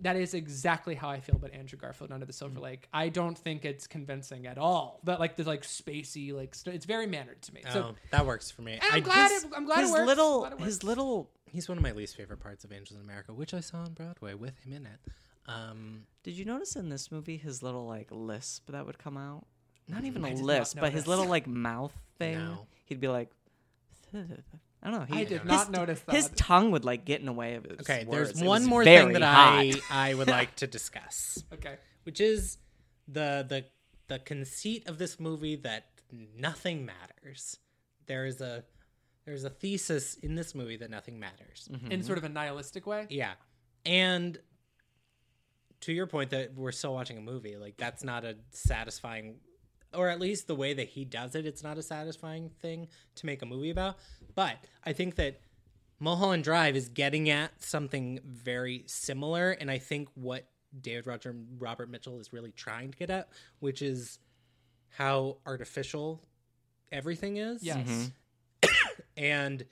[SPEAKER 3] That is exactly how I feel about Andrew Garfield under the
[SPEAKER 1] Mm.
[SPEAKER 3] Silver Lake. I don't think it's convincing at all. That like the like spacey like st- it's very mannered to me. So
[SPEAKER 1] oh, that works for me.
[SPEAKER 3] and I'm
[SPEAKER 1] I
[SPEAKER 3] glad
[SPEAKER 1] just-
[SPEAKER 3] it, I'm glad
[SPEAKER 2] his
[SPEAKER 3] it works.
[SPEAKER 2] little
[SPEAKER 3] Glad it works.
[SPEAKER 2] his little
[SPEAKER 1] he's one of my least favorite parts of Angels in America, which I saw on Broadway with him in it. Um,
[SPEAKER 2] did you notice in this movie his little like lisp that would come out not even a
[SPEAKER 3] Mm, did not
[SPEAKER 2] lisp but
[SPEAKER 3] notice.
[SPEAKER 2] his little like
[SPEAKER 3] (laughs)
[SPEAKER 2] mouth thing
[SPEAKER 1] No.
[SPEAKER 2] he'd be like (laughs) i don't know he,
[SPEAKER 3] I did
[SPEAKER 2] his,
[SPEAKER 3] not notice
[SPEAKER 2] his
[SPEAKER 3] that.
[SPEAKER 2] tongue would like get in the way of his
[SPEAKER 1] okay,
[SPEAKER 2] words.
[SPEAKER 1] there's
[SPEAKER 2] It
[SPEAKER 1] one
[SPEAKER 2] was
[SPEAKER 1] more
[SPEAKER 2] very
[SPEAKER 1] thing that
[SPEAKER 2] (laughs) hot.
[SPEAKER 1] I I would like to discuss.
[SPEAKER 3] okay.
[SPEAKER 1] which is the the the conceit of this movie that nothing matters. There is a there's a thesis in this movie that nothing matters.
[SPEAKER 3] In sort
[SPEAKER 1] mm-hmm.
[SPEAKER 3] of a nihilistic way.
[SPEAKER 1] Yeah. And to your point that we're still watching a movie, like that's not a satisfying or at least the way that he does it, it's not a satisfying thing to make a movie about. But I think that Mulholland Drive is getting at something very similar, and I think what David Roger Robert Mitchell is really trying to get at, which is how artificial everything is
[SPEAKER 3] Yes.
[SPEAKER 1] Mm-hmm. and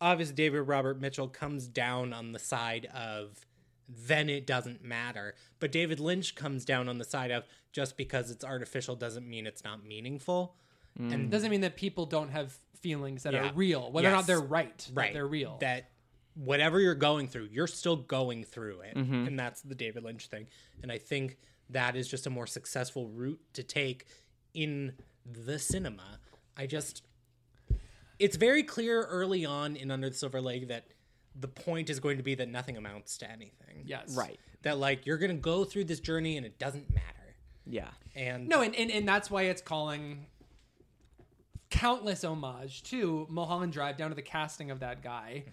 [SPEAKER 1] obviously David Robert Mitchell comes down on the side of then it doesn't matter. But David Lynch comes down on the side of just because it's artificial doesn't mean it's not meaningful.
[SPEAKER 3] It doesn't mean that people don't have feelings that
[SPEAKER 1] Yeah.
[SPEAKER 3] are real, whether or not
[SPEAKER 1] Yes.
[SPEAKER 3] they're right. that
[SPEAKER 1] Right.
[SPEAKER 3] they're real.
[SPEAKER 1] That whatever you're going through, you're still going through it.
[SPEAKER 3] Mm-hmm.
[SPEAKER 1] And that's the David Lynch thing. And I think that is just a more successful route to take in the cinema. I just it's very clear early on in Under the Silver Lake that the point is going to be that nothing amounts to anything.
[SPEAKER 3] yes.
[SPEAKER 2] right
[SPEAKER 1] That like you're gonna go through this journey and it doesn't matter.
[SPEAKER 2] yeah
[SPEAKER 1] And
[SPEAKER 3] No, and, and, and that's why it's calling countless homage to Mulholland Drive down to the casting of that guy.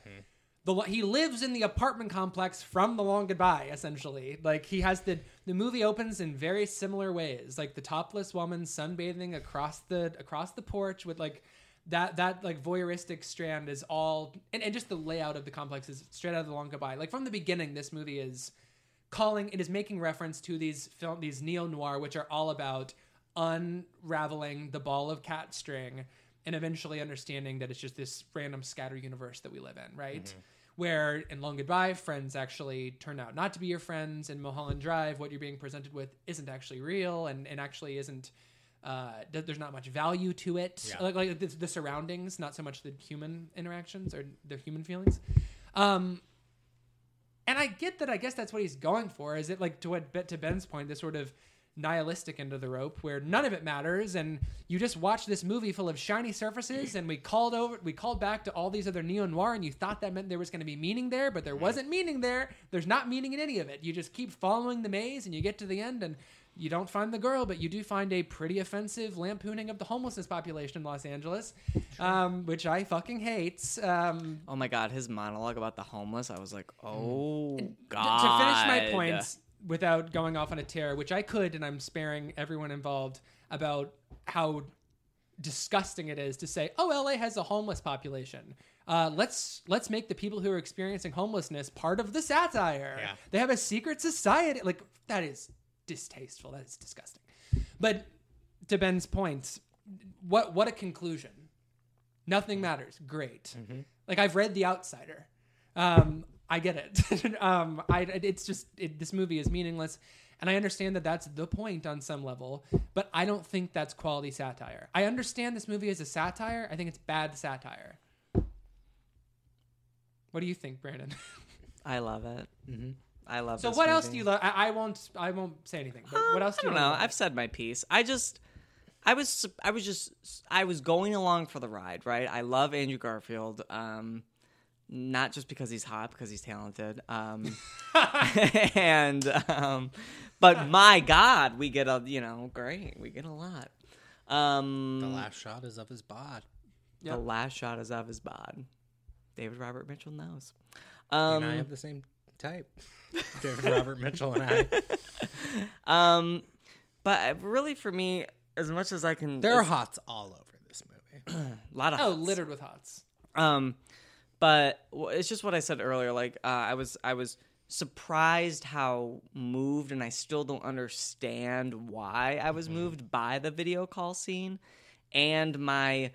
[SPEAKER 3] The lo- he lives in the apartment complex from The Long Goodbye, essentially. Like he has the the movie opens in very similar ways, like the topless woman sunbathing across the across the porch with like that that like voyeuristic strand is all and, and just the layout of the complex is straight out of The Long Goodbye. Like from the beginning, this movie is calling it is making reference to these film these neo noir which are all about unraveling the ball of cat string and eventually understanding that it's just this random scatter universe that we live in right where in long goodbye friends actually turn out not to be your friends in mulholland drive what you're being presented with isn't actually real and, and actually isn't uh, th- there's not much value to it
[SPEAKER 1] Yeah.
[SPEAKER 3] like, like the, the surroundings not so much the human interactions or the human feelings um, and I get that. I guess that's what he's going for. Is it like to what to Ben's point, this sort of nihilistic end of the rope where none of it matters, and you just watch this movie full of shiny surfaces, and we called over, we called back to all these other neo noir, and you thought that meant there was going to be meaning there, but there wasn't meaning there. There's not meaning in any of it. You just keep following the maze, and you get to the end, and you don't find the girl, but you do find a pretty offensive lampooning of the homelessness population in Los Angeles, um, which I fucking hate. Um,
[SPEAKER 2] oh my god his monologue about the homeless i was like oh god
[SPEAKER 3] Mm. to finish my points without going off on a tear, which I could, and I'm sparing everyone involved about how disgusting it is to say, "Oh, LA has a homeless population. Uh, let's let's make the people who are experiencing homelessness part of the satire.
[SPEAKER 1] Yeah.
[SPEAKER 3] They have a secret society. Like that is distasteful. That is disgusting." But to Ben's point, what what a conclusion. Nothing matters. Great. Like I've read The Outsider. Um, I get it. (laughs) um, I it's just it, this movie is meaningless, and I understand that that's the point on some level. But I don't think that's quality satire. I understand this movie is a satire. I think it's bad satire. What do you think, Brandon? (laughs)
[SPEAKER 2] I love it. I love.
[SPEAKER 3] Mm-hmm. so
[SPEAKER 2] this
[SPEAKER 3] what else
[SPEAKER 2] movie.
[SPEAKER 3] do you love? I, I won't. I won't say anything. But what
[SPEAKER 2] Um,
[SPEAKER 3] else? Do
[SPEAKER 2] I
[SPEAKER 3] you
[SPEAKER 2] don't know.
[SPEAKER 3] love?
[SPEAKER 2] I've said my piece. I just, I was, su- I was just, I was going along for the ride, right? I love Andrew Garfield, um, not just because he's hot, because he's talented,
[SPEAKER 3] (laughs)
[SPEAKER 2] um, (laughs) and, um, but my God, we get a, you know, great, we get a lot. Um,
[SPEAKER 1] The last shot is of his bod.
[SPEAKER 3] Yep.
[SPEAKER 2] the last shot is of his bod. David Robert Mitchell knows. Um,
[SPEAKER 1] and I have the same type.
[SPEAKER 3] (laughs)
[SPEAKER 1] David Robert Mitchell and I.
[SPEAKER 2] um, but really, for me, as much as I can,
[SPEAKER 1] There are
[SPEAKER 2] it's
[SPEAKER 1] hots all over this movie.
[SPEAKER 2] a lot of
[SPEAKER 3] oh,
[SPEAKER 2] hots.
[SPEAKER 3] littered with hots.
[SPEAKER 2] Um, but w- it's just what I said earlier. Like uh, I was, I was surprised how moved, and I still don't understand why I was moved by the video call scene, and my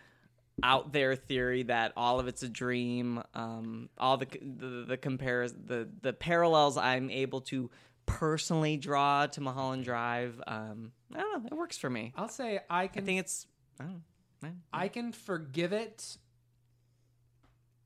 [SPEAKER 2] out there theory that all of it's a dream. Um, all the c- the the, compares, the the parallels I'm able to personally draw to Mulholland Drive. Um, I don't know. It works for me.
[SPEAKER 3] I'll say I
[SPEAKER 2] I
[SPEAKER 3] can
[SPEAKER 2] think it's. I don't know.
[SPEAKER 3] I can forgive it.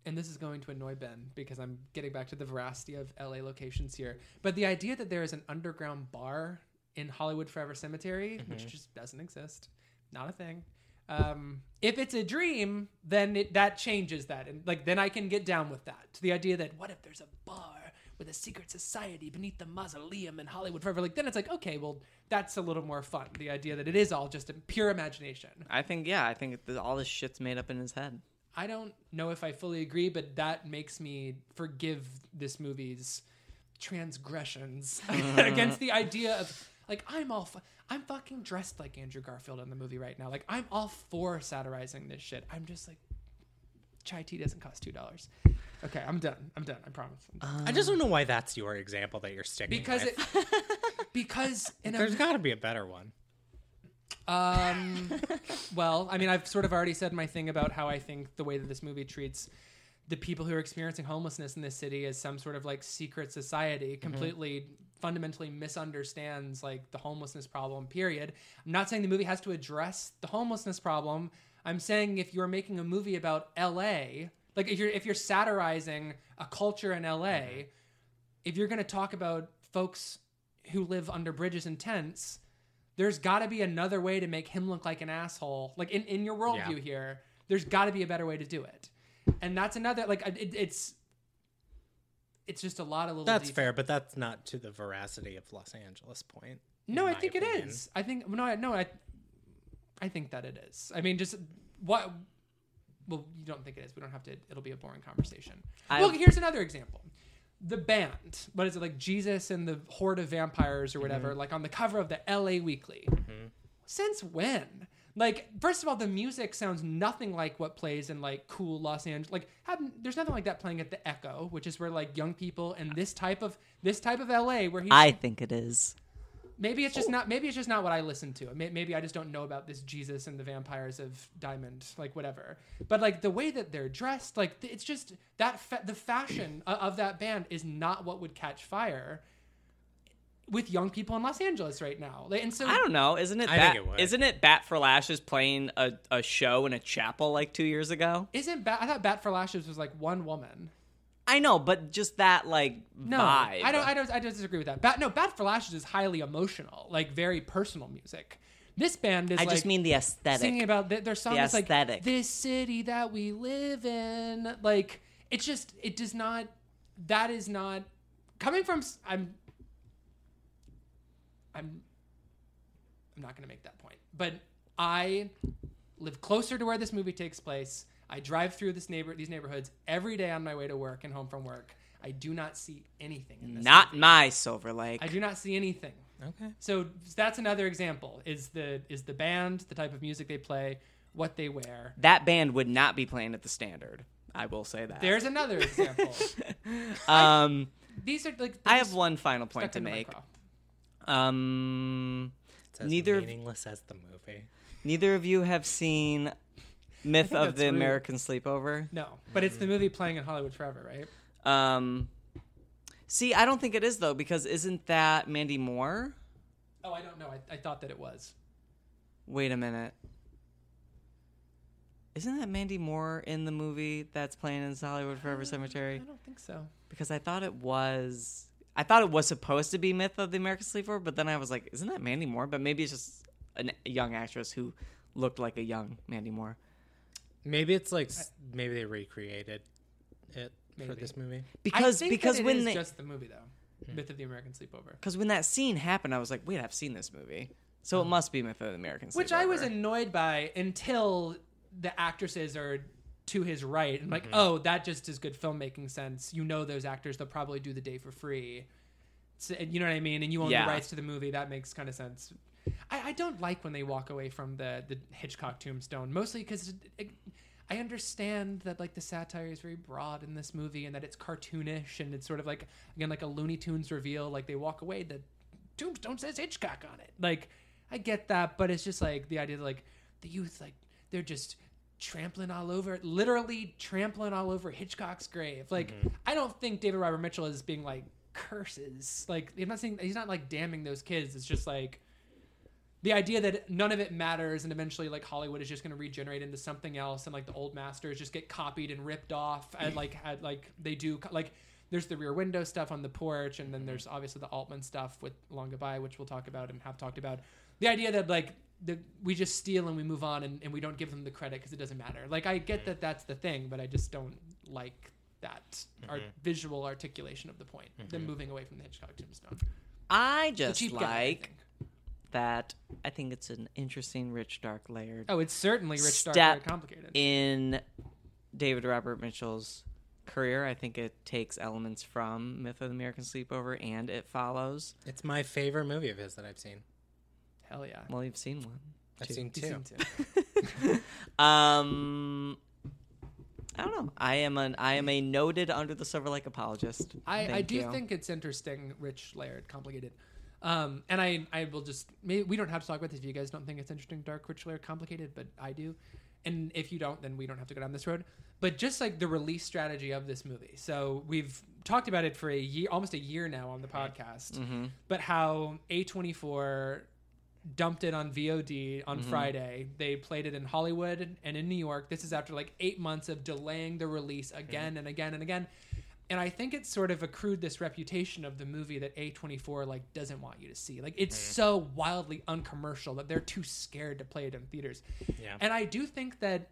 [SPEAKER 3] And this is going to annoy Ben because I'm getting back to the veracity of LA locations here. But the idea that there is an underground bar in Hollywood Forever Cemetery, which just doesn't exist, not a thing. Um, if it's a dream, then it, that changes that, and like then I can get down with that. The idea that what if there's a bar with a secret society beneath the mausoleum in Hollywood Forever, like then it's like okay, well that's a little more fun. The idea that it is all just a pure imagination.
[SPEAKER 2] I think yeah. I think that all this shit's made up in his head.
[SPEAKER 3] I don't know if I fully agree, but that makes me forgive this movie's transgressions (laughs) against the idea of like I'm all fu- I'm fucking dressed like Andrew Garfield in the movie right now. Like I'm all for satirizing this shit. I'm just like chai tea doesn't cost two dollars. Okay, I'm done. I'm done. I promise. I'm done.
[SPEAKER 1] I just don't know why that's your example that you're sticking
[SPEAKER 3] because
[SPEAKER 1] with.
[SPEAKER 3] it because in a
[SPEAKER 1] There's got to be a better one.
[SPEAKER 3] Um, well, I mean, I've sort of already said my thing about how I think the way that this movie treats the people who are experiencing homelessness in this city as some sort of like secret society completely fundamentally misunderstands like the homelessness problem period i'm not saying the movie has to address the homelessness problem i'm saying if you're making a movie about la like if you're if you're satirizing a culture in la if you're going to talk about folks who live under bridges and tents, there's got to be another way to make him look like an asshole. Like in, in your worldview
[SPEAKER 1] Yeah.
[SPEAKER 3] here, there's got to be a better way to do it. And that's another like it, it's it's just a lot of little.
[SPEAKER 1] That's
[SPEAKER 3] detail.
[SPEAKER 1] fair, but that's not to the veracity of Los Angeles point.
[SPEAKER 3] No,
[SPEAKER 1] in
[SPEAKER 3] I
[SPEAKER 1] my
[SPEAKER 3] think it
[SPEAKER 1] opinion.
[SPEAKER 3] is. I think no, I, no, I, I think that it is. I mean, just what? Well, you don't think it is. We don't have to. It'll be a boring conversation.
[SPEAKER 2] I-
[SPEAKER 3] well, here's another example. The band, what is it like? Jesus and the horde of vampires or whatever,
[SPEAKER 1] Mm-hmm.
[SPEAKER 3] like on the cover of the L.A. Weekly. Since when? Like, first of all, the music sounds nothing like what plays in like cool Los Angeles. Like, have, there's nothing like that playing at the Echo, which is where like young people and this type of this type of LA, where he's
[SPEAKER 2] I think it is.
[SPEAKER 3] Maybe it's
[SPEAKER 2] Oh.
[SPEAKER 3] just not. Maybe it's just not what I listen to. May- Maybe I just don't know about this Jesus and the vampires of Diamond, like whatever. But like the way that they're dressed, like th- it's just that fa- the fashion o- of that band is not what would catch fire with young people in Los Angeles right now. Like, And so
[SPEAKER 2] I don't know. Isn't it?
[SPEAKER 1] I
[SPEAKER 2] Bat,
[SPEAKER 1] think it would.
[SPEAKER 2] isn't it Bat for Lashes playing a, a show in a chapel like two years ago?
[SPEAKER 3] isn't Bat? I thought Bat for Lashes was like one woman.
[SPEAKER 2] I know, but just that like
[SPEAKER 3] No,
[SPEAKER 2] vibe.
[SPEAKER 3] I don't. I don't. I don't disagree with that. Bat. No, Bat for Lashes is highly emotional, like very personal music. This band is.
[SPEAKER 2] I
[SPEAKER 3] like,
[SPEAKER 2] just mean the aesthetic.
[SPEAKER 3] singing about th- their song
[SPEAKER 2] The
[SPEAKER 3] is like
[SPEAKER 2] aesthetic.
[SPEAKER 3] this city that we live in like it's just it does not that is not coming from s- i'm i'm i'm not going to make that point but i live closer to where this movie takes place i drive through this neighbor these neighborhoods every day on my way to work and home from work i do not see anything in this
[SPEAKER 2] Not my Silver Lake.
[SPEAKER 3] i do not see anything
[SPEAKER 1] Okay.
[SPEAKER 3] so that's another example is the is the band the type of music they play what they wear.
[SPEAKER 2] That band would not be playing at the standard. I will say that.
[SPEAKER 3] There's
[SPEAKER 2] (laughs)
[SPEAKER 3] another example.
[SPEAKER 2] um,
[SPEAKER 3] These are like
[SPEAKER 2] I
[SPEAKER 3] they're
[SPEAKER 2] have
[SPEAKER 3] just
[SPEAKER 2] one final point
[SPEAKER 3] stuck
[SPEAKER 2] to
[SPEAKER 3] in the
[SPEAKER 2] make.
[SPEAKER 3] micro.
[SPEAKER 2] Um,
[SPEAKER 1] It's as
[SPEAKER 2] Neither-
[SPEAKER 1] meaningless as the movie.
[SPEAKER 2] neither of you have seen Myth of
[SPEAKER 3] that's
[SPEAKER 2] the
[SPEAKER 3] rude.
[SPEAKER 2] American Sleepover.
[SPEAKER 3] No, but it's the movie playing in Hollywood forever, right?
[SPEAKER 2] Um, see, I don't think it is though, because isn't that Mandy Moore?
[SPEAKER 3] Oh, I don't know. I, I thought that it was.
[SPEAKER 2] Wait a minute. Isn't that Mandy Moore in the movie that's playing in Hollywood Forever
[SPEAKER 3] I
[SPEAKER 2] Cemetery?
[SPEAKER 3] don't think so.
[SPEAKER 2] Because I thought it was. I thought it was supposed to be Myth of the American Sleepover, but then I was like, isn't that Mandy Moore? But maybe it's just an, a young actress who looked like a young Mandy Moore.
[SPEAKER 1] Maybe it's like s- maybe they recreated it for
[SPEAKER 3] Maybe.
[SPEAKER 1] this movie.
[SPEAKER 2] Because
[SPEAKER 3] I think
[SPEAKER 2] because
[SPEAKER 3] that it
[SPEAKER 2] when
[SPEAKER 3] is
[SPEAKER 2] they,
[SPEAKER 3] just the movie though, Myth of the American Sleepover,
[SPEAKER 2] because when that scene happened, I was like, wait, I've seen this movie, so it must be Myth of the American Sleepover.
[SPEAKER 3] Mm. which I was annoyed by until the actresses are to his right and like,
[SPEAKER 2] Mm-hmm.
[SPEAKER 3] oh, that just is good filmmaking sense. You know those actors; they'll probably do the day for free. So, and you know what I mean? And you own
[SPEAKER 2] Yeah.
[SPEAKER 3] the rights to the movie. That makes kind of sense. I, I don't like when they walk away from the the Hitchcock tombstone, mostly because. I understand that like the satire is very broad in this movie and that it's cartoonish and it's sort of like again like a Looney Tunes reveal. Like they walk away, the tombstone says Hitchcock on it. Like I get that, but it's just like the idea that like the youth like they're just trampling all over, literally trampling all over Hitchcock's grave. Like I don't think David Robert Mitchell is being like curses. Like I'm not saying he's not like damning those kids. It's just like the idea that none of it matters and eventually like hollywood is just going to regenerate into something else and like the old masters just get copied and ripped off and like had like they do like there's the rear window stuff on the porch and then there's obviously the altman stuff with long goodbye which we'll talk about and have talked about the idea that like the, we just steal and we move on and, and we don't give them the credit because it doesn't matter like i get that that's the thing but i just don't like that art, visual articulation of the point them moving away from the hitchcock tombstone
[SPEAKER 2] I
[SPEAKER 3] the
[SPEAKER 2] just
[SPEAKER 3] cheap guy I
[SPEAKER 2] like
[SPEAKER 3] think.
[SPEAKER 2] that. I think it's an interesting, rich, dark layered
[SPEAKER 3] oh it's certainly rich dark
[SPEAKER 2] Step
[SPEAKER 3] very complicated
[SPEAKER 2] in David Robert Mitchell's career. I think it takes elements from Myth of the American Sleepover and It Follows.
[SPEAKER 1] It's my favorite movie of his that I've seen.
[SPEAKER 3] Hell yeah.
[SPEAKER 2] Well, you've seen one.
[SPEAKER 1] I've seen
[SPEAKER 3] You
[SPEAKER 1] two.
[SPEAKER 3] seem to.
[SPEAKER 2] Um, I don't know. I am an I am a noted Under the Silver Lake apologist.
[SPEAKER 3] I, I
[SPEAKER 2] Thank
[SPEAKER 3] do
[SPEAKER 2] you.
[SPEAKER 3] think it's interesting, rich, layered, complicated. Um, and I, I will just, maybe we don't have to talk about this if you guys don't think it's interesting, dark, rich, layered, complicated, but I do. And if you don't, then we don't have to go down this road. But just like the release strategy of this movie. So we've talked about it for a year, almost a year now on the
[SPEAKER 2] Mm-hmm.
[SPEAKER 3] podcast, but how A24 dumped it on VOD on
[SPEAKER 2] Mm-hmm.
[SPEAKER 3] Friday. They played it in Hollywood and in New York. This is after like eight months of delaying the release
[SPEAKER 2] Mm-hmm.
[SPEAKER 3] again and again and again. And I think it's sort of accrued this reputation of the movie that A24 like doesn't want you to see. Like it's
[SPEAKER 1] Mm.
[SPEAKER 3] so wildly uncommercial that they're too scared to play it in theaters.
[SPEAKER 1] Yeah.
[SPEAKER 3] And I do think that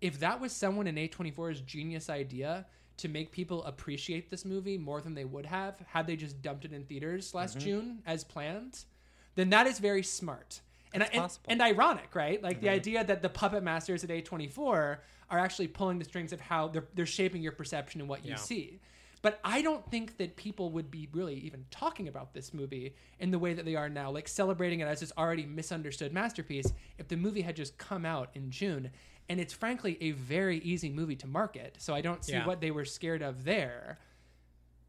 [SPEAKER 3] if that was someone in A24's genius idea to make people appreciate this movie more than they would have had they just dumped it in theaters last
[SPEAKER 1] Mm-hmm.
[SPEAKER 3] June as planned, then that is very smart. And, I, and,
[SPEAKER 1] possible.
[SPEAKER 3] and ironic, right? Like
[SPEAKER 1] Mm-hmm.
[SPEAKER 3] the idea that the puppet masters at A24 are actually pulling the strings of how they're, they're shaping your perception and what you
[SPEAKER 1] Yeah.
[SPEAKER 3] see. But I don't think that people would be really even talking about this movie in the way that they are now, like celebrating it as this already misunderstood masterpiece, if the movie had just come out in June. And it's frankly a very easy movie to market, so I don't see
[SPEAKER 1] Yeah.
[SPEAKER 3] what they were scared of there.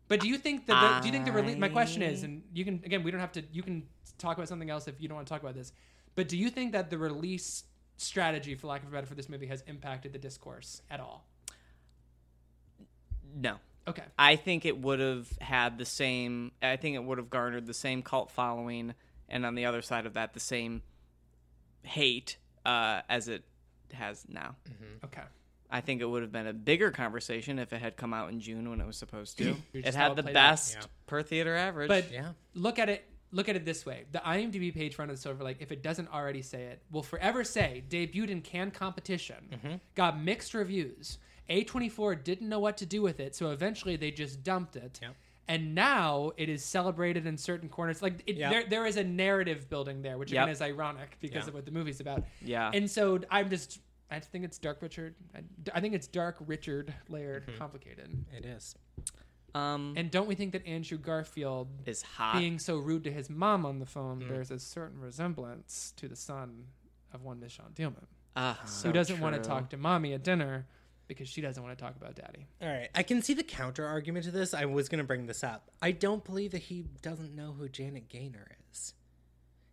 [SPEAKER 3] But do you think that the, do you think the release? My question is,
[SPEAKER 2] I-
[SPEAKER 3] and you can again, we don't have to. You can talk about something else if you don't want to talk about this. But do you think that the release strategy, for lack of a better, for this movie has impacted the discourse at all?
[SPEAKER 2] no.
[SPEAKER 3] Okay,
[SPEAKER 2] I think it would have had the same. I think it would have garnered the same cult following, and on the other side of that, the same hate uh, as it has now.
[SPEAKER 3] okay.
[SPEAKER 2] I think it would have been a bigger conversation if it had come out in June when it was supposed to. it
[SPEAKER 3] just
[SPEAKER 2] had
[SPEAKER 3] how it
[SPEAKER 2] the
[SPEAKER 3] played out.
[SPEAKER 2] best
[SPEAKER 1] Yeah.
[SPEAKER 2] per theater average.
[SPEAKER 3] But
[SPEAKER 1] Yeah.
[SPEAKER 3] look at it. Look at it this way: the IMDb page for Under the Silver Lake, if it doesn't already say it, will forever say debuted in Cannes competition, got mixed reviews. A24 didn't know what to do with it, so eventually they just dumped it.
[SPEAKER 1] Yep.
[SPEAKER 3] And now it is celebrated in certain corners. Like it,
[SPEAKER 1] Yep.
[SPEAKER 3] there, there is a narrative building there, which again
[SPEAKER 2] Yep.
[SPEAKER 3] is ironic because
[SPEAKER 1] Yeah.
[SPEAKER 3] of what the movie's about.
[SPEAKER 2] Yeah.
[SPEAKER 3] And so I'm just, I think it's Dark Richard. I, I think it's Dark Richard layered, complicated.
[SPEAKER 1] It is.
[SPEAKER 2] um,
[SPEAKER 3] And don't we think that Andrew Garfield
[SPEAKER 2] is hot.
[SPEAKER 3] being so rude to his mom on the phone, there's a certain resemblance to the son of one Miss Sean Thielman.
[SPEAKER 2] Ah, so
[SPEAKER 3] who doesn't want to
[SPEAKER 2] true.
[SPEAKER 3] talk to mommy at dinner because she doesn't want to talk about daddy.
[SPEAKER 1] All right, I can see the counter argument to this. I was going to bring this up. I don't believe that he doesn't know who Janet Gaynor is.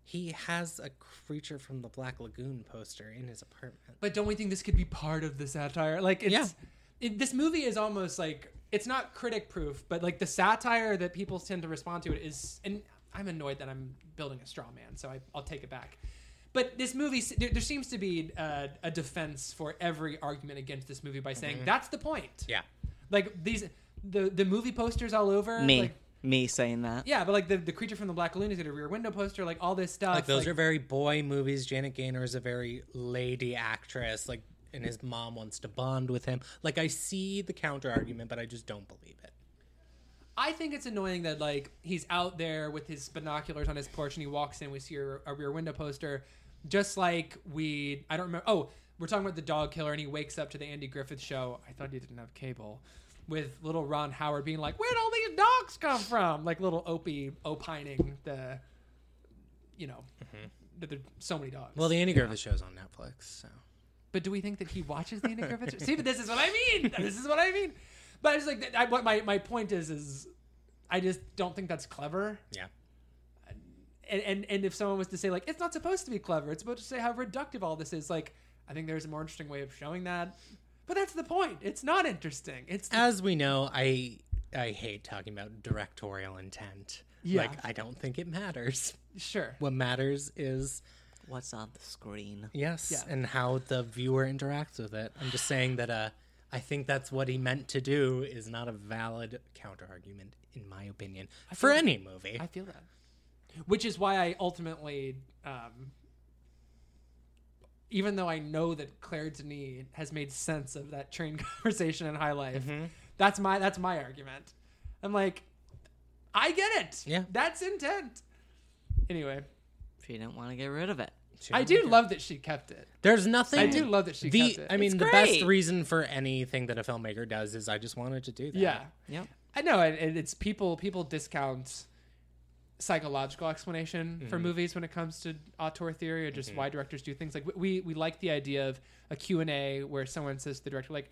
[SPEAKER 1] He has a creature from the Black Lagoon poster in his apartment.
[SPEAKER 3] But don't we think this could be part of the satire? Like, it's, it, this movie is almost like it's not critic proof, but like the satire that people tend to respond to it is. And I'm annoyed that I'm building a straw man, so I, I'll take it back. But this movie, there, there seems to be uh, a defense for every argument against this movie by saying that's the point.
[SPEAKER 1] Yeah.
[SPEAKER 3] Like these, the the movie posters all over.
[SPEAKER 2] me,
[SPEAKER 3] like-
[SPEAKER 2] me saying that.
[SPEAKER 3] yeah, but like the, the creature from the black lagoon is got a rear window poster, like all this stuff.
[SPEAKER 1] Like those are very boy movies. Janet Gaynor is a very lady actress. Like, and his mom wants to bond with him. Like, I see the counter argument, but I just don't believe it.
[SPEAKER 3] I think it's annoying that like he's out there with his binoculars on his porch and he walks in. We see a, a rear window poster, just like we. I don't remember. Oh, we're talking about the dog killer, and he wakes up to the Andy Griffith show. I thought he didn't have cable. With little Ron Howard being like, "Where'd all these dogs come from?" Like little Opie opining the, you know,
[SPEAKER 1] Mm-hmm.
[SPEAKER 3] that there's so many dogs.
[SPEAKER 1] Well, the Andy Griffith show's on Netflix, so
[SPEAKER 3] But do we think that he watches the Andy Griffith Show? See, but this is what I mean. This is what I mean. But I just like I, what my my point is is I just don't think that's clever.
[SPEAKER 1] yeah.
[SPEAKER 3] And, and and if someone was to say like it's not supposed to be clever, it's supposed to say how reductive all this is. Like I think there's a more interesting way of showing that. But that's the point. It's not interesting. It's
[SPEAKER 1] as we know, I I hate talking about directorial intent.
[SPEAKER 3] Yeah.
[SPEAKER 1] Like I don't think it matters.
[SPEAKER 3] sure.
[SPEAKER 1] What matters is
[SPEAKER 2] What's on the screen?
[SPEAKER 1] yes
[SPEAKER 3] Yeah.
[SPEAKER 1] and how the viewer interacts with it. I'm just saying that uh I think that's what he meant to do is not a valid counter argument in my opinion for any movie.
[SPEAKER 3] I feel that. Which is why I ultimately, um, even though I know that Claire Denis has made sense of that train (laughs) conversation in High Life,
[SPEAKER 1] Mm-hmm.
[SPEAKER 3] that's my that's my argument. I'm like, I get it.
[SPEAKER 1] Yeah.
[SPEAKER 3] that's intent. Anyway,
[SPEAKER 2] She didn't want to get rid of it.
[SPEAKER 3] I do love that she kept it.
[SPEAKER 1] There's nothing
[SPEAKER 3] I do love that she
[SPEAKER 1] the
[SPEAKER 3] kept it.
[SPEAKER 1] I mean
[SPEAKER 2] It's
[SPEAKER 1] the best
[SPEAKER 2] great.
[SPEAKER 1] reason for anything that a filmmaker does is I just wanted to do that.
[SPEAKER 3] Yeah,
[SPEAKER 2] Yep.
[SPEAKER 3] I know, and, and it's people people discount psychological explanation for movies when it comes to auteur theory or just why directors do things. Like we- we we like the idea of a Q and A where someone says to the director like,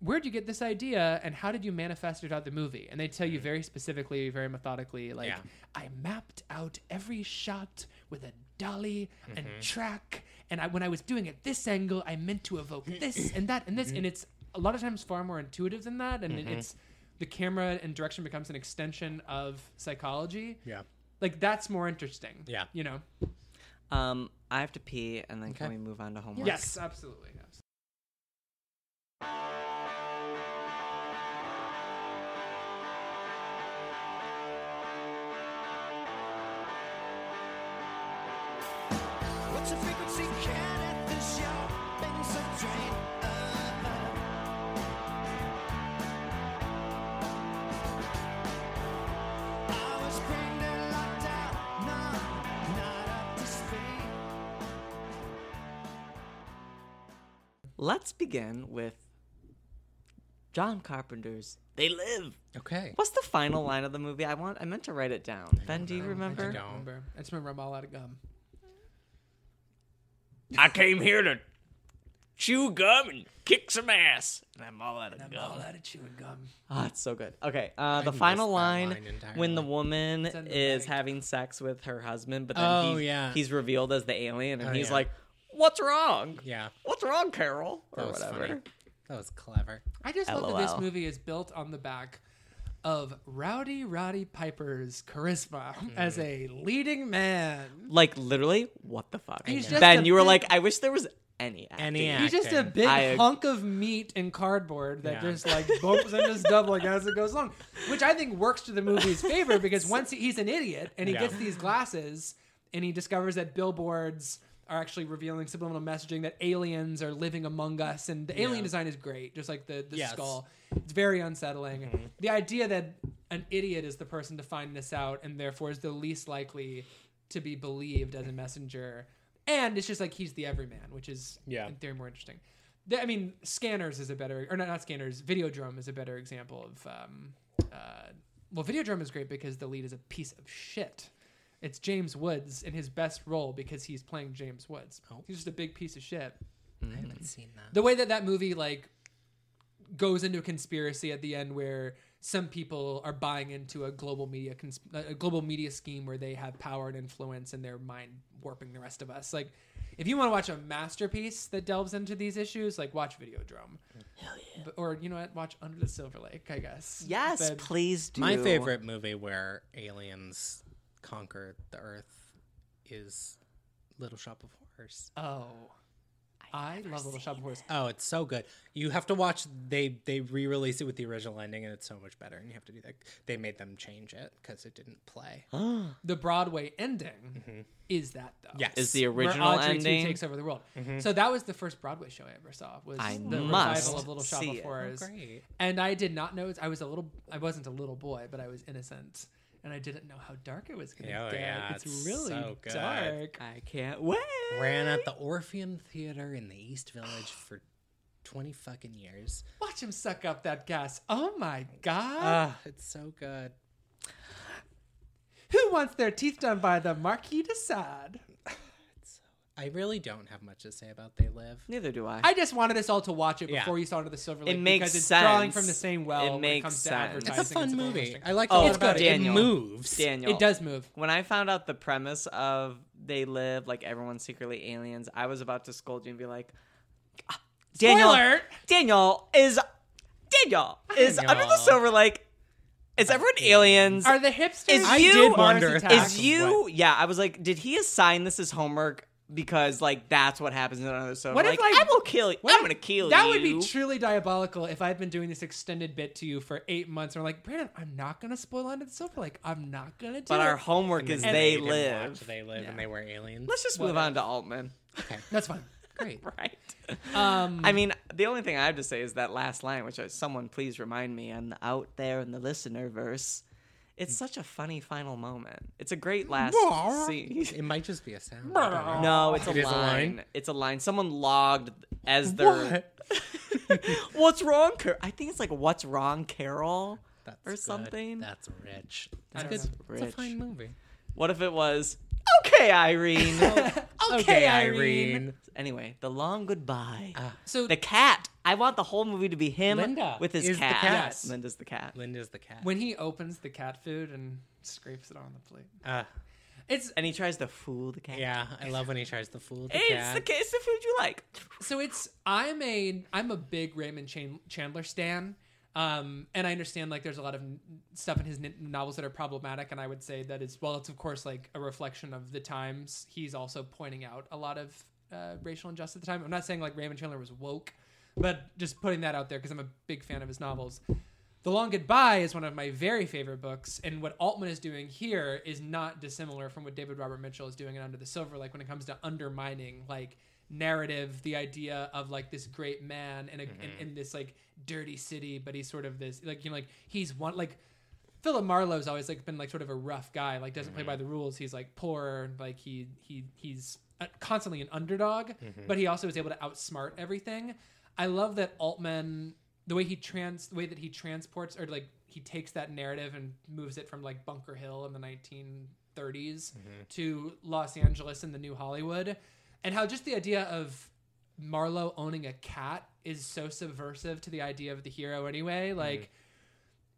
[SPEAKER 3] "Where'd you get this idea, and how did you manifest it out the movie?" And they tell you very specifically, very methodically, like,
[SPEAKER 1] Mm. Yeah.
[SPEAKER 3] "I mapped out every shot with a dolly and
[SPEAKER 1] Mm-hmm.
[SPEAKER 3] track." And I, when I was doing it this angle, I meant to evoke this and that and this,
[SPEAKER 1] Mm-hmm.
[SPEAKER 3] and it's a lot of times far more intuitive than that. And it it's the camera and direction becomes an extension of psychology.
[SPEAKER 1] Yeah.
[SPEAKER 3] Like that's more interesting.
[SPEAKER 1] Yeah.
[SPEAKER 3] You know?
[SPEAKER 2] Um, I have to pee, and then can
[SPEAKER 1] Okay.
[SPEAKER 2] we move on to homework?
[SPEAKER 3] Yes, absolutely. Yes.
[SPEAKER 4] What's the frequency cat at the shop? Been so drained. Uh, uh. I was bringed and locked out. Not, not up to speed.
[SPEAKER 2] Let's begin with John Carpenter's "They Live."
[SPEAKER 1] Okay.
[SPEAKER 2] What's the final line of the movie? I want. I meant to write it down. Ben, do you
[SPEAKER 1] I
[SPEAKER 2] remember?
[SPEAKER 1] don't.
[SPEAKER 3] Remember, I just remember I'm all out of gum.
[SPEAKER 5] I came here to chew gum and kick some ass, and I'm all out of gum.
[SPEAKER 3] All out of chewing gum.
[SPEAKER 2] Oh, it's so good. Okay, uh, the
[SPEAKER 1] missed
[SPEAKER 2] final
[SPEAKER 1] that
[SPEAKER 2] line,
[SPEAKER 1] line entirely.
[SPEAKER 2] when the woman
[SPEAKER 3] in the
[SPEAKER 2] is
[SPEAKER 3] bag.
[SPEAKER 2] having sex with her husband, but then
[SPEAKER 1] Oh,
[SPEAKER 2] he's,
[SPEAKER 1] yeah.
[SPEAKER 2] he's revealed as the alien, and
[SPEAKER 1] Oh,
[SPEAKER 2] he's
[SPEAKER 1] yeah.
[SPEAKER 2] like, "What's wrong?
[SPEAKER 1] Yeah.
[SPEAKER 2] What's wrong, Carol?" Or
[SPEAKER 1] That was
[SPEAKER 2] whatever.
[SPEAKER 1] funny. That was clever.
[SPEAKER 3] I just love that this
[SPEAKER 2] LOL.
[SPEAKER 3] movie is built on the back of Rowdy Roddy Piper's charisma
[SPEAKER 1] Mm.
[SPEAKER 3] as a leading man.
[SPEAKER 2] Like literally, what the fuck,
[SPEAKER 3] He's just
[SPEAKER 2] Ben?
[SPEAKER 3] a
[SPEAKER 2] You were
[SPEAKER 3] big-
[SPEAKER 2] like, "I wish there was any acting.
[SPEAKER 1] Any
[SPEAKER 3] He's just a
[SPEAKER 1] acting.
[SPEAKER 3] big
[SPEAKER 2] I-
[SPEAKER 3] hunk of meat and cardboard that
[SPEAKER 1] Yeah.
[SPEAKER 3] just like bumps and just doubling as it goes along, which I think works to the movie's favor because once he, he's an idiot and he
[SPEAKER 1] Yeah.
[SPEAKER 3] gets these glasses and he discovers that billboards are actually revealing subliminal messaging that aliens are living among us and the alien
[SPEAKER 1] Yeah.
[SPEAKER 3] design is great, just like the, the
[SPEAKER 1] Yes.
[SPEAKER 3] skull. It's very unsettling.
[SPEAKER 1] Mm-hmm.
[SPEAKER 3] The idea that an idiot is the person to find this out and therefore is the least likely to be believed as a messenger. And it's just like he's the everyman, which is
[SPEAKER 1] Yeah.
[SPEAKER 3] in theory more interesting. The- I mean, Scanners is a better, or not, not Scanners, Videodrome is a better example of. Um, uh, well, Videodrome is great because the lead is a piece of shit. It's James Woods in his best role because he's playing James Woods.
[SPEAKER 1] Oh.
[SPEAKER 3] He's just a big piece of shit.
[SPEAKER 1] I haven't seen that.
[SPEAKER 3] The way that that movie like goes into a conspiracy at the end where some people are buying into a global media cons- a global media scheme where they have power and influence and they're mind warping the rest of us. Like if you want to watch a masterpiece that delves into these issues, like watch Videodrome. B- Or you know what? Watch Under the Silver Lake, I guess.
[SPEAKER 2] Yes,
[SPEAKER 3] But-
[SPEAKER 2] please do.
[SPEAKER 1] My favorite movie where aliens conquer the Earth is Little Shop of Horrors.
[SPEAKER 3] Oh. I, love Little Shop of Horrors.
[SPEAKER 1] Oh, it's so good. You have to watch they they re-release it with the original ending and it's so much better and you have to do that. They made them change it cuz it didn't play.
[SPEAKER 3] The Broadway ending is that though.
[SPEAKER 1] Yes.
[SPEAKER 2] is the
[SPEAKER 3] where
[SPEAKER 2] original
[SPEAKER 3] Audrey two
[SPEAKER 2] ending.
[SPEAKER 3] takes over the world.
[SPEAKER 1] Mm-hmm.
[SPEAKER 3] So that was the first Broadway show I ever saw. Was
[SPEAKER 2] I
[SPEAKER 3] the
[SPEAKER 2] must
[SPEAKER 3] revival of Little Shop
[SPEAKER 2] see
[SPEAKER 3] of
[SPEAKER 2] it. Oh,
[SPEAKER 3] Horrors?
[SPEAKER 1] great.
[SPEAKER 3] And I did not know. I was a little. I wasn't a little boy, but I was innocent, and I didn't know how dark it was going to
[SPEAKER 1] Oh,
[SPEAKER 3] get.
[SPEAKER 1] yeah,
[SPEAKER 3] it's,
[SPEAKER 1] it's
[SPEAKER 3] really
[SPEAKER 1] so good.
[SPEAKER 3] dark.
[SPEAKER 2] I can't wait.
[SPEAKER 1] Ran at the Orpheum Theater in the East
[SPEAKER 2] (gasps)
[SPEAKER 1] Village for 20 fucking years. (sighs)
[SPEAKER 3] Watch him suck up that gas. Oh my god!
[SPEAKER 1] Ah, it's so good.
[SPEAKER 3] Who wants their teeth done by the Marquis de Sade?
[SPEAKER 1] I really don't have much to say about They Live.
[SPEAKER 2] Neither do I.
[SPEAKER 3] I just wanted us all to watch it
[SPEAKER 1] Yeah.
[SPEAKER 3] before you saw Under the Silver Lake
[SPEAKER 2] It makes
[SPEAKER 3] because it's drawing
[SPEAKER 2] sense.
[SPEAKER 3] from the same well
[SPEAKER 2] It
[SPEAKER 3] when
[SPEAKER 2] makes
[SPEAKER 3] it comes
[SPEAKER 2] sense.
[SPEAKER 3] to
[SPEAKER 2] It's a
[SPEAKER 3] advertising.
[SPEAKER 1] It's a fun
[SPEAKER 3] and supplemental
[SPEAKER 1] movie.
[SPEAKER 3] strength.
[SPEAKER 1] I like
[SPEAKER 2] Oh,
[SPEAKER 1] a lot
[SPEAKER 2] it's
[SPEAKER 1] about
[SPEAKER 2] good,
[SPEAKER 1] it.
[SPEAKER 2] Daniel.
[SPEAKER 1] It moves.
[SPEAKER 2] Daniel.
[SPEAKER 3] It does move.
[SPEAKER 2] When I found out the premise of they live like everyone's secretly aliens, I was about to scold you and be like, "Ah, Daniel,
[SPEAKER 3] Spoiler!
[SPEAKER 2] Daniel is Daniel is
[SPEAKER 1] Daniel.
[SPEAKER 2] under the silver lake. Is everyone aliens?
[SPEAKER 3] Are the hipsters?
[SPEAKER 2] Is
[SPEAKER 1] I
[SPEAKER 2] you-
[SPEAKER 1] did
[SPEAKER 3] Mars
[SPEAKER 1] wonder if
[SPEAKER 3] attack?
[SPEAKER 1] that
[SPEAKER 2] is
[SPEAKER 1] was
[SPEAKER 2] you?
[SPEAKER 1] what-
[SPEAKER 2] Yeah, I was like, did he assign this as homework? Because like that's what happens in another silver.
[SPEAKER 3] What if,
[SPEAKER 2] lake.
[SPEAKER 3] like-
[SPEAKER 2] I will kill you.
[SPEAKER 3] What-
[SPEAKER 2] I'm gonna kill
[SPEAKER 3] That
[SPEAKER 2] you.
[SPEAKER 3] would be truly diabolical if I had been doing this extended bit to you for eight months. And we're like, Brandon, I'm not gonna spoil Under the Silver Lake. I'm not gonna do
[SPEAKER 2] But
[SPEAKER 3] it.
[SPEAKER 2] our homework is
[SPEAKER 1] And
[SPEAKER 2] they
[SPEAKER 1] didn't
[SPEAKER 2] live.
[SPEAKER 1] watch They Live and they were aliens.
[SPEAKER 2] Let's just move
[SPEAKER 3] Whatever.
[SPEAKER 2] on to Altman.
[SPEAKER 3] (laughs) That's fine.
[SPEAKER 2] (laughs)
[SPEAKER 3] Great.
[SPEAKER 2] Right.
[SPEAKER 3] Um,
[SPEAKER 2] I mean, the only thing I have to say is that last line, which I, someone please remind me, I'm out there in the listener verse. It's such a funny final moment. It's a great last scene.
[SPEAKER 1] It might just be a sound. I don't know.
[SPEAKER 2] (laughs) No, it's a,
[SPEAKER 1] It is a
[SPEAKER 2] line.
[SPEAKER 1] line?
[SPEAKER 2] It's a line. Someone logged as
[SPEAKER 3] (laughs)
[SPEAKER 2] their (laughs) what's wrong, Carol? I think it's like what's wrong, Carol,
[SPEAKER 1] That's
[SPEAKER 2] or
[SPEAKER 1] good.
[SPEAKER 2] something.
[SPEAKER 1] That's rich.
[SPEAKER 3] I
[SPEAKER 1] It's,
[SPEAKER 3] don't
[SPEAKER 1] good.
[SPEAKER 2] know.
[SPEAKER 1] it's a
[SPEAKER 2] Rich.
[SPEAKER 1] fine movie.
[SPEAKER 2] What if it was okay, Irene?
[SPEAKER 3] (laughs) okay,
[SPEAKER 2] anyway, the long goodbye.
[SPEAKER 1] Ah.
[SPEAKER 3] So
[SPEAKER 2] the cat. I want the whole movie to be him
[SPEAKER 1] Linda
[SPEAKER 2] with his
[SPEAKER 1] is the
[SPEAKER 2] cat.
[SPEAKER 1] cat.
[SPEAKER 3] Yes.
[SPEAKER 2] Linda's the cat.
[SPEAKER 1] Linda's the cat.
[SPEAKER 3] when he opens the cat food and scrapes it on the plate,
[SPEAKER 1] Ah,
[SPEAKER 3] it's
[SPEAKER 2] And he tries to fool the cat.
[SPEAKER 1] yeah, I love when he tries to fool the
[SPEAKER 2] Hey, it's
[SPEAKER 1] cat.
[SPEAKER 2] the ca- it's the food you like.
[SPEAKER 3] so it's I'm a I'm a big Raymond Chan- Chandler stan. Um, and I understand like there's a lot of n- stuff in his n- novels that are problematic, and I would say that it's well, it's of course like a reflection of the times. He's also pointing out a lot of uh, racial injustice at the time. I'm not saying like Raymond Chandler was woke, but just putting that out there because I'm a big fan of his novels. The Long Goodbye is one of my very favorite books, and what Altman is doing here is not dissimilar from what David Robert Mitchell is doing in Under the Silver, like when it comes to undermining like narrative, the idea of like this great man in, a, in, in this like dirty city, but he's sort of this like you know like he's one like Philip Marlowe's always like been like sort of a rough guy, like doesn't play by the rules. He's like poor, like he he he's uh, constantly an underdog, but he also is able to outsmart everything. I love that Altman, the way he trans, the way that he transports or like he takes that narrative and moves it from like Bunker Hill in the 1930s to Los Angeles and the New Hollywood, and how just the idea of Marlowe owning a cat is so subversive to the idea of the hero anyway, like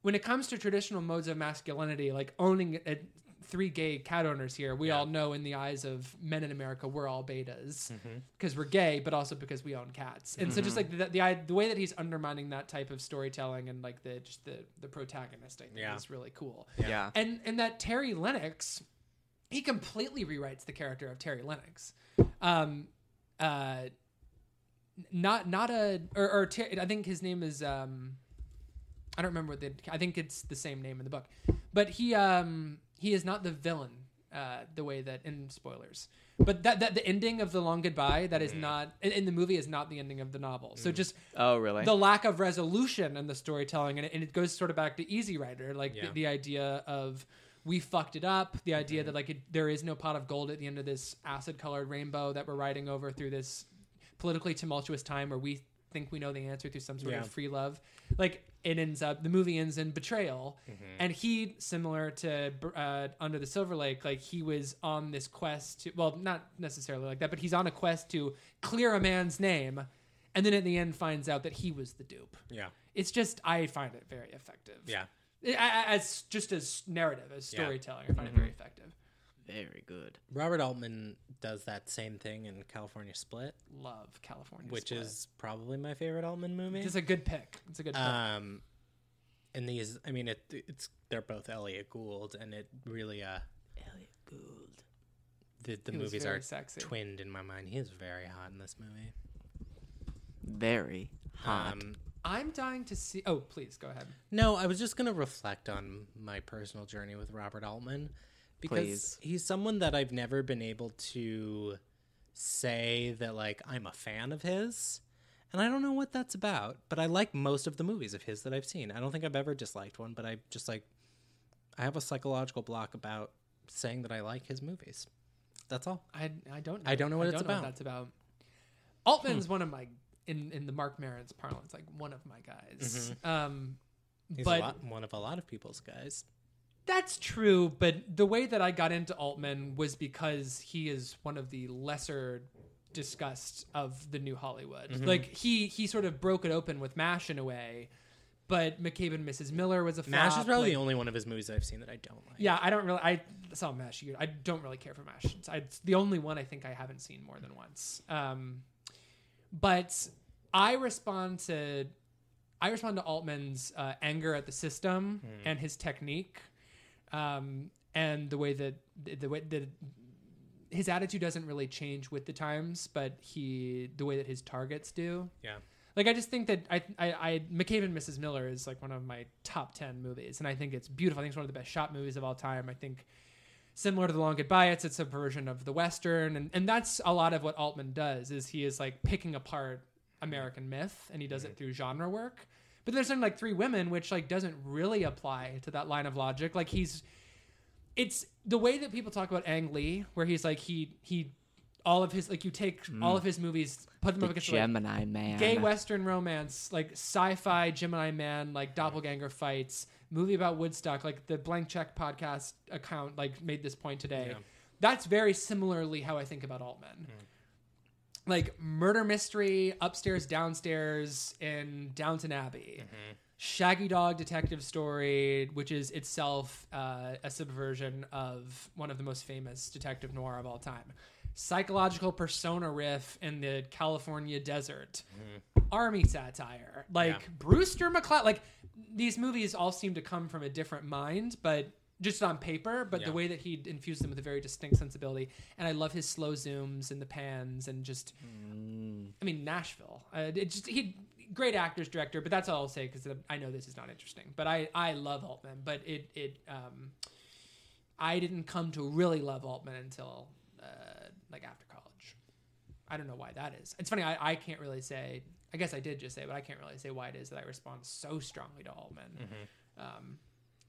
[SPEAKER 3] when it comes to traditional modes of masculinity, like owning uh, three gay cat owners here, we all know in the eyes of men in America, we're all betas because we're gay, but also because we own cats. And so, just like the, the i- the way that he's undermining that type of storytelling and like the just the the protagonist, I think
[SPEAKER 1] Yeah.
[SPEAKER 3] is really cool.
[SPEAKER 2] Yeah.
[SPEAKER 3] And and that Terry Lennox, he completely rewrites the character of Terry Lennox. Um, uh, not not a or, or Ter- I think his name is um, I don't remember what the I think it's the same name in the book, but he um he is not the villain uh the way that in spoilers, but that that the ending of the long goodbye that is not in, in the movie is not the ending of the novel. So just
[SPEAKER 2] Oh, really?
[SPEAKER 3] the lack of resolution in the storytelling and it, and it goes sort of back to easy rider like
[SPEAKER 1] Yeah. Mm-hmm.
[SPEAKER 3] the, the idea of we fucked it up the idea that like it, there is no pot of gold at the end of this acid colored rainbow that we're riding over through this politically tumultuous time where we think we know the answer through some sort
[SPEAKER 1] Yeah.
[SPEAKER 3] of free love like it ends up the movie ends in betrayal,
[SPEAKER 1] Mm-hmm.
[SPEAKER 3] and he similar to uh, Under the Silver Lake, like he was on this quest to well, not necessarily like that, but he's on a quest to clear a man's name, and then at the end finds out that he was the dupe.
[SPEAKER 1] Yeah.
[SPEAKER 3] It's just I find it very effective.
[SPEAKER 1] Yeah.
[SPEAKER 3] I- I- as just as narrative as
[SPEAKER 1] Yeah. Mm-hmm.
[SPEAKER 3] storytelling, I find it very effective.
[SPEAKER 2] Very good.
[SPEAKER 1] Robert Altman does that same thing in California Split,
[SPEAKER 3] Love California,
[SPEAKER 1] which
[SPEAKER 3] Split.
[SPEAKER 1] is probably my favorite Altman movie.
[SPEAKER 3] (laughs) it's a good pick. It's a good pick.
[SPEAKER 1] Um, and these, I mean, it, it's they're both Elliot Gould, and it really uh,
[SPEAKER 2] Elliot Gould.
[SPEAKER 1] the, the
[SPEAKER 3] He was
[SPEAKER 1] movies
[SPEAKER 3] very
[SPEAKER 1] are
[SPEAKER 3] sexy.
[SPEAKER 1] twinned in my mind. He is very hot in this movie.
[SPEAKER 2] Very hot.
[SPEAKER 1] Um,
[SPEAKER 3] I'm dying to see. Oh, please go ahead.
[SPEAKER 1] no, I was just gonna reflect on my personal journey with Robert Altman because
[SPEAKER 2] Please.
[SPEAKER 1] he's someone that I've never been able to say that like I'm a fan of his. And I don't know what that's about, but I like most of the movies of his that I've seen. I don't think I've ever disliked one, but I just like I have a psychological block about saying that I like his movies. That's all.
[SPEAKER 3] I I don't. Know.
[SPEAKER 1] I don't know what it's about. Hmm.
[SPEAKER 3] that's about. Altman's one of my in in the Mark Maron's parlance, like one of my guys.
[SPEAKER 1] Mm-hmm.
[SPEAKER 3] Um,
[SPEAKER 1] He's
[SPEAKER 3] But-
[SPEAKER 1] a lot, one of a lot of people's guys.
[SPEAKER 3] that's true. But the way that I got into Altman was because he is one of the lesser discussed of the new Hollywood.
[SPEAKER 1] Mm-hmm.
[SPEAKER 3] Like he he sort of broke it open with Mash in a way, but McCabe and Mrs. Miller was a flop.
[SPEAKER 1] Mash is probably
[SPEAKER 3] Like,
[SPEAKER 1] the only one of his movies that I've seen that I don't like.
[SPEAKER 3] Yeah, I don't really. I saw Mash. you- I don't really care for Mash. It's, it's the only one I think I haven't seen more than once. Um, but I respond to, I respond to Altman's uh, anger at the system and his technique, um, and the way that the way that his attitude doesn't really change with the times, but he the way that his targets do.
[SPEAKER 1] Yeah.
[SPEAKER 3] Like I just think that I, I, I McCabe and Mrs. Miller is like one of my top ten movies, and I think it's beautiful. I think it's one of the best shot movies of all time. I think similar to The Long Goodbye, it's it's a version of the western, and and that's a lot of what Altman does is he is like picking apart American myth, and he does it through genre work. But there's something like Three Women, which like doesn't really apply to that line of logic. Like he's it's the way that people talk about Ang Lee, where he's like he he all of his like you take all of his movies, put them up
[SPEAKER 2] The
[SPEAKER 3] against like,
[SPEAKER 2] Gemini man.
[SPEAKER 3] gay western romance like sci-fi gemini man like doppelganger fights movie about woodstock like the blank check podcast account like made this point today that's very similarly how i think about altman like murder mystery upstairs downstairs in downton abbey shaggy dog detective story which is itself uh, a subversion of one of the most famous detective noir of all time psychological persona riff in the california desert army satire like brewster mcleod like these movies all seem to come from a different mind but just on paper but the way that he infused them with a very distinct sensibility and i love his slow zooms and the pans and just I mean Nashville. Uh, it just he great actors director, but that's all I'll say because I know this is not interesting. But I I love Altman, but it it um I didn't come to really love Altman until uh, like after college. I don't know why that is. It's funny. I I can't really say. I guess I did just say, but I can't really say why it is that I respond so strongly to Altman. Um,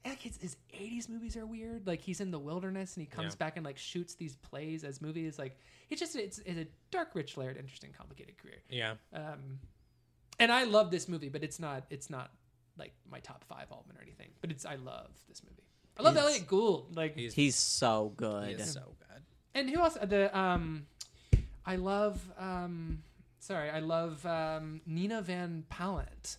[SPEAKER 3] and, like his, his 80s movies are weird. Like he's in the wilderness and he comes
[SPEAKER 1] Yeah.
[SPEAKER 3] back and like shoots these plays as movies. Like it's just it's, it's a dark, rich, layered, interesting, complicated career.
[SPEAKER 1] Yeah.
[SPEAKER 3] Um, and I love this movie, but it's not it's not like my top five Altman or anything. But it's I love this movie. I love
[SPEAKER 2] He's-
[SPEAKER 3] Elliot Gould. Like
[SPEAKER 1] He's
[SPEAKER 2] He's so good.
[SPEAKER 1] he is so good.
[SPEAKER 3] and who else? The um, I love um, sorry, I love um Nina Van Pallant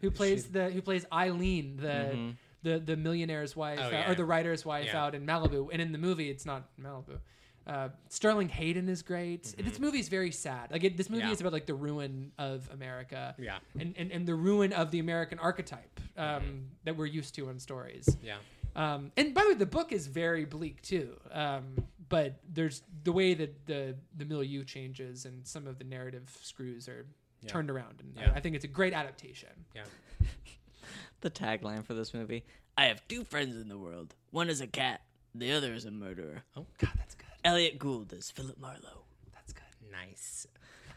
[SPEAKER 3] who plays the who plays Eileen, the the the millionaire's wife
[SPEAKER 1] Mm-hmm. Oh,
[SPEAKER 3] uh,
[SPEAKER 1] yeah.
[SPEAKER 3] or the writer's wife
[SPEAKER 1] Yeah.
[SPEAKER 3] out in Malibu. And in the movie, it's not Malibu. Uh, Sterling Hayden is great. This movie is very sad. Like it, this movie
[SPEAKER 1] Mm-hmm. Yeah.
[SPEAKER 3] is about like the ruin of America,
[SPEAKER 1] Yeah. Mm-hmm.
[SPEAKER 3] and, and and the ruin of the American archetype um, that we're used to in stories.
[SPEAKER 1] Yeah.
[SPEAKER 3] Um, and by the way, the book is very bleak too. Um, but there's the way that the the milieu changes and some of the narrative screws are turned around, and I-
[SPEAKER 1] Yeah.
[SPEAKER 3] I think it's a great adaptation.
[SPEAKER 1] Yeah.
[SPEAKER 2] The tagline for this movie I have two friends in the world. One is a cat, the other is a murderer.
[SPEAKER 1] Oh,
[SPEAKER 3] God, that's good.
[SPEAKER 2] Elliot Gould is Philip Marlowe.
[SPEAKER 3] That's good.
[SPEAKER 1] Nice.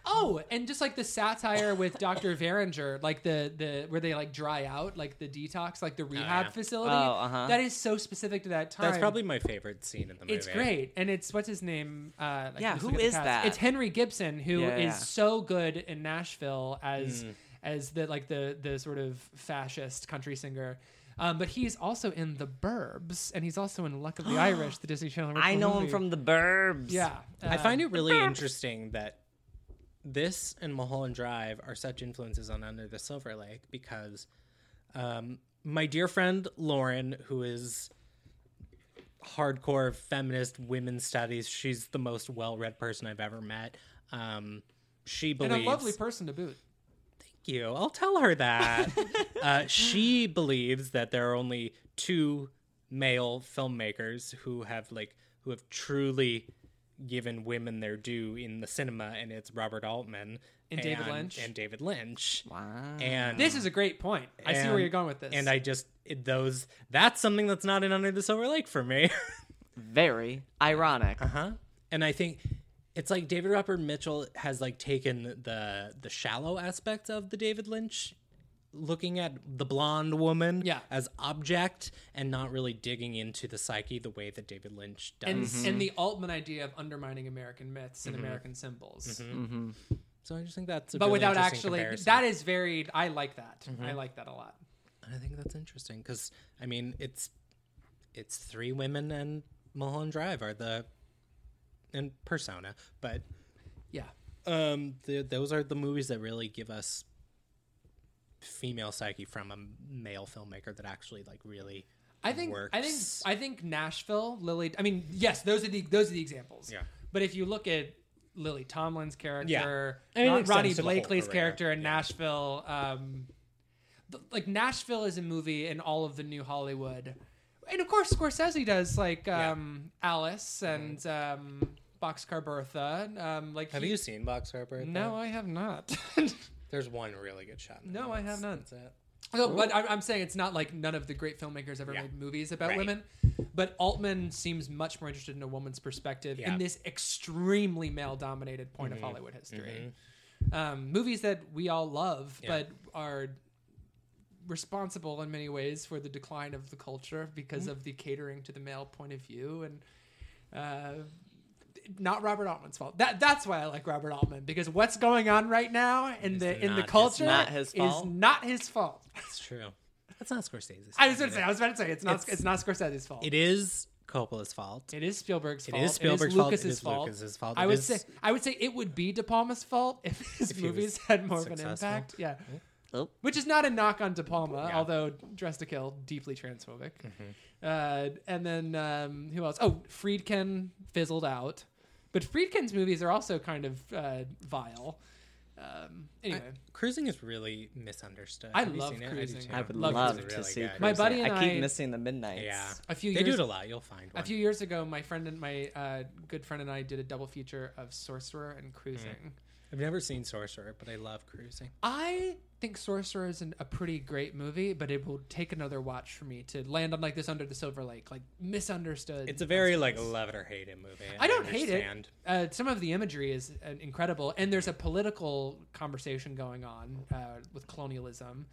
[SPEAKER 3] Oh, and just like the satire with Dr. Veringer, like the the where they like dry out, like the detox, like the rehab
[SPEAKER 1] yeah.
[SPEAKER 3] facility.
[SPEAKER 2] Oh, uh-huh.
[SPEAKER 3] That is so specific to that time.
[SPEAKER 1] That's probably my favorite scene in the movie.
[SPEAKER 3] Um, it's great, and it's what's his name? Uh, I can
[SPEAKER 2] Yeah,
[SPEAKER 3] just
[SPEAKER 2] who
[SPEAKER 3] look at the
[SPEAKER 2] is
[SPEAKER 3] cast.
[SPEAKER 2] that?
[SPEAKER 3] It's Henry Gibson, who is
[SPEAKER 2] Yeah, yeah.
[SPEAKER 1] Hmm.
[SPEAKER 3] so good in Nashville as as the like the the sort of fascist country singer. Um, but he's also in The Burbs, and he's also in Luck of
[SPEAKER 2] (gasps)
[SPEAKER 3] the Irish, the Disney Channel.
[SPEAKER 2] I
[SPEAKER 3] original
[SPEAKER 2] know him
[SPEAKER 3] movie.
[SPEAKER 2] from the Burbs.
[SPEAKER 3] yeah.
[SPEAKER 1] I
[SPEAKER 3] uh,
[SPEAKER 1] find it really interesting that this and Mulholland Drive are such influences on Under the Silver Lake because um, my dear friend Lauren, who is hardcore feminist women's studies, she's the most well-read person I've ever met. Um, she believes
[SPEAKER 3] and a lovely person to boot.
[SPEAKER 1] Thank you. I'll tell her
[SPEAKER 3] (laughs)
[SPEAKER 1] that. uh, she believes that there are only two male filmmakers who have like who have truly given women their due in the cinema, and it's Robert Altman
[SPEAKER 3] And David Lynch.
[SPEAKER 1] And David Lynch.
[SPEAKER 2] Wow.
[SPEAKER 1] And
[SPEAKER 3] This is a great point. I see where you're going with this.
[SPEAKER 1] And I just it, those that's something that's not in Under the Silver Lake for me. (laughs)
[SPEAKER 2] Very ironic.
[SPEAKER 3] Uh-huh.
[SPEAKER 1] Huh? And I think it's like David Robert Mitchell has like taken the the shallow aspects of the David Lynch looking at the blonde woman
[SPEAKER 3] Yeah.
[SPEAKER 1] as object and not really digging into the psyche the way that David Lynch does.
[SPEAKER 3] and, and the Altman idea of undermining American myths and American symbols,
[SPEAKER 1] so I just think that's Mm-hmm. a
[SPEAKER 3] but
[SPEAKER 1] really
[SPEAKER 3] without
[SPEAKER 1] interesting
[SPEAKER 3] actually.
[SPEAKER 1] comparison. Mm-hmm.
[SPEAKER 3] That is very. I like that. I like that a lot.
[SPEAKER 1] I think that's interesting because I mean it's it's three women and Mulholland Drive are the and Persona, but
[SPEAKER 3] Yeah.
[SPEAKER 1] um the, those are the movies that really give us female psyche from a male filmmaker that actually like really
[SPEAKER 3] I think I think
[SPEAKER 1] works.
[SPEAKER 3] I think Nashville Lily. I mean, yes, those are the those are the examples.
[SPEAKER 1] Yeah.
[SPEAKER 3] But if you look at Lily Tomlin's character,
[SPEAKER 1] Yeah. I mean, it
[SPEAKER 3] Ron-
[SPEAKER 1] extends
[SPEAKER 3] Ronnie
[SPEAKER 1] to the whole
[SPEAKER 3] Blakely's
[SPEAKER 1] array.
[SPEAKER 3] character, and Nashville, um, th- like Nashville is a movie in all of the new Hollywood, and of course Scorsese does like um, Alice and um, Boxcar Bertha. Um, like
[SPEAKER 1] have
[SPEAKER 3] he-
[SPEAKER 1] you seen Boxcar Bertha?
[SPEAKER 3] No, I have not. (laughs)
[SPEAKER 1] there's one really good shot. in
[SPEAKER 3] No,
[SPEAKER 1] there.
[SPEAKER 3] I have
[SPEAKER 1] That's-
[SPEAKER 3] none.
[SPEAKER 1] That's it.
[SPEAKER 3] No, but I'm, I'm saying it's not like none of the great filmmakers ever
[SPEAKER 1] Yeah.
[SPEAKER 3] made movies about
[SPEAKER 1] Right.
[SPEAKER 3] women. But Altman seems much more interested in a woman's perspective
[SPEAKER 1] Yeah. Mm-hmm.
[SPEAKER 3] in this extremely male-dominated point of Hollywood history. Um, movies that we all love, but are responsible in many ways for the decline of the culture because
[SPEAKER 1] Mm-hmm.
[SPEAKER 3] of the catering to the male point of view and. Uh, not Robert Altman's fault. That that's why I like Robert Altman because what's going on right now in the in
[SPEAKER 1] not
[SPEAKER 3] the
[SPEAKER 1] his-
[SPEAKER 3] culture
[SPEAKER 2] not his fault.
[SPEAKER 3] is not his fault. (laughs)
[SPEAKER 1] It's true. That's not Scorsese's.
[SPEAKER 3] I was
[SPEAKER 1] fault,
[SPEAKER 3] going to say. I was about to say it's not. It's,
[SPEAKER 1] It's-
[SPEAKER 3] not Scorsese's fault.
[SPEAKER 1] It is Coppola's fault.
[SPEAKER 3] It is Spielberg's
[SPEAKER 1] It
[SPEAKER 3] fault.
[SPEAKER 1] is Spielberg's fault. It
[SPEAKER 3] Lucas's
[SPEAKER 1] is
[SPEAKER 3] fault.
[SPEAKER 1] Lucas's fault.
[SPEAKER 3] I
[SPEAKER 1] It
[SPEAKER 3] would
[SPEAKER 1] is-
[SPEAKER 3] say. I would say it would be De Palma's fault if his
[SPEAKER 1] If he was
[SPEAKER 3] movies had more of an
[SPEAKER 1] successful.
[SPEAKER 3] impact. Yeah.
[SPEAKER 2] Oh.
[SPEAKER 3] Which is not a knock on De Palma,
[SPEAKER 1] Yeah. Mm-hmm.
[SPEAKER 3] although Dress to Kill deeply transphobic. Uh, and then um, who else? Oh, Friedkin fizzled out, but Friedkin's movies are also kind of uh, vile. Um, anyway,
[SPEAKER 1] Cruising is really misunderstood.
[SPEAKER 3] I
[SPEAKER 1] Have you
[SPEAKER 3] love
[SPEAKER 1] seen it? do
[SPEAKER 3] Cruising.
[SPEAKER 1] too.
[SPEAKER 2] I would
[SPEAKER 3] Love
[SPEAKER 2] love,
[SPEAKER 3] Cruising.
[SPEAKER 2] to
[SPEAKER 1] Really
[SPEAKER 2] see.
[SPEAKER 1] good.
[SPEAKER 2] Cruising.
[SPEAKER 3] My buddy and
[SPEAKER 2] I keep
[SPEAKER 3] I-
[SPEAKER 2] missing the midnights.
[SPEAKER 1] Yeah.
[SPEAKER 3] a few
[SPEAKER 1] They
[SPEAKER 3] years
[SPEAKER 1] do it a lot. You'll find one.
[SPEAKER 3] A few years ago, my friend and my uh, good friend and I did a double feature of Sorcerer and Cruising.
[SPEAKER 1] I've never seen Sorcerer, but I love Cruising.
[SPEAKER 3] I think Sorcerer is an, a pretty great movie, but it will take another watch for me to land on like this under the silver lake, like misunderstood.
[SPEAKER 1] It's a very like love it or hate it movie.
[SPEAKER 3] I don't hate it.
[SPEAKER 1] understand.
[SPEAKER 3] Uh, some of the imagery is uh, incredible, and there's a political conversation going on uh, with colonialism,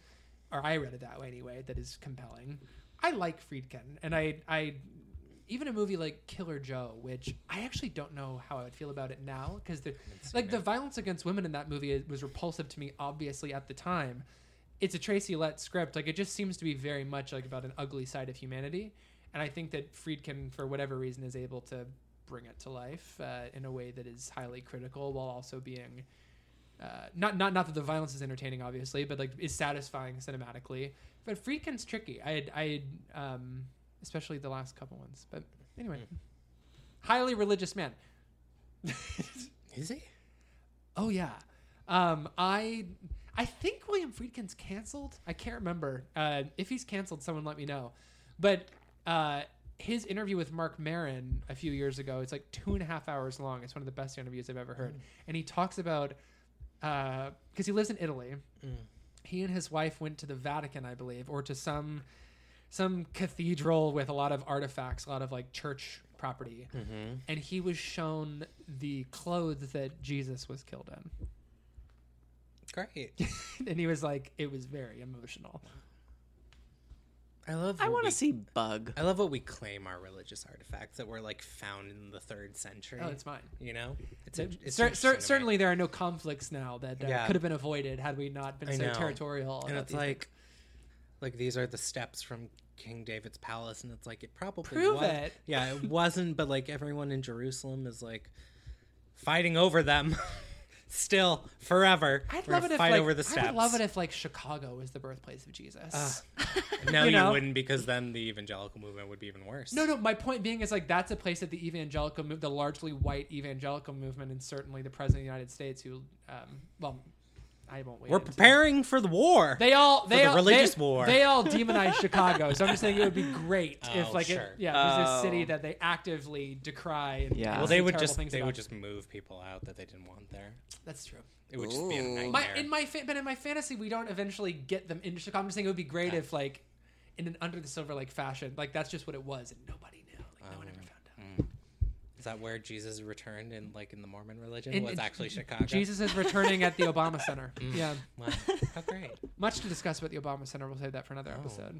[SPEAKER 3] or I read it that way anyway. That is compelling. I like Friedkin, and I, I even a movie like Killer Joe, which I actually don't know how I would feel about it now because the like the violence against women in that movie is- was repulsive to me, obviously at the time. It's a Tracy Lett script. Like it just seems to be very much like about an ugly side of humanity, and I think that Friedkin, for whatever reason, is able to bring it to life uh, in a way that is highly critical while also being uh, not not not that the violence is entertaining, obviously, but like is satisfying cinematically. But Friedkin's tricky. I I um, especially the last couple ones. But anyway, highly religious man.
[SPEAKER 1] Is he?
[SPEAKER 3] Oh yeah. Um, I I think William Friedkin's canceled. I can't remember. Uh, if he's canceled, someone let me know. But uh, his interview with Mark Marin a few years ago, it's like two and a half hours long. It's one of the best interviews I've ever heard. And he talks about because he lives in Italy. He and his wife went to the Vatican, I believe, or to some some cathedral with a lot of artifacts, a lot of like church property. And he was shown the clothes that Jesus was killed in. (laughs)
[SPEAKER 1] Great.
[SPEAKER 3] and he was like, it was very emotional.
[SPEAKER 1] (laughs) I love.
[SPEAKER 2] I
[SPEAKER 1] what
[SPEAKER 2] want
[SPEAKER 1] we-
[SPEAKER 2] to see Bug.
[SPEAKER 1] I love what we claim our religious artifacts that were like found in the third century.
[SPEAKER 3] Oh, it's mine.
[SPEAKER 1] You know, it's, a, it's
[SPEAKER 3] Cer-
[SPEAKER 1] interesting
[SPEAKER 3] cer-
[SPEAKER 1] to me.
[SPEAKER 3] certainly, there are no conflicts now that uh,
[SPEAKER 1] Yeah.
[SPEAKER 3] could have been avoided had we not been
[SPEAKER 1] I
[SPEAKER 3] so
[SPEAKER 1] know.
[SPEAKER 3] territorial.
[SPEAKER 1] and
[SPEAKER 3] about
[SPEAKER 1] it's
[SPEAKER 3] these
[SPEAKER 1] like,
[SPEAKER 3] things.
[SPEAKER 1] like these are the steps from King David's palace, and it's like it probably
[SPEAKER 3] Prove
[SPEAKER 1] was,
[SPEAKER 3] it.
[SPEAKER 1] Yeah, it wasn't, but like everyone in Jerusalem is like fighting over them, (laughs) still forever.
[SPEAKER 3] I'd
[SPEAKER 1] We're
[SPEAKER 3] love it
[SPEAKER 1] gonna
[SPEAKER 3] if
[SPEAKER 1] fight
[SPEAKER 3] like,
[SPEAKER 1] over the steps.
[SPEAKER 3] I'd love it if like Chicago was the birthplace of Jesus.
[SPEAKER 1] no, you,
[SPEAKER 3] know?
[SPEAKER 1] wouldn't, because then the evangelical movement would be even worse.
[SPEAKER 3] no, no. My point being is like that's a place that the evangelical, move, the largely white evangelical movement, and certainly the president of the United States, who, um, well, I won't wait.
[SPEAKER 1] we're
[SPEAKER 3] until-
[SPEAKER 1] preparing for the war.
[SPEAKER 3] They all they
[SPEAKER 1] the
[SPEAKER 3] all,
[SPEAKER 1] religious
[SPEAKER 3] they,
[SPEAKER 1] war.
[SPEAKER 3] They
[SPEAKER 1] (laughs)
[SPEAKER 3] all demonize Chicago, so I'm just saying it would be great if
[SPEAKER 1] Oh,
[SPEAKER 3] like
[SPEAKER 1] sure.
[SPEAKER 3] it, yeah, there's this city
[SPEAKER 2] Oh.
[SPEAKER 3] that they actively decry. And
[SPEAKER 2] Yeah.
[SPEAKER 1] well,
[SPEAKER 3] say
[SPEAKER 1] they would
[SPEAKER 3] terrible
[SPEAKER 1] just
[SPEAKER 3] things
[SPEAKER 1] they
[SPEAKER 3] about.
[SPEAKER 1] would just move people out that they didn't want there.
[SPEAKER 3] that's true.
[SPEAKER 1] It would just be a
[SPEAKER 2] Ooh.
[SPEAKER 1] nightmare.
[SPEAKER 3] My in my fa- but in my fantasy, we don't eventually get them into Chicago. I'm just saying it would be great if like in an under the silver lake fashion, like that's just what it was, and nobody knew. Like no one ever
[SPEAKER 1] Oh.
[SPEAKER 3] found out.
[SPEAKER 1] Is that where Jesus returned in like in the Mormon religion?
[SPEAKER 3] In-
[SPEAKER 1] was
[SPEAKER 3] in-
[SPEAKER 1] actually Chicago.
[SPEAKER 3] (laughs)
[SPEAKER 1] Mm.
[SPEAKER 3] Jesus is returning at the
[SPEAKER 1] (laughs)
[SPEAKER 3] Obama Center. Yeah,
[SPEAKER 1] Wow. How great.
[SPEAKER 3] much to discuss about the Obama Center. We'll save that for
[SPEAKER 1] Oh.
[SPEAKER 3] another episode.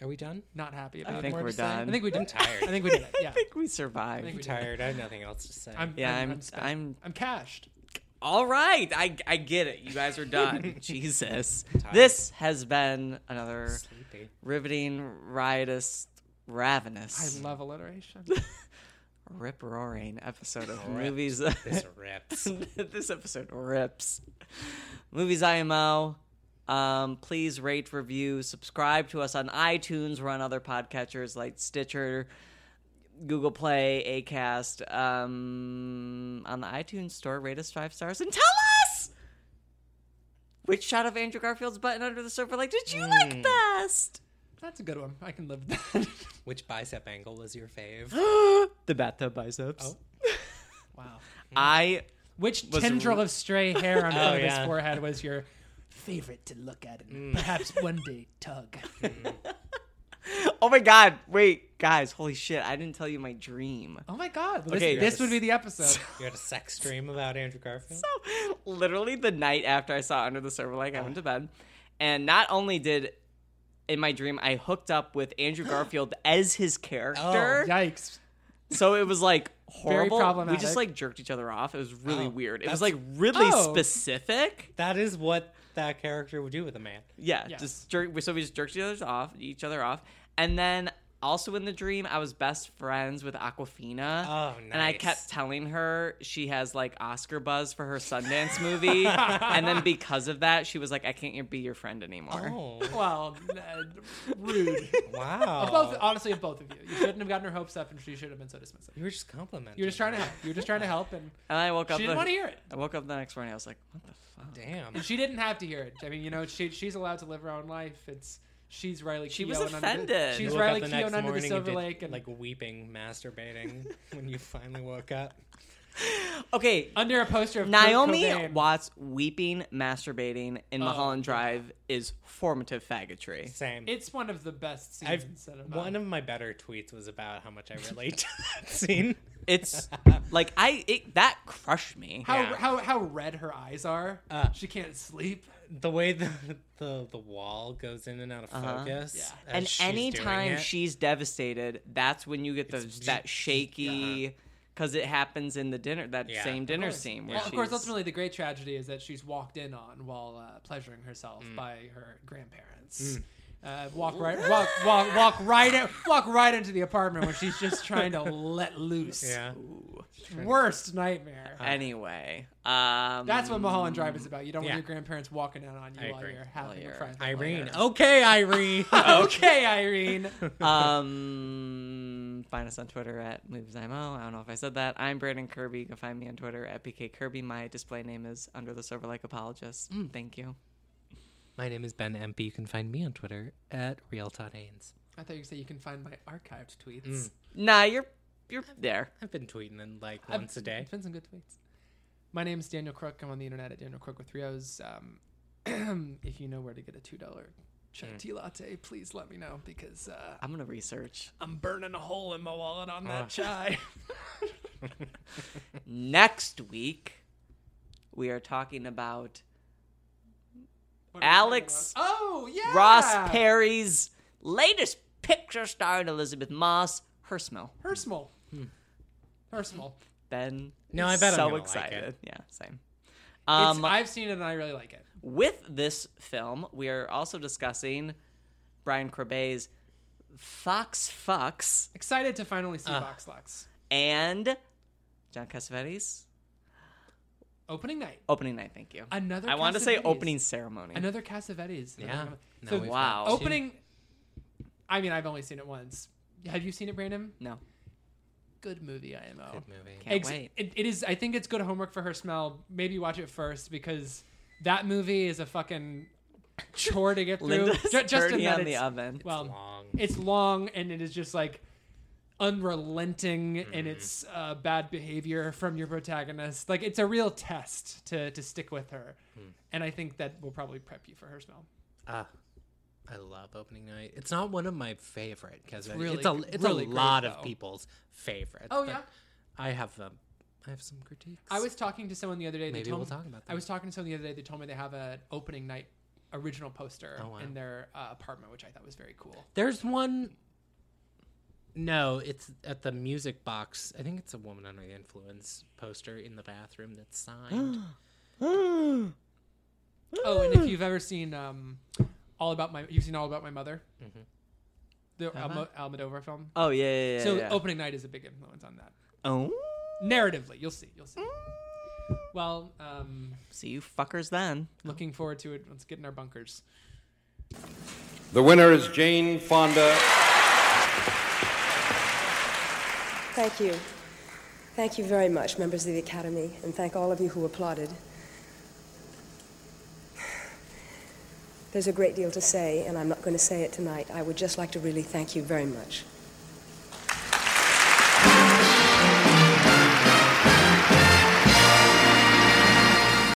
[SPEAKER 1] Are we (laughs) done?
[SPEAKER 3] Not happy about
[SPEAKER 2] I
[SPEAKER 3] it.
[SPEAKER 2] think
[SPEAKER 1] more
[SPEAKER 2] we're
[SPEAKER 1] to say?
[SPEAKER 2] done.
[SPEAKER 3] I think we
[SPEAKER 1] I'm
[SPEAKER 3] did.
[SPEAKER 1] tired.
[SPEAKER 3] I think we did it.
[SPEAKER 2] (laughs)
[SPEAKER 1] (laughs)
[SPEAKER 2] I
[SPEAKER 3] Yeah.
[SPEAKER 2] think we
[SPEAKER 3] I think
[SPEAKER 2] survived.
[SPEAKER 3] we did it.
[SPEAKER 1] tired. I have nothing else to say.
[SPEAKER 3] I'm,
[SPEAKER 2] Yeah,
[SPEAKER 3] I'm,
[SPEAKER 2] I'm-
[SPEAKER 3] spent.
[SPEAKER 2] I'm-
[SPEAKER 3] I'm cashed.
[SPEAKER 2] All right, I I get it. You guys are done. Jesus, this has been another
[SPEAKER 1] (laughs) sleepy.
[SPEAKER 2] riveting, riotous, ravenous,
[SPEAKER 3] I love alliteration.
[SPEAKER 2] rip roaring episode of movies. this (laughs)
[SPEAKER 1] This rips.
[SPEAKER 2] this episode rips. Movies IMO. Um, please rate, review, subscribe to us on iTunes. We're on other podcatchers like Stitcher, Google Play, Acast. Um, on the iTunes store, rate us five stars and tell us which shot of Andrew Garfield's button under the sofa like did you like best?
[SPEAKER 3] (laughs) That's a good one. I can live with that.
[SPEAKER 1] Which bicep angle was your fave?
[SPEAKER 2] (gasps) the bathtub biceps.
[SPEAKER 1] Oh.
[SPEAKER 3] Wow.
[SPEAKER 2] I
[SPEAKER 3] Which
[SPEAKER 2] Was-
[SPEAKER 3] tendril of stray hair (laughs) on
[SPEAKER 1] Oh,
[SPEAKER 3] Brody's
[SPEAKER 1] yeah.
[SPEAKER 3] forehead was your favorite to look at and perhaps one day tug?
[SPEAKER 2] oh my god! Wait, guys, holy shit! I didn't tell you my dream.
[SPEAKER 3] (laughs) Oh my God. Well,
[SPEAKER 2] Okay,
[SPEAKER 3] this, this
[SPEAKER 1] yes.
[SPEAKER 3] would be the (laughs) episode.
[SPEAKER 1] You had a
[SPEAKER 3] (gasps)
[SPEAKER 1] sex dream about Andrew Garfield?
[SPEAKER 2] So, literally the night after I saw Under the Silver Lake, I went to bed, and not only did in my dream I hooked up with Andrew Garfield as his
[SPEAKER 3] Oh,
[SPEAKER 2] character,
[SPEAKER 3] Yikes.
[SPEAKER 2] so it was like horrible. We
[SPEAKER 3] problematic.
[SPEAKER 2] just like jerked each other off. It was really
[SPEAKER 1] Oh,
[SPEAKER 2] weird. It
[SPEAKER 1] that's-
[SPEAKER 2] was like really
[SPEAKER 3] Oh.
[SPEAKER 2] specific.
[SPEAKER 1] that is what that character would do with a man.
[SPEAKER 3] (laughs)
[SPEAKER 2] Yeah,
[SPEAKER 3] Yeah.
[SPEAKER 2] just jerk. So we just jerked each other off, each other off, and then. Also in the dream, I was best friends with Aquafina.
[SPEAKER 1] Oh,
[SPEAKER 2] And I
[SPEAKER 1] nice.
[SPEAKER 2] kept telling her she has like Oscar buzz for her Sundance movie. and then because of that, she was like, I can't be your friend anymore.
[SPEAKER 1] Oh,
[SPEAKER 3] Well, uh, rude.
[SPEAKER 1] wow.
[SPEAKER 3] (laughs) Both, honestly, of uh, both of you. You shouldn't have gotten her hopes up and she should have been so dismissive.
[SPEAKER 1] you were just complimenting.
[SPEAKER 3] You were just trying to help. You were just trying to help and
[SPEAKER 2] And I woke up.
[SPEAKER 3] she
[SPEAKER 2] the-
[SPEAKER 3] didn't want to hear it.
[SPEAKER 2] I woke up the next morning. I was like, what the fuck?
[SPEAKER 1] Damn.
[SPEAKER 3] She didn't have to hear it. I mean, you know, she, she's allowed to live her own life. It's she's Riley.
[SPEAKER 2] She
[SPEAKER 3] Keough
[SPEAKER 2] was
[SPEAKER 3] and Under the-
[SPEAKER 2] offended.
[SPEAKER 1] You
[SPEAKER 3] she's
[SPEAKER 1] woke up
[SPEAKER 3] Riley
[SPEAKER 1] the
[SPEAKER 3] Keough
[SPEAKER 1] next
[SPEAKER 3] and under the
[SPEAKER 1] morning
[SPEAKER 3] silver
[SPEAKER 1] did,
[SPEAKER 3] lake and
[SPEAKER 1] like weeping, masturbating
[SPEAKER 3] (laughs)
[SPEAKER 1] when you finally woke up.
[SPEAKER 2] Okay.
[SPEAKER 3] under a poster of uh, Kurt
[SPEAKER 2] Naomi
[SPEAKER 3] Cobain.
[SPEAKER 2] Watts weeping, masturbating in Mulholland Drive is formative faggotry.
[SPEAKER 1] Same.
[SPEAKER 3] It's one of the best scenes.
[SPEAKER 1] I've
[SPEAKER 3] in cinema.
[SPEAKER 1] one of my better tweets was about how much I relate to that (laughs) scene.
[SPEAKER 2] It's like I it, that crushed me.
[SPEAKER 3] how,
[SPEAKER 1] yeah. Uh.
[SPEAKER 3] how how red her eyes are. she can't sleep.
[SPEAKER 1] The way the the, the wall goes in and out of focus. as
[SPEAKER 2] Uh-huh.
[SPEAKER 3] Yeah.
[SPEAKER 2] and
[SPEAKER 1] she's doing
[SPEAKER 2] anytime
[SPEAKER 1] it.
[SPEAKER 2] she's devastated, that's when you get those that shaky because it happens in the dinner that
[SPEAKER 1] Yeah.
[SPEAKER 2] same
[SPEAKER 1] Of
[SPEAKER 2] dinner
[SPEAKER 3] course.
[SPEAKER 2] scene. Where
[SPEAKER 3] Well, of course,
[SPEAKER 2] she's-
[SPEAKER 3] ultimately the great tragedy is that she's walked in on while uh, pleasuring herself
[SPEAKER 2] Mm.
[SPEAKER 3] by her grandparents.
[SPEAKER 1] Mm.
[SPEAKER 3] Uh, walk right, walk, walk, walk right, in, walk right into the apartment where she's just trying
[SPEAKER 2] (laughs)
[SPEAKER 3] to let loose.
[SPEAKER 1] yeah,
[SPEAKER 3] Worst nightmare.
[SPEAKER 2] Anyway, um,
[SPEAKER 3] That's what Mulholland Drive is about. You don't
[SPEAKER 1] Yeah.
[SPEAKER 3] want your grandparents walking in on you
[SPEAKER 1] I
[SPEAKER 3] while
[SPEAKER 1] agree.
[SPEAKER 3] you're having
[SPEAKER 2] you're-
[SPEAKER 3] a private
[SPEAKER 1] Irene.
[SPEAKER 3] layer.
[SPEAKER 1] Okay,
[SPEAKER 2] (laughs)
[SPEAKER 1] Irene.
[SPEAKER 3] (laughs)
[SPEAKER 1] (laughs)
[SPEAKER 3] okay, Irene.
[SPEAKER 2] um, find us on Twitter at MovesIMO. I don't know if I said that. I'm Brandon Kirby. You can find me on Twitter at PK Kirby. My display name is Under the Silver Lake Apologist.
[SPEAKER 3] Mm.
[SPEAKER 2] Thank you.
[SPEAKER 1] My name is Ben MP. You can find me on Twitter at real Todd Haynes.
[SPEAKER 3] I thought you said you can find my archived tweets.
[SPEAKER 1] Mm.
[SPEAKER 2] Nah, you're you're there.
[SPEAKER 1] I've been tweeting them like
[SPEAKER 3] I've-
[SPEAKER 1] once a day.
[SPEAKER 3] It's been some good tweets. My name is Daniel Crook. I'm on the internet at Daniel Crook with three O's. Um, (clears throat) if you know where to get a two dollar
[SPEAKER 1] Mm.
[SPEAKER 3] chai tea latte, please let me know because uh,
[SPEAKER 2] I'm gonna research
[SPEAKER 3] I'm burning a hole in my wallet on
[SPEAKER 1] Ah.
[SPEAKER 3] that chai. (laughs)
[SPEAKER 2] next week. We are talking about
[SPEAKER 3] What are we
[SPEAKER 2] Alex
[SPEAKER 1] Ah!
[SPEAKER 3] talking about? Oh yeah,
[SPEAKER 2] Ross Perry's latest picture starring Elizabeth Moss, her smell.
[SPEAKER 3] Hersmal.
[SPEAKER 1] Hmm.
[SPEAKER 3] Hersmal.
[SPEAKER 2] Ben.
[SPEAKER 1] No, I
[SPEAKER 2] is
[SPEAKER 1] bet I'm
[SPEAKER 2] so
[SPEAKER 1] gonna like
[SPEAKER 2] excited.
[SPEAKER 1] it.
[SPEAKER 2] Yeah, same.
[SPEAKER 3] It's-
[SPEAKER 2] Um,
[SPEAKER 3] I've seen it and I really like it.
[SPEAKER 2] with this film, we are also discussing Brian Corbett's Fox Fox
[SPEAKER 3] Excited to finally
[SPEAKER 1] Ah.
[SPEAKER 3] see Vox Lux.
[SPEAKER 2] and John Cassavetes
[SPEAKER 3] Opening night.
[SPEAKER 2] opening night. Thank you.
[SPEAKER 3] Another
[SPEAKER 2] I wanted to say
[SPEAKER 3] Cassavetes.
[SPEAKER 2] opening ceremony.
[SPEAKER 3] Another Cassavetes.
[SPEAKER 1] Yeah. Now
[SPEAKER 3] So
[SPEAKER 1] we've got
[SPEAKER 2] wow.
[SPEAKER 1] two.
[SPEAKER 3] opening. I mean, I've only seen it once. Have you seen it, Brandon?
[SPEAKER 2] No,
[SPEAKER 3] Good movie, IMO.
[SPEAKER 1] Good movie.
[SPEAKER 2] can't
[SPEAKER 3] Ex-
[SPEAKER 2] wait.
[SPEAKER 3] It, it is. I think it's good homework for her smell. Maybe watch it first because that movie is a fucking
[SPEAKER 2] (laughs)
[SPEAKER 3] chore to get through.
[SPEAKER 2] Linda's
[SPEAKER 3] Ju- just in
[SPEAKER 2] turning
[SPEAKER 3] that
[SPEAKER 2] on the
[SPEAKER 3] it's-
[SPEAKER 2] oven.
[SPEAKER 3] Well,
[SPEAKER 1] long.
[SPEAKER 3] it's long and it is just like unrelenting
[SPEAKER 2] Mm-hmm.
[SPEAKER 3] in its uh, bad behavior from your protagonist. Like it's a real test to to stick with her,
[SPEAKER 2] Hmm.
[SPEAKER 3] and I think that will probably prep you for her smell.
[SPEAKER 1] Ah, I love opening night. It's not one of my favorite because it's,
[SPEAKER 3] really
[SPEAKER 1] a
[SPEAKER 3] gr-
[SPEAKER 1] it's
[SPEAKER 3] really
[SPEAKER 1] a
[SPEAKER 3] great,
[SPEAKER 1] lot of
[SPEAKER 3] though.
[SPEAKER 1] people's favorites.
[SPEAKER 3] Oh,
[SPEAKER 1] but
[SPEAKER 3] yeah?
[SPEAKER 1] I have um, I have some critiques.
[SPEAKER 3] I was talking to someone the other day. They
[SPEAKER 1] Maybe
[SPEAKER 3] told
[SPEAKER 1] we'll
[SPEAKER 3] me-
[SPEAKER 1] talk about
[SPEAKER 3] I
[SPEAKER 1] that.
[SPEAKER 3] was talking to someone the other day. They told me they have an opening night original poster
[SPEAKER 1] Oh, wow.
[SPEAKER 3] in their uh, apartment, which I thought was very cool.
[SPEAKER 1] There's one. No, it's at the music box. I think it's a woman under the influence poster in the bathroom that's signed.
[SPEAKER 3] Oh, and if you've ever seen um, All About My, you've seen All About My Mother,
[SPEAKER 1] Mm-hmm.
[SPEAKER 3] the Almo- Almodovar film.
[SPEAKER 2] Oh yeah, yeah, yeah.
[SPEAKER 3] so
[SPEAKER 2] yeah.
[SPEAKER 3] opening night is a big influence on that.
[SPEAKER 2] oh,
[SPEAKER 3] Narratively, you'll see, you'll see.
[SPEAKER 1] Mm.
[SPEAKER 3] Well, um,
[SPEAKER 2] see you fuckers then.
[SPEAKER 3] looking forward to it. Let's get in our bunkers.
[SPEAKER 6] The winner is Jane Fonda.
[SPEAKER 7] Thank you. Thank you very much, members of the Academy, and thank all of you who applauded. There's a great deal to say, and I'm not going to say it tonight. I would just like to really thank you very much.